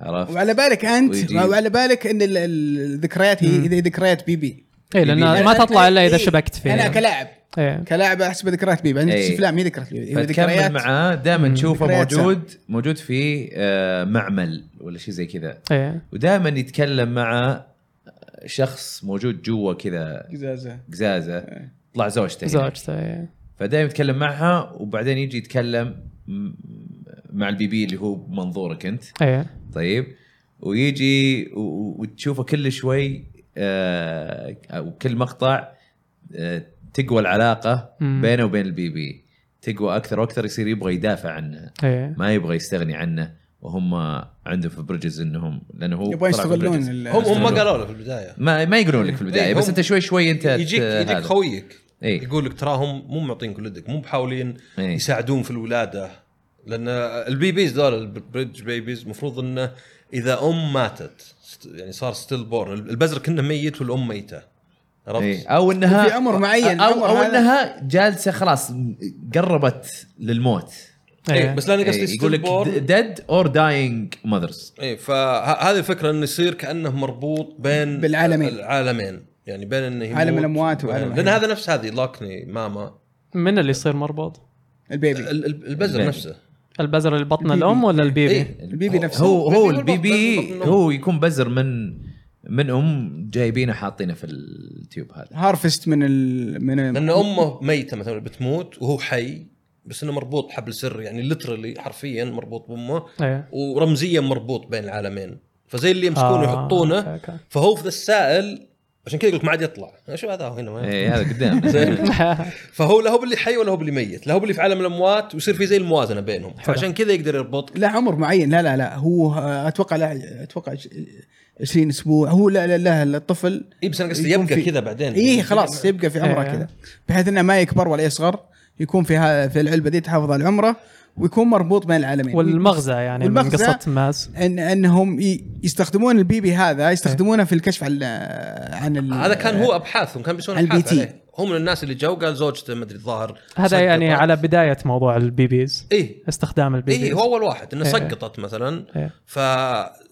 عرفت؟ وعلى بالك انت ويجي. وعلى بالك ان ال- ال- الذكريات هي هي ذكريات بيبي ايه لان يبي- ما تطلع الا اذا إيه. شبكت فيه انا كلاعب إيه. كلاعب احسب ذكريات بيبي بعدين إيه. تكتشف لا ما هي ذكريات بيبي هي فتكمل ذكريات معاه دائما تشوفه ذكريات موجود موجود في آه، معمل ولا شيء زي كذا ايه ودائما يتكلم مع آه، شخص موجود جوا كذا قزازة. قزازه إيه. طلع زوجته هنا. زوجته إيه. فدائما يتكلم معها وبعدين يجي يتكلم م- مع البيبي اللي هو منظورك انت ايه طيب ويجي و- و- وتشوفه كل شوي آه، او كل مقطع آه، تقوى العلاقه مم. بينه وبين البيبي تقوى اكثر واكثر يصير يبغى يدافع عنه ايه ما يبغى يستغني عنه وهم عندهم في بريدجز انهم لانه هو يبغى طلع في بريدجز. يستغلون ال- هم هم ما قالوا له في البدايه ما ما يقولون لك في البدايه إيه، بس هم- انت شوي شوي انت يجيك ت- يجيك هذا. خويك آه، إيه. يقول لك تراهم مو معطينك ولدك مو بحاولين إيه. يساعدون في الولاده لان البيبيز ذول البريدج بيبيز المفروض انه اذا ام ماتت ست- يعني صار ستيل بورن البزر كنا ميت والام ميته عرفت؟ إيه. او انها وفي عمر معين، او, عمر أو هذا- انها جالسه خلاص قربت للموت إيه. بس لاني قصدي إيه، يقول لك ديد اور داينج ماذرز ايه فهذه الفكره انه يصير كانه مربوط بين بالعالمين. العالمين يعني بين انه يموت عالم الأموات وبين- وعالم لان الحياة. هذا نفس هذه لوكني ماما من اللي يصير مربوط؟ البيبي ال- ال- البزر البيبي. نفسه البزر اللي بطن البيبي. الام ولا البيبي؟ إيه. البيبي نفسه هو البيبي هو هو البطل- البيبي البطل- هو يكون بزر من من ام جايبينه حاطينه في التيوب هذا هارفست من ال... من لان امه ميته مثلا بتموت وهو حي بس انه مربوط حبل سر يعني لترلي حرفيا مربوط بامه ايه ورمزيا مربوط بين العالمين فزي اللي يمسكونه آه، يحطونه أوكي، أوكي. فهو في ذا السائل عشان كذا يقول ما عاد يطلع شو هذا هو هنا ما اي إيه، هذا [LAUGHS] قدام زين. فهو لا هو باللي حي ولا هو باللي ميت لا هو باللي في عالم الاموات ويصير في زي الموازنه بينهم فعشان كذا يقدر يربط لا عمر معين لا لا لا هو آه، اتوقع لا اتوقع عش- 20 اسبوع هو لا لا لا الطفل اي إيه، بس انا قصدي يكون يبقى في- كذا بعدين ايه خلاص يبقى في عمره إيه. كذا بحيث انه ما يكبر ولا يصغر يكون في ها- في العلبه دي تحافظ على عمره ويكون مربوط بين [LAUGHS] العالمين والمغزى يعني من والمغزى- قصه ماس ان انهم ي- يستخدمون البيبي هذا يستخدمونه في الكشف عن عن ال- هذا كان هو ابحاثهم كان بيسوون على البي ابحاث تي. عليه هو من الناس اللي جو قال زوجته ما ادري الظاهر هذا سقطت. يعني على بدايه موضوع البيبيز ايه استخدام البيبيز ايه هو اول واحد انه إيه. سقطت مثلا إيه.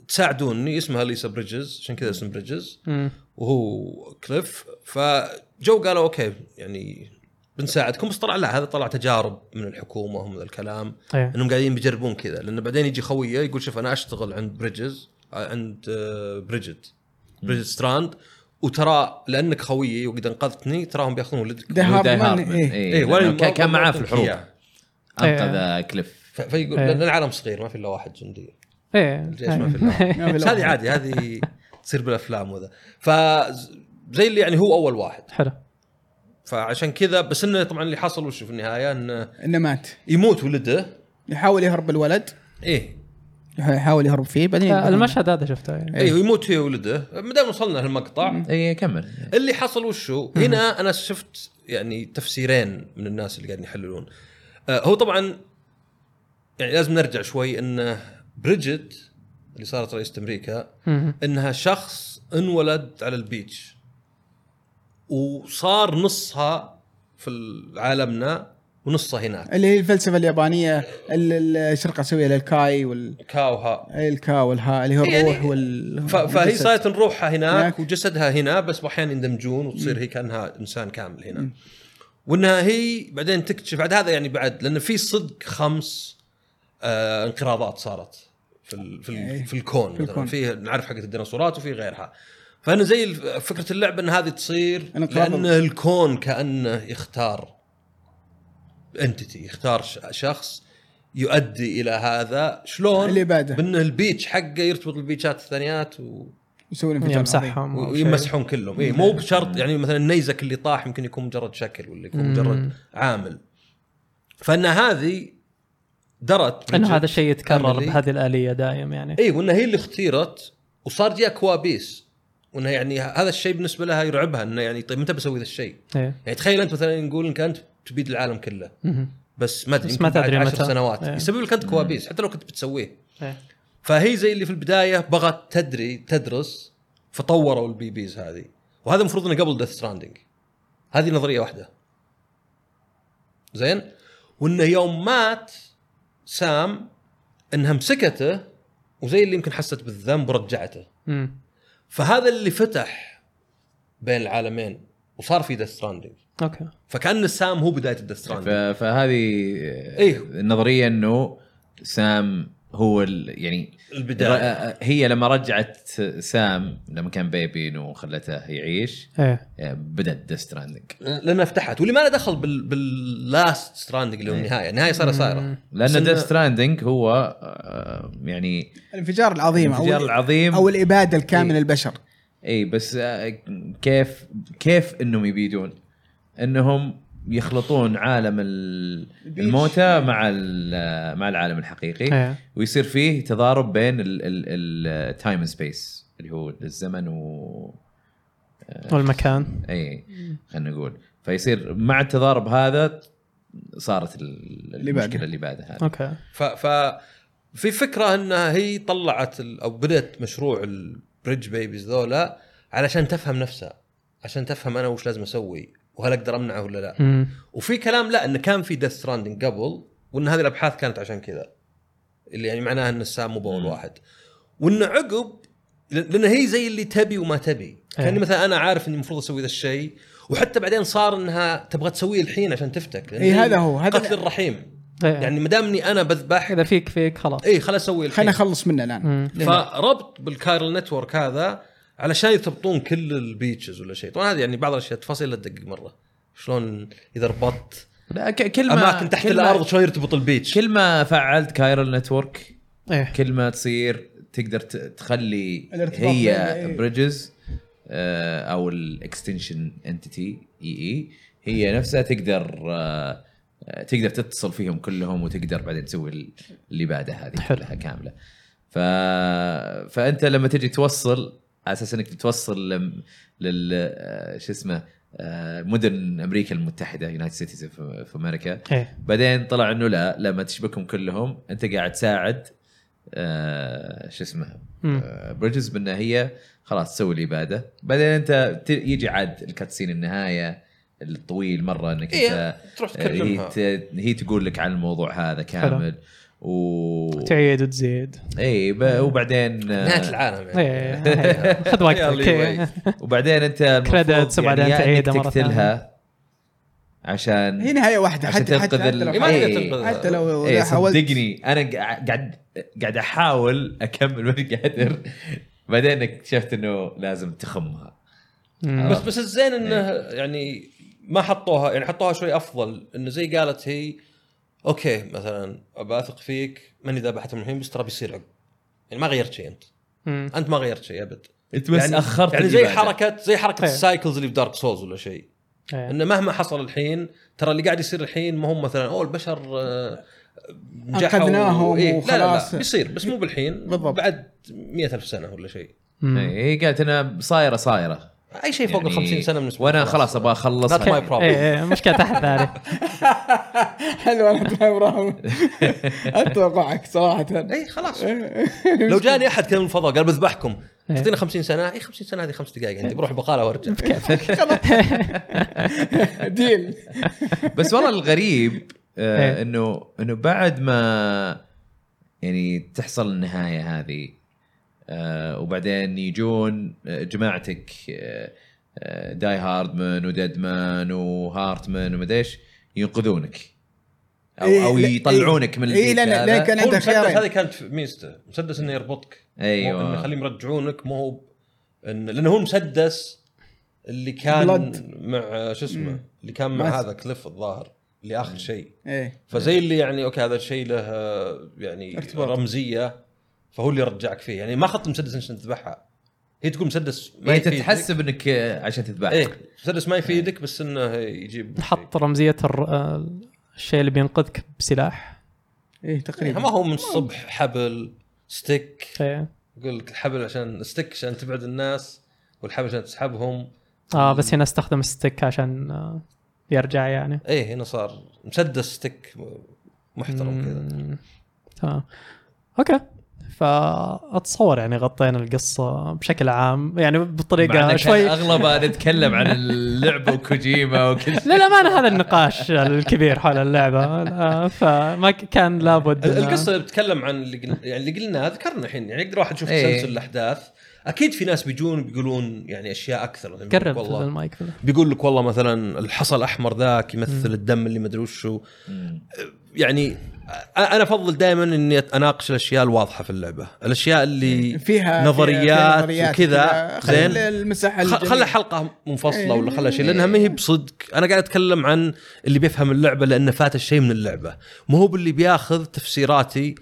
فتساعدوني اسمها ليسا بريدجز عشان كذا اسم بريدجز مم. وهو كليف فجو قالوا اوكي يعني بنساعدكم بس طلع لا هذا طلع تجارب من الحكومه ومن ذا الكلام إيه. ايه انهم قاعدين بيجربون كذا لانه بعدين يجي خويه يقول شوف انا اشتغل عند بريدجز آه، عند آه، بريدجت بريدجت ستراند وترى لانك خويي وقد انقذتني تراهم بياخذون ولدك ده هارد وداي مان هاردمان ايه إيه، إيه، ولا لأنه كان- يمر- كان معاه في يمرك الحروب إياه. انقذ كليف ف- فيقول إيه. لان العالم صغير ما في الا واحد جندي ايه الجيش ما إيه. في [LAUGHS] الا ما في بس إلا هذه عادي هذه تصير بالافلام وذا ف زي اللي يعني هو اول واحد حلو فعشان كذا بس انه طبعا اللي حصل وش في النهايه انه انه مات يموت ولده يحاول يهرب الولد ايه يحاول يهرب فيه بعدين آه، المشهد هذا شفته يعني. ايه يموت هي ولده ما دام وصلنا للمقطع اي إيه، كمل اللي حصل وشو هنا انا شفت يعني تفسيرين من الناس اللي قاعدين يحللون آه هو طبعا يعني لازم نرجع شوي ان بريجيت اللي صارت رئيسة امريكا مم. انها شخص انولد على البيتش وصار نصها في عالمنا ونصها هناك اللي هي الفلسفه اليابانيه ال- ال- الشرق الاسيويه للكاي وال كاوها الكا والها اللي هو يعني- الروح وال ف- فهي والجسد. صارت روحها هناك. هناك وجسدها هنا بس احيانا يندمجون وتصير هي كانها انسان كامل هنا وانها هي بعدين تكتشف بعد هذا يعني بعد لان في صدق خمس آه انقراضات صارت في ال في, إيه. ال في الكون في الكون. مثلا في نعرف حقت الديناصورات وفي غيرها فانا زي الف- فكره اللعبه ان هذه تصير انقراض لان الكون كانه يختار انتيتي يختار ش- شخص يؤدي الى هذا شلون اللي بعده. بانه البيتش حقه يرتبط بالبيتشات الثانيات و... يسوون انفجار عظيم. يمسحهم أو شيء. ويمسحون كلهم اي مو بشرط يعني مثلا النيزك اللي طاح يمكن يكون مجرد شكل ولا يكون مم. مجرد عامل فان هذه درت انه هذا الشيء يتكرر Family. بهذه الاليه دائم يعني اي وانها هي اللي اختيرت وصار جاء كوابيس وانها يعني هذا الشيء بالنسبه لها يرعبها انه يعني طيب متى بسوي ذا الشيء؟ ايه يعني تخيل انت مثلا نقول انك انت تبيد العالم كله مهم. بس ما ادري بس ما يمكن بعد تدري عشر متى. سنوات إيه. يسبب لك انت كوابيس حتى لو كنت بتسويه إيه. فهي زي اللي في البدايه بغت تدري تدرس فطوروا البي بيز هذه وهذا المفروض انه قبل ديث ستراندنج هذه نظريه واحده زين وانه يوم مات سام انها مسكته وزي اللي يمكن حست بالذنب ورجعته مم. فهذا اللي فتح بين العالمين وصار في ديث ستراندنج اوكي فكان سام هو بدايه الديث ستراندنج ف- فهذه إيه. النظريه انه سام هو ال- يعني البدايه ر- هي لما رجعت سام لما كان بيبي انه خلته يعيش آه، ايه بدات ديستراندنج لانها فتحت واللي ما له دخل بال... باللاست ستراندنج اللي هو النهايه النهايه صار صايره بس لان إنه- ديستراندنج هو آه، يعني الانفجار العظيم او الانفجار العظيم او الاباده الكامل للبشر اي بس آه، كيف كيف انهم يبيدون انهم يخلطون عالم ال- الموتى مع ال- مع العالم الحقيقي إيه. ويصير فيه تضارب بين التايم سبيس اللي هو الزمن و والمكان اي خلينا نقول فيصير مع التضارب هذا صارت ال- اللي بعده. المشكله اللي بعدها هذه اوكي ف... ف في فكره انها هي طلعت ال... او بدات مشروع البريدج بيبيز ذولا علشان تفهم نفسها عشان تفهم انا وش لازم اسوي وهل اقدر امنعه ولا لا مم. وفي كلام لا انه كان في ديث ستراندنج قبل وان هذه الابحاث كانت عشان كذا اللي يعني معناها ان السام مو باول مم. واحد وان عقب لأن لأن هي زي اللي تبي وما تبي إيه. كاني مثلا انا عارف اني المفروض اسوي ذا الشيء وحتى بعدين صار انها تبغى تسويه الحين عشان تفتك لأن إيه، هي هذا هو، هذا إيه. قتل ال- الرحيم إيه. يعني إيه. ما دام اني انا بذبح اذا فيك فيك خلاص اي خلاص اسوي الحين خلينا نخلص منه الان مم. فربط بالكايرل نتورك هذا علشان يثبطون كل البيتشز ولا شيء طبعا هذه يعني بعض الاشياء تفاصيل لا تدقق مره شلون اذا ربطت لا ك- كل ما اماكن تحت كل ما- الارض شلون يرتبط البيتش كل ما فعلت كايرل نتورك ايه كل ما تصير تقدر ت- تخلي إيه. الارتباط هي آه، بين- إيه. بريدجز او الاكستنشن انتيتي اي اي E هي نفسها تقدر آه، آه، تقدر تتصل فيهم كلهم وتقدر بعدين تسوي ال- الاباده هذه حلو. كلها كامله ف... فانت لما تجي توصل على اساس انك بتوصل لم... لل آه، شو اسمه آه، مدن امريكا المتحده يونايتد سيتيز اوف امريكا ايه بعدين طلع انه لا لما تشبكهم كلهم انت قاعد تساعد آه شو اسمه مم. آه بريدجز بان هي خلاص تسوي الاباده بعدين انت ت- يجي عاد الكاتسين النهايه الطويل مره انك إيه، انت تروح آه، هي تكلمها ت- هي تقول لك عن الموضوع هذا كامل و تعيد وتزيد اي ب- وبعدين آه، نهايه العالم يعني ايه [LAUGHS] إيه. خذ وقتك إيه. وبعدين انت Credits المفروض وبعدين يعني يا إنك تعيدها مرة تقتلها عشان هي نهايه واحده عشان حتى تنقذ حتى, ال- إيه، حتى ما لو إيه. تقدر تنقذها. حتى لو ايه لو حاولت صدقني انا قا- قاعد قاعد احاول اكمل [LAUGHS] ماني قادر بعدين اكتشفت انه لازم تخمها مم. بس بس الزين انه يعني ما حطوها يعني حطوها شوي افضل انه زي قالت هي اوكي مثلا ابى اثق فيك ماني ذبحت من الحين بس ترى بيصير عقب يعني ما غيرت شيء انت مم. انت ما غيرت شيء ابد انت بس يعني اخرت يعني زي الإبادة. حركه زي حركه إيه. السايكلز اللي في دارك سولز ولا شيء إيه. انه مهما حصل الحين ترى اللي قاعد يصير الحين ما هم مثلا اوه البشر آه، نجحوا أنقذناهم إيه، لا لا وخلاص. لا بيصير بس مو بالحين بالضبط. بعد مئة ألف سنه ولا شيء مم. إيه، هي قالت انا صايره صايره اي شيء فوق يعني ال 50 سنه بالنسبه وانا لي خلاص ابغى That's my اخلصها problem. ايه إيه، مشكله تحت [LAUGHS] ذلك [LAUGHS] حلو انا أتوقع [LAUGHS] ابراهيم اتوقعك صراحه اي إيه، خلاص إيه. لو جاني احد كان من الفضاء قال بذبحكم إيه. تعطيني 50 سنه اي 50 سنه هذه خمس دقائق إيه. عندي بروح البقاله وارجع [LAUGHS] ديل بس والله الغريب إيه. آه انه انه بعد ما يعني تحصل النهايه هذه آه وبعدين يجون آه، جماعتك آه آه، داي هاردمان وديدمان وهارتمان ومدري ايش ينقذونك او إيه، او لا- يطلعونك من إيه، لا- لا- لا، كان- كان أنا هو عنده المسدس خيارين. هذه كانت ميزته مسدس انه يربطك أيوة. مو انه يخليهم يرجعونك مو هو إن لانه هو المسدس اللي كان بلاد. مع شو اسمه مم. اللي كان مع بس. هذا كليف الظاهر اللي اخر شيء ايه فزي اللي يعني اوكي هذا الشيء له آه، يعني ارتباط. رمزيه فهو اللي يرجعك فيه يعني ما اخذت مسدس عشان تذبحها هي تقول مسدس ما انت يفيدك. تحسب انك إيه، آه، عشان تذبح ايه مسدس ما يفيدك بس انه يجيب نحط رمزيه الر- آه، الشيء اللي بينقذك بسلاح ايه شيء. تقريبا يعني ما هو من الصبح حبل ستيك إيه. يقول لك الحبل عشان ستيك عشان تبعد الناس والحبل عشان تسحبهم اه بس هنا استخدم ستيك عشان آه، يرجع يعني ايه هنا صار مسدس ستيك محترم كذا مم. تمام اوكي فاتصور يعني غطينا القصه بشكل عام يعني بطريقه شوي شوي اغلبها نتكلم عن اللعبه وكوجيما وكل شيء [LAUGHS] لا لا ما هذا النقاش الكبير حول اللعبه آه، فما ك- كان لابد ال- إنه- القصه بتتكلم عن اللي قلنا يعني اللي قلناه ذكرنا الحين يعني يقدر واحد يشوف إيه. تسلسل الاحداث اكيد في ناس بيجون بيقولون يعني اشياء اكثر يعني بيقول لك قرب والله المايك بيقول لك والله مثلا الحصى الاحمر ذاك يمثل الدم اللي مدري وشو يعني أ- انا افضل دائما اني اناقش الاشياء الواضحه في اللعبه الاشياء إيه. اللي فيها نظريات فيها وكذا، خل زين. المساحه خ- الجميلة. خلى حلقه منفصله ولا خلى شيء إيه. لانها ما هي بصدق انا قاعد اتكلم عن اللي بيفهم اللعبه لانه فات الشيء من اللعبه مو هو باللي بياخذ تفسيراتي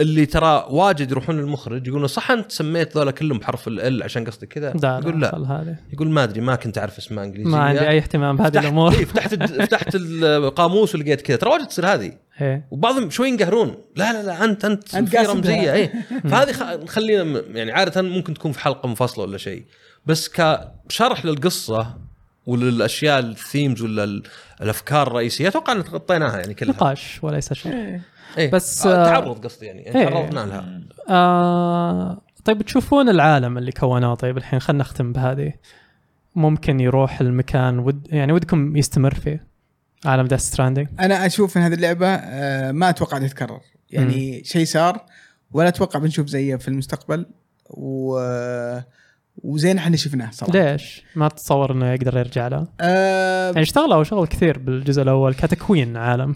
اللي ترى واجد يروحون للمخرج يقولون صح انت سميت ذولا كلهم بحرف ال ال عشان قصدك كذا لا يقول لا لا خل هذه يقول ما ادري ما كنت اعرف اسمها انجليزيه ما عندي اي اهتمام بهذه فتحت- الامور إيه، فتحت الد- فتحت القاموس ولقيت كذا ترى واجد تصير هذه إيه. وبعضهم شوي ينقهرون لا لا لا انت انت, أنت في قاصدها. [LAUGHS] رمزيه اي فهذه خ- خلينا م- يعني عاده ممكن تكون في حلقه منفصله ولا شيء بس كشرح للقصه وللاشياء الثيمز ولا ال- الافكار الرئيسيه اتوقع ان غطيناها يعني كلها نقاش وليس شيء إيه. بس، آه، آه، تعرض قصدي يعني, يعني إيه. تعرضنا لها آه طيب تشوفون العالم اللي كوناه طيب الحين خلينا نختم بهذه ممكن يروح المكان ود يعني ودكم يستمر فيه عالم ذا ستراندنج انا اشوف ان هذه اللعبه آه، ما اتوقع انها تتكرر يعني شيء صار ولا اتوقع بنشوف زيها في المستقبل و وزين احنا شفناه صراحه ليش؟ ما تتصور انه يقدر يرجع له؟ آه، يعني اشتغلوا شغل كثير بالجزء الاول كتكوين عالم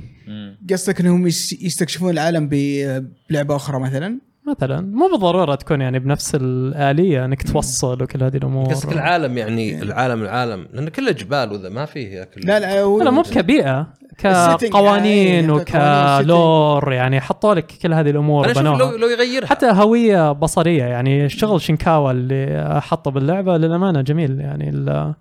قصدك انهم يس- يستكشفون العالم ب- بلعبه اخرى مثلا مثلا مو بالضروره تكون يعني بنفس الاليه انك توصل وكل هذه الامور قصدك العالم يعني العالم العالم لانه كله جبال وذا ما فيه اكل لا لا هو- لا لا مو كبيئه السيتنج، كقوانين آه، وكلور يعني حطوا لك كل هذه الامور انا اشوف بنوها لو لو يغيرها حتى هويه بصريه يعني الشغل شنكاوا اللي حطه باللعبه للامانه جميل يعني ال-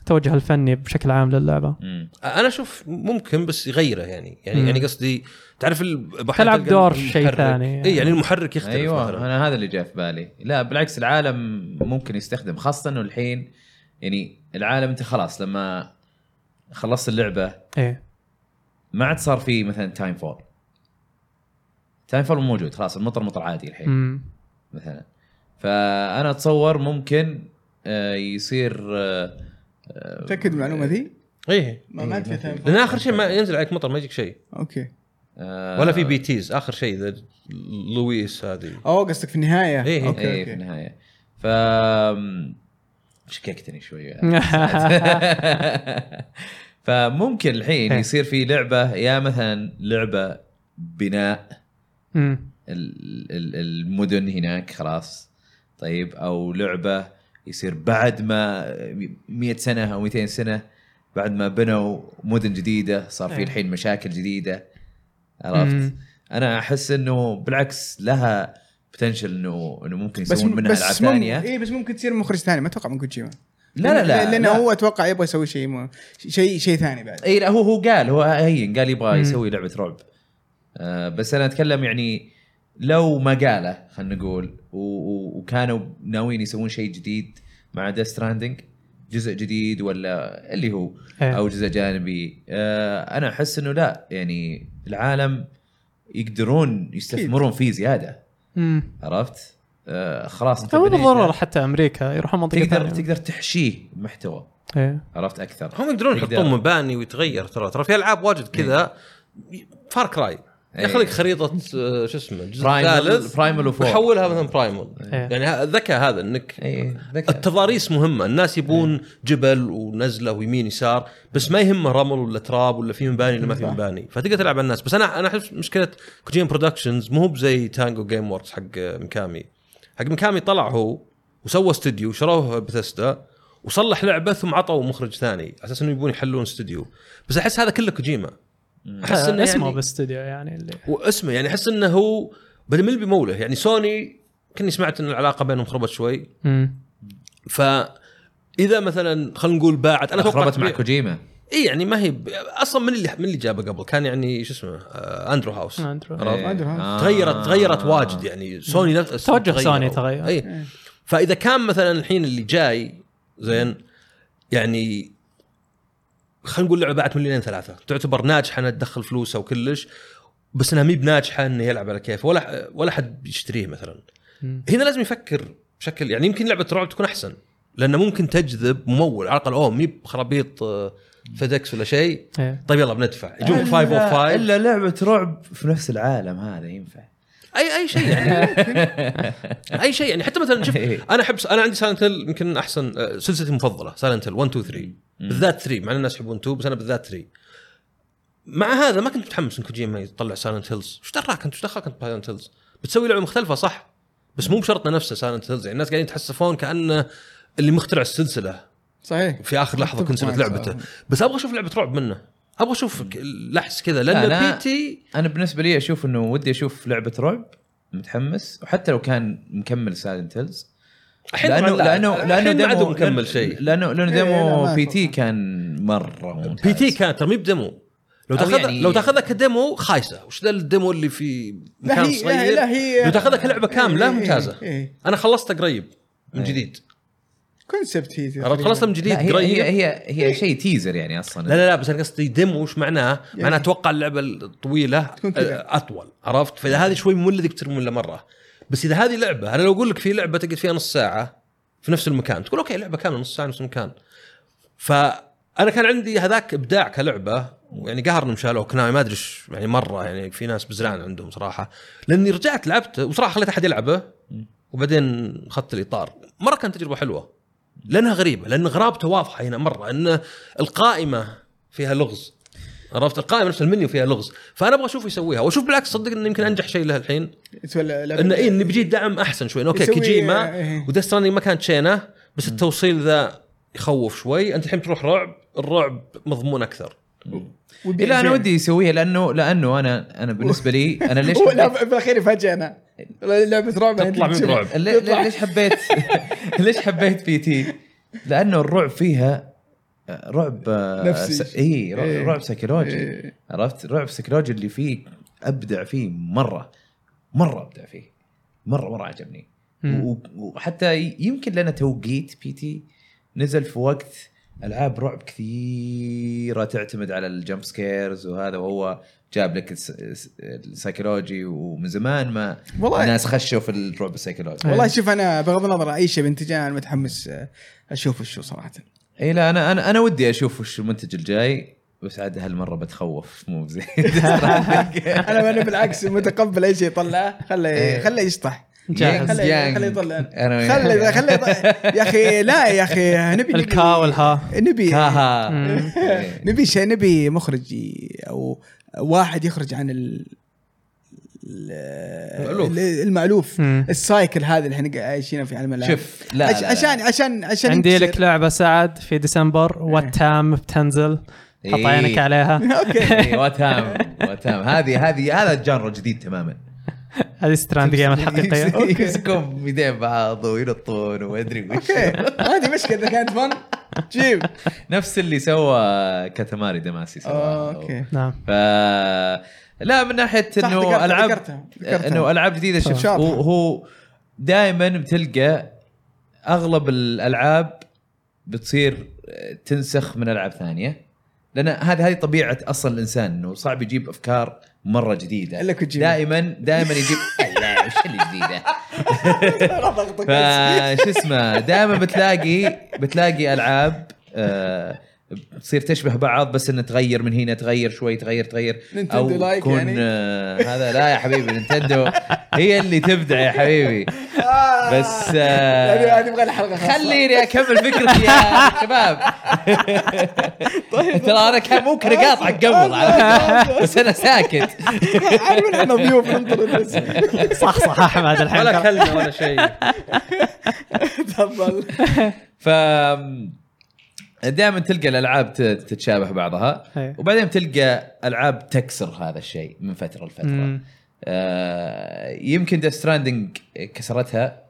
التوجه الفني بشكل عام للعبه مم. انا اشوف ممكن بس يغيره يعني يعني مم. يعني قصدي تعرف ال- تلعب تلقى دور شيء المحرك. ثاني. اي يعني المحرك يختلف أيوة، ايوه مثلا انا هذا اللي جاء في بالي لا بالعكس العالم ممكن يستخدم خاصه انه الحين يعني العالم انت خلاص لما خلصت اللعبه ايه ما عاد صار في مثلا تايم فول تايم فول مو موجود خلاص المطر مطر عادي إيه. الحين [LAUGHS] امم مثلا فانا اتصور ممكن آه، يصير آه، آه، متاكد من المعلومه ذي؟ اي ما ما في ثاني لان اخر إيه. [LAUGHS] شيء ما ينزل عليك مطر ما يجيك شيء اوكي آه، ولا في بي تيز اخر شيء ذا لويس هذه اوه قصدك في النهايه إيه، اوكي اي في اوكي النهايه ف شككتني شوي [LAUGHS] فممكن الحين إيه. يصير في لعبه يا مثلا لعبه بناء امم ال- ال- المدن هناك خلاص طيب او لعبه يصير بعد ما 100 سنه او 200 سنه بعد ما بنوا مدن جديده صار في إيه. الحين مشاكل جديده عرفت؟ انا احس انه بالعكس لها بوتنشل انه انه ممكن بس يسوون منها العاب بس مم... ثانيه اي بس ممكن تصير مخرج ثاني ما اتوقع من كوجيما لا لا لا لانه لا. هو اتوقع يبغى يسوي شيء م... شيء شيء ثاني بعد اي إيه، لا هو هو قال هو هين قال يبغى مم. يسوي لعبه رعب آه بس انا اتكلم يعني لو ما قاله خلينا نقول و- و- وكانوا ناويين يسوون شيء جديد مع ذا ستراندنج جزء جديد ولا اللي هو إيه. او جزء جانبي آه انا احس انه لا يعني العالم يقدرون يستثمرون فيه زياده امم عرفت؟ آه خلاص طيب، أنت مو بنيت- بالضروره حتى امريكا يروحون منطقه تقدر ثانية. تقدر تحشيه محتوى ايه عرفت اكثر هم يقدرون يقدر. يحطون مباني ويتغير ترى ترى في العاب واجد كذا فار كراي إيه. ياخذ لك خريطه آه، شو اسمه الجزء برايمال الثالث برايمال وفور ويحولها مثلا برايمال إيه. يعني ه- الذكاء هذا انك اي ذكاء. التضاريس مهمه الناس يبون جبل ونزله ويمين يسار بس ما يهمه رمل ولا تراب ولا في مباني ولا ما في صح. مباني فتقدر تلعب على الناس بس انا انا احس مشكله كوجيما برودكشنز مو هو بزي تانجو جيم وركس حق مكامي حق مكامي طلع هو وسوى استوديو شروه بثستا وصلح لعبه ثم عطوا مخرج ثاني على اساس انه يبون يحلون استوديو بس احس هذا كله كوجيما احس انه آه، اسمه يعني- باستديو يعني اللي واسمه يعني احس انه هو بدل من اللي بموله يعني سوني كني سمعت ان العلاقه بينهم خربت شوي امم ف اذا مثلا خلينا نقول باعت انا اتوقع خربت مع تبيع- كوجيما اي يعني ما هي ب... اصلا من اللي من اللي جابه قبل كان يعني شو اسمه آه اندرو هاوس أندرو. عرفت؟ إيه. أندرو هاوس. آه. تغيرت تغيرت واجد يعني سوني نفس توجه سوني تغير. اي إيه. فاذا كان مثلا الحين اللي جاي زين يعني خلينا نقول لعبه باعت مليونين ثلاثه تعتبر ناجحه انها تدخل فلوسها وكلش بس انها مي بناجحه انه يلعب على كيفه ولا ولا حد بيشتريه مثلا مم. هنا لازم يفكر بشكل يعني يمكن لعبه رعب تكون احسن لانه ممكن تجذب ممول على الاقل اوه مي بخرابيط فيدكس ولا شيء ايه طيب يلا بندفع يجون oh 5 5 الا لعبه رعب في نفس العالم هذا ينفع [LAUGHS] اي اي شيء يعني اي شيء يعني حتى [LAUGHS] مثلا شوف إيه. انا احب انا عندي سايلنت هيل يمكن احسن آه، سلسلتي المفضله سايلنت هيل 1 2 3 بالذات 3 مع إن الناس يحبون 2 بس انا بالذات 3 مع هذا ما كنت متحمس ان كوجيما يطلع سايلنت هيلز وش دراك انت وش دخلك انت بسايلنت هيلز بتسوي لعبه مختلفه صح بس مو بشرط نفسه سايلنت هيلز يعني الناس قاعدين يتحسفون كانه اللي مخترع السلسله صحيح في اخر لحظه كنت سمعت أتفق معك لعبته بس ابغى اشوف لعبه رعب منه ابغى اشوف ك- لحس كذا لا، لان لا. بيتي انا بالنسبه لي اشوف انه ودي اشوف لعبه رعب متحمس وحتى لو كان مكمل سايلنت هيلز الحين لانه طبعاً لا. لانه لانه الحين ما عاد ديمو مكمل شيء لانه لانه إيه، لا، ديمو ما بي أتوقع. تي كان مره ممتاز بي تي كان ترى مي بديمو لو يعني أو تاخذ يعني- لو تاخذها كديمو خايسه وش ذا الديمو اللي في لا مكان هي لا, لا صغير هي لو تاخذها كلعبه كامله إيه، إيه، ممتازه إيه. انا خلصتها قريب من إيه. جديد كونسبت هي عرفت خلصتها من لا، جديد هي هي قريب هي, هي شيء تيزر يعني اصلا لا لا لا بس انا قصدي ديمو وش معناه؟ يعني- معناه اتوقع اللعبه الطويله تكون كذا. آه، اطول عرفت؟ فاذا هذه شوي ممله ذيك تصير ممله مره بس اذا هذه لعبه انا لو اقول لك في لعبه تقعد فيها نص ساعه في نفس المكان تقول اوكي لعبه كامله نص ساعه نفس المكان فانا كان عندي هذاك ابداع كلعبه يعني قهرني مشالوه كناي ما ادري إيش، يعني مره يعني في ناس بزران عندهم صراحه لاني رجعت لعبت وصراحه خليت احد يلعبه وبعدين اخذت الاطار مره كانت تجربه حلوه لانها غريبه لان غرابته واضحه هنا مره ان القائمه فيها لغز عرفت القائمه نفس المنيو فيها لغز فانا ابغى اشوف يسويها واشوف بالعكس صدق انه يمكن انجح شيء له الحين انه اي انه بيجي دعم احسن شوي إنه اوكي يعني يسوي- كيجيما إيه. وديث ستراندينج ما كانت شينه بس التوصيل ذا يخوف شوي انت الحين بتروح رعب الرعب مضمون اكثر لا انا ودي يسويها لانه لانه انا انا بالنسبه لي [LAUGHS] انا ليش هو حبيت- لا بالاخير يفاجئنا لعبه رعب تطلع من رعب. لي- لي- ليش حبيت [LAUGHS] ليش حبيت بي تي؟ لانه الرعب فيها آه، رعب آه، نفسي. س- اي رعب, إيه. رعب سيكولوجي إيه. عرفت؟ رعب سيكولوجي اللي فيه ابدع فيه مره مره ابدع فيه مره مره عجبني مم. و- وحتى ي- يمكن لنا توقيت بي تي نزل في وقت العاب رعب كثيره تعتمد على الجمب سكيرز وهذا وهو جاب لك الس- الس- السيكولوجي ومن زمان ما والله الناس خشوا في الرعب السيكولوجي والله شوف انا بغض النظر اي شيء بانتاجها انا متحمس آه، اشوف شو صراحه اي لا انا انا انا ودي اشوف وش المنتج الجاي بس عاد هالمره بتخوف مو [LAUGHS] زين انا انا بالعكس متقبل اي شيء يطلعه خله إيه. خله يشطح [LAUGHS] جاهز. خله خله [LAUGHS] يطلع انا خله خله يطلع. يا اخي لا يا اخي نبي نبي- الكا والها نبي آه. كاها مم. إيه. يعني نبي شيء نبي مخرج ي- او واحد يخرج عن ال المألوف المألوف مم. السايكل هذا اللي احنا عايشينه في عالم الالعاب شوف لا, لا, لا. عشان عشان عشان عندي [LAUGHS] ينكسر. لك لعبه سعد في ديسمبر وتام بتنزل حط إيه. عينك عليها اوكي إيه، واتام واتام هذه هذه هذا جانر جديد تماما هذه ستراند جيم الحقيقيه [LAUGHS] يمسك- يمسكون بيدين بعض وينطون وما ادري وش اوكي ما عندي مشكله اذا كانت فن جيب نفس اللي سوى كاتاماري دماسي سواه اوكي نعم ف لا من ناحيه صح، ذكرتها- انه العاب ذكرتها، ذكرتها. انه العاب جديده شوف شاطحة. هو, هو دائما بتلقى اغلب الالعاب بتصير آه، تنسخ من العاب ثانيه لان هذه هذه طبيعه اصل الانسان انه صعب يجيب افكار مره جديده إلا كوجيما. [LAUGHS] دائما دائما يجيب [LAUGHS] لا وش اللي جديده [LAUGHS] فش اسمه دائما بتلاقي بتلاقي العاب آه، بتصير تشبه بعض بس انها تغير من هنا تغير شوي تغير تغير نينتندو لايك تكون، يعني؟ آه، هذا لا يا حبيبي نينتندو هي اللي تبدع يا حبيبي بس آه، هذه هذه نبغى لها حلقه خاصة. [LAUGHS] خليني اكمل فكرتي يا شباب طيب. ترى انا كان ممكن اقاطعك قبل على فكرة، بس انا ساكت عارفين احنا ضيوف [LAUGHS] ننطر الناس. صح صح احمد يعني الحين ولا كلمه ولا [LAUGHS] شيء تفضل ف دائما تلقى الالعاب ت- تتشابه بعضها إيه. وبعدين تلقى العاب تكسر هذا الشيء من فتره لفتره مم. آه يمكن ذا ستراندنج كسرتها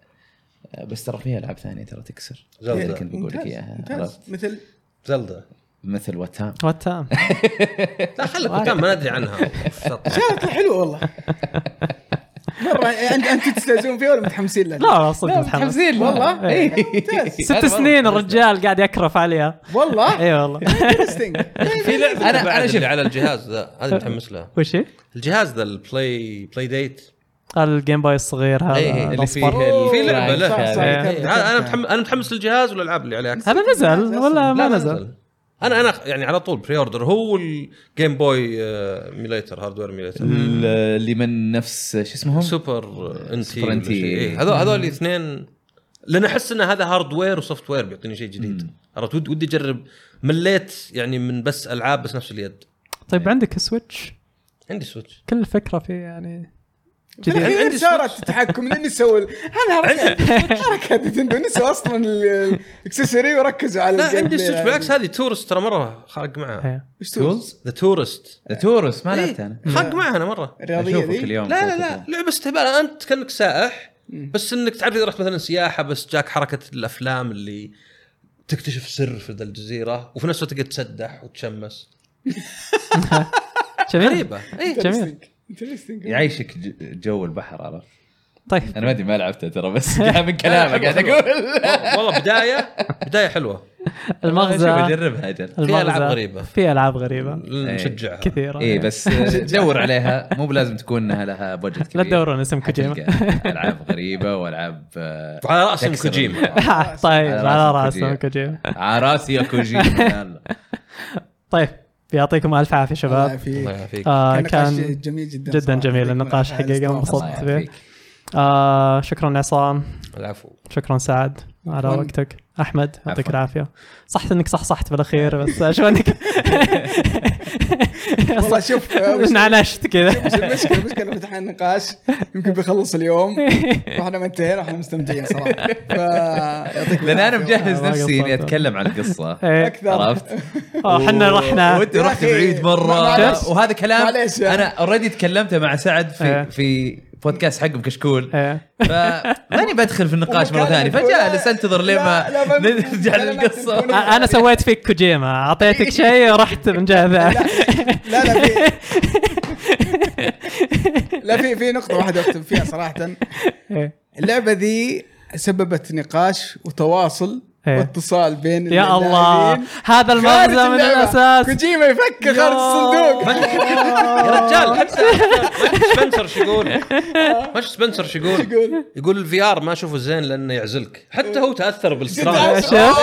آه، بس ترى فيها العاب ثانيه ترى تكسر زلدة. هذه كنت بقول لك ممتاز، اياها ممتاز. عرفت؟ مثل زلدة مثل وتام وتام لا خلك قدام ما ندري [LAUGHS] عنها شارط حلو والله مره انت انت تستهزئون فيها ولا متحمسين لها؟ لا لا صدق متحمس متحمسين والله؟ إيه. ممتاز. ست سنين الرجال قاعد يكرف عليها والله اي والله إيه. Interesting. في لعبه أنا- انا أنا انا شفت. اللي على الجهاز ذا هذا متحمس لها وش هي؟ الجهاز ذا البلاي بلاي ديت الجيم بوي الصغير إيه، هذا إيه، اللي فيه الأصفر. ال- في لعبه صح، له صح، إيه. ذكرت، انا أنا ذكرت. متحمس انا متحمس للجهاز والالعاب اللي عليه اكثر هذا نزل ولا ما لا، نزل؟ انا انا يعني على طول بري اوردر هو الجيم بوي آه، ميليتر هاردوير ميليتر ال- اللي من نفس شو اسمهم؟ سوبر انتي سوبر ولا إنتي. شيء. إيه، هذول هذول الاثنين لان احس ان هذا هاردوير وسوفت وير بيعطيني شيء جديد عرفت ود- ودي اجرب مليت يعني من بس العاب بس نفس اليد طيب عندك سويتش عندي سويتش كل فكره في يعني في جديد الأخير عندي إيه. صارت تحكم لان نسوي هذا [LAUGHS] حركه حركه نتندو نسوا اصلا ال- الاكسسوري وركزوا على لا الجيم عندي بلاي. يعني. سويتش بالعكس هذه تورست ترى مره خارج معها إيه. وش تقول؟ تولز؟ ذا تورست ذا تورس ما إيه. لعبت انا خارج معها انا مره الرياضيه اشوفك ذي اليوم لا لا لا لعبه استهبال انت كانك سائح بس انك تعرف اذا رحت مثلا سياحه بس جاك حركه الافلام اللي تكتشف سر في ذا الجزيره وفي نفس الوقت تقعد تسدح وتشمس جميل غريبه اي إيه. جميل Interesting. يعيشك ج- جو البحر عرفت؟ طيب انا ما ادري ما لعبته ترى بس جاء من كلامك يعني قاعد [LAUGHS] اقول والله بدايه بدايه حلوه المغزى شوف اجربها اجل المغزى- ألعاب غريبة. في العاب أيوة. غريبه نشجعها كثيره اي إيه، بس دور عليها مو بلازم تكون انها لها بودجت لا كبير تدورون اسم حتلقى كوجيما العاب غريبه والعاب آه، وعلى راسهم تكسر كوجيما طيب على على رأس راسهم كوجيما. كوجيما على راسي يا [LAUGHS] كوجيما يلا طيب يعطيكم الف عافيه شباب الله الله يعافيك يعافيك. آه، كان نقاش كان جميل جدا جدا صراحة. جميل النقاش هذا حقيقة استوى. انبسطت. الله يعافيك آه شكرا عصام [LAUGHS] العفو شكرا سعد على عفواً. وقتك احمد يعطيك عفواً. [LAUGHS] العافيه صح انك صح صحت بالاخير بس شو انك [LAUGHS] والله شوف نعنشت كذا [LAUGHS] [LAUGHS] بس المشكله المشكله فتحنا النقاش يمكن بيخلص اليوم [LAUGHS] واحنا ما انتهينا واحنا مستمتعين صراحه فيعطيك لان انا مجهز ما نفسي اني قصرت. اتكلم عن القصه [LAUGHS] إيه. اكثر عرفت؟ آه، حنا و- رحنا وانت رحت يا أخي، بعيد مره معلش. وهذا كلام معلش. انا اوريدي تكلمته مع سعد إيه. في في بودكاست حقه بكشكول إيه. فماني بدخل في النقاش مره ومكان ثانيه الفلاني. فجالس انتظر لما لا، لا، ما- [LAUGHS] نرجع لا، لا، لا، للقصه تكون- انا سويت فيك كوجيما [LAUGHS] اعطيتك شيء ورحت من جهه ثانيه لا لا في [LAUGHS] لا في في نقطه واحده اختم فيها صراحه إيه. اللعبه ذي سببت نقاش وتواصل إيه. واتصال بين يا الله اللاعبين. هذا خارج المغزى من اللعبة. الاساس كوجيما يفكر خارج الصندوق يا رجال حتى ما سبنسر شو يقول ما سبنسر شو يقول يقول يقول الفي ار ما اشوفه زين لانه يعزلك حتى هو تاثر يا بالسترايك شيخ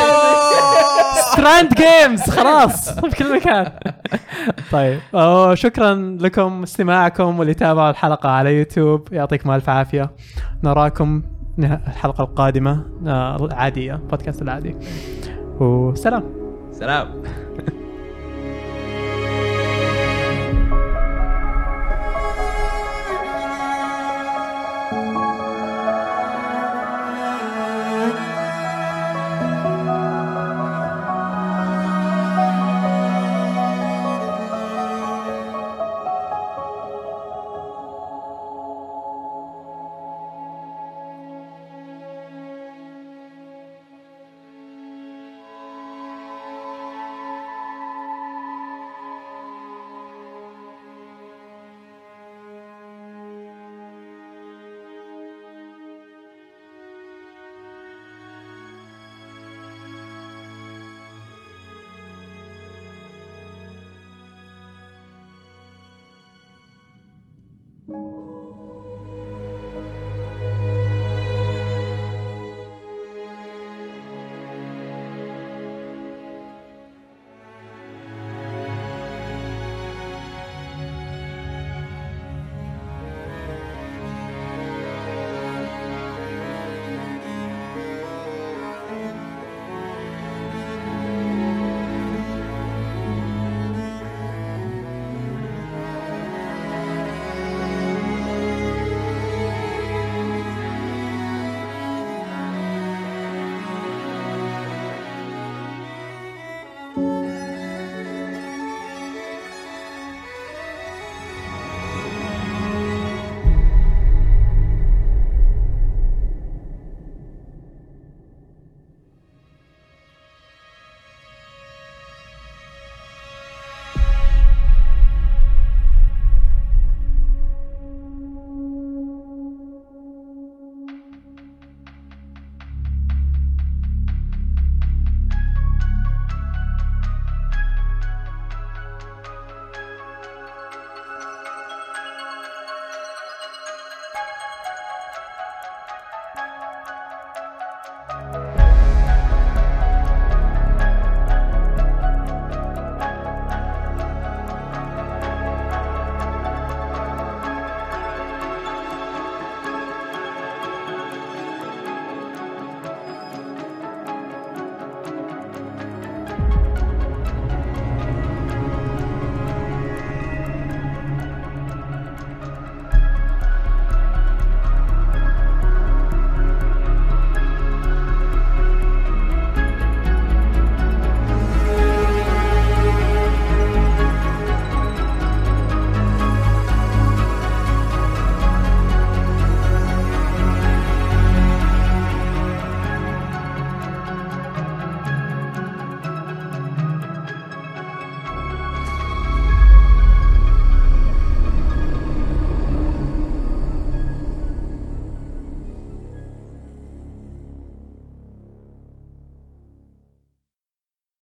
ستراند جيمز خلاص [LAUGHS] في كل مكان طيب أوه شكرا لكم استماعكم واللي تابعوا الحلقه على يوتيوب يعطيكم الف عافيه نراكم نه- الحلقه القادمه آه، العاديه بودكاست العادي وسلام سلام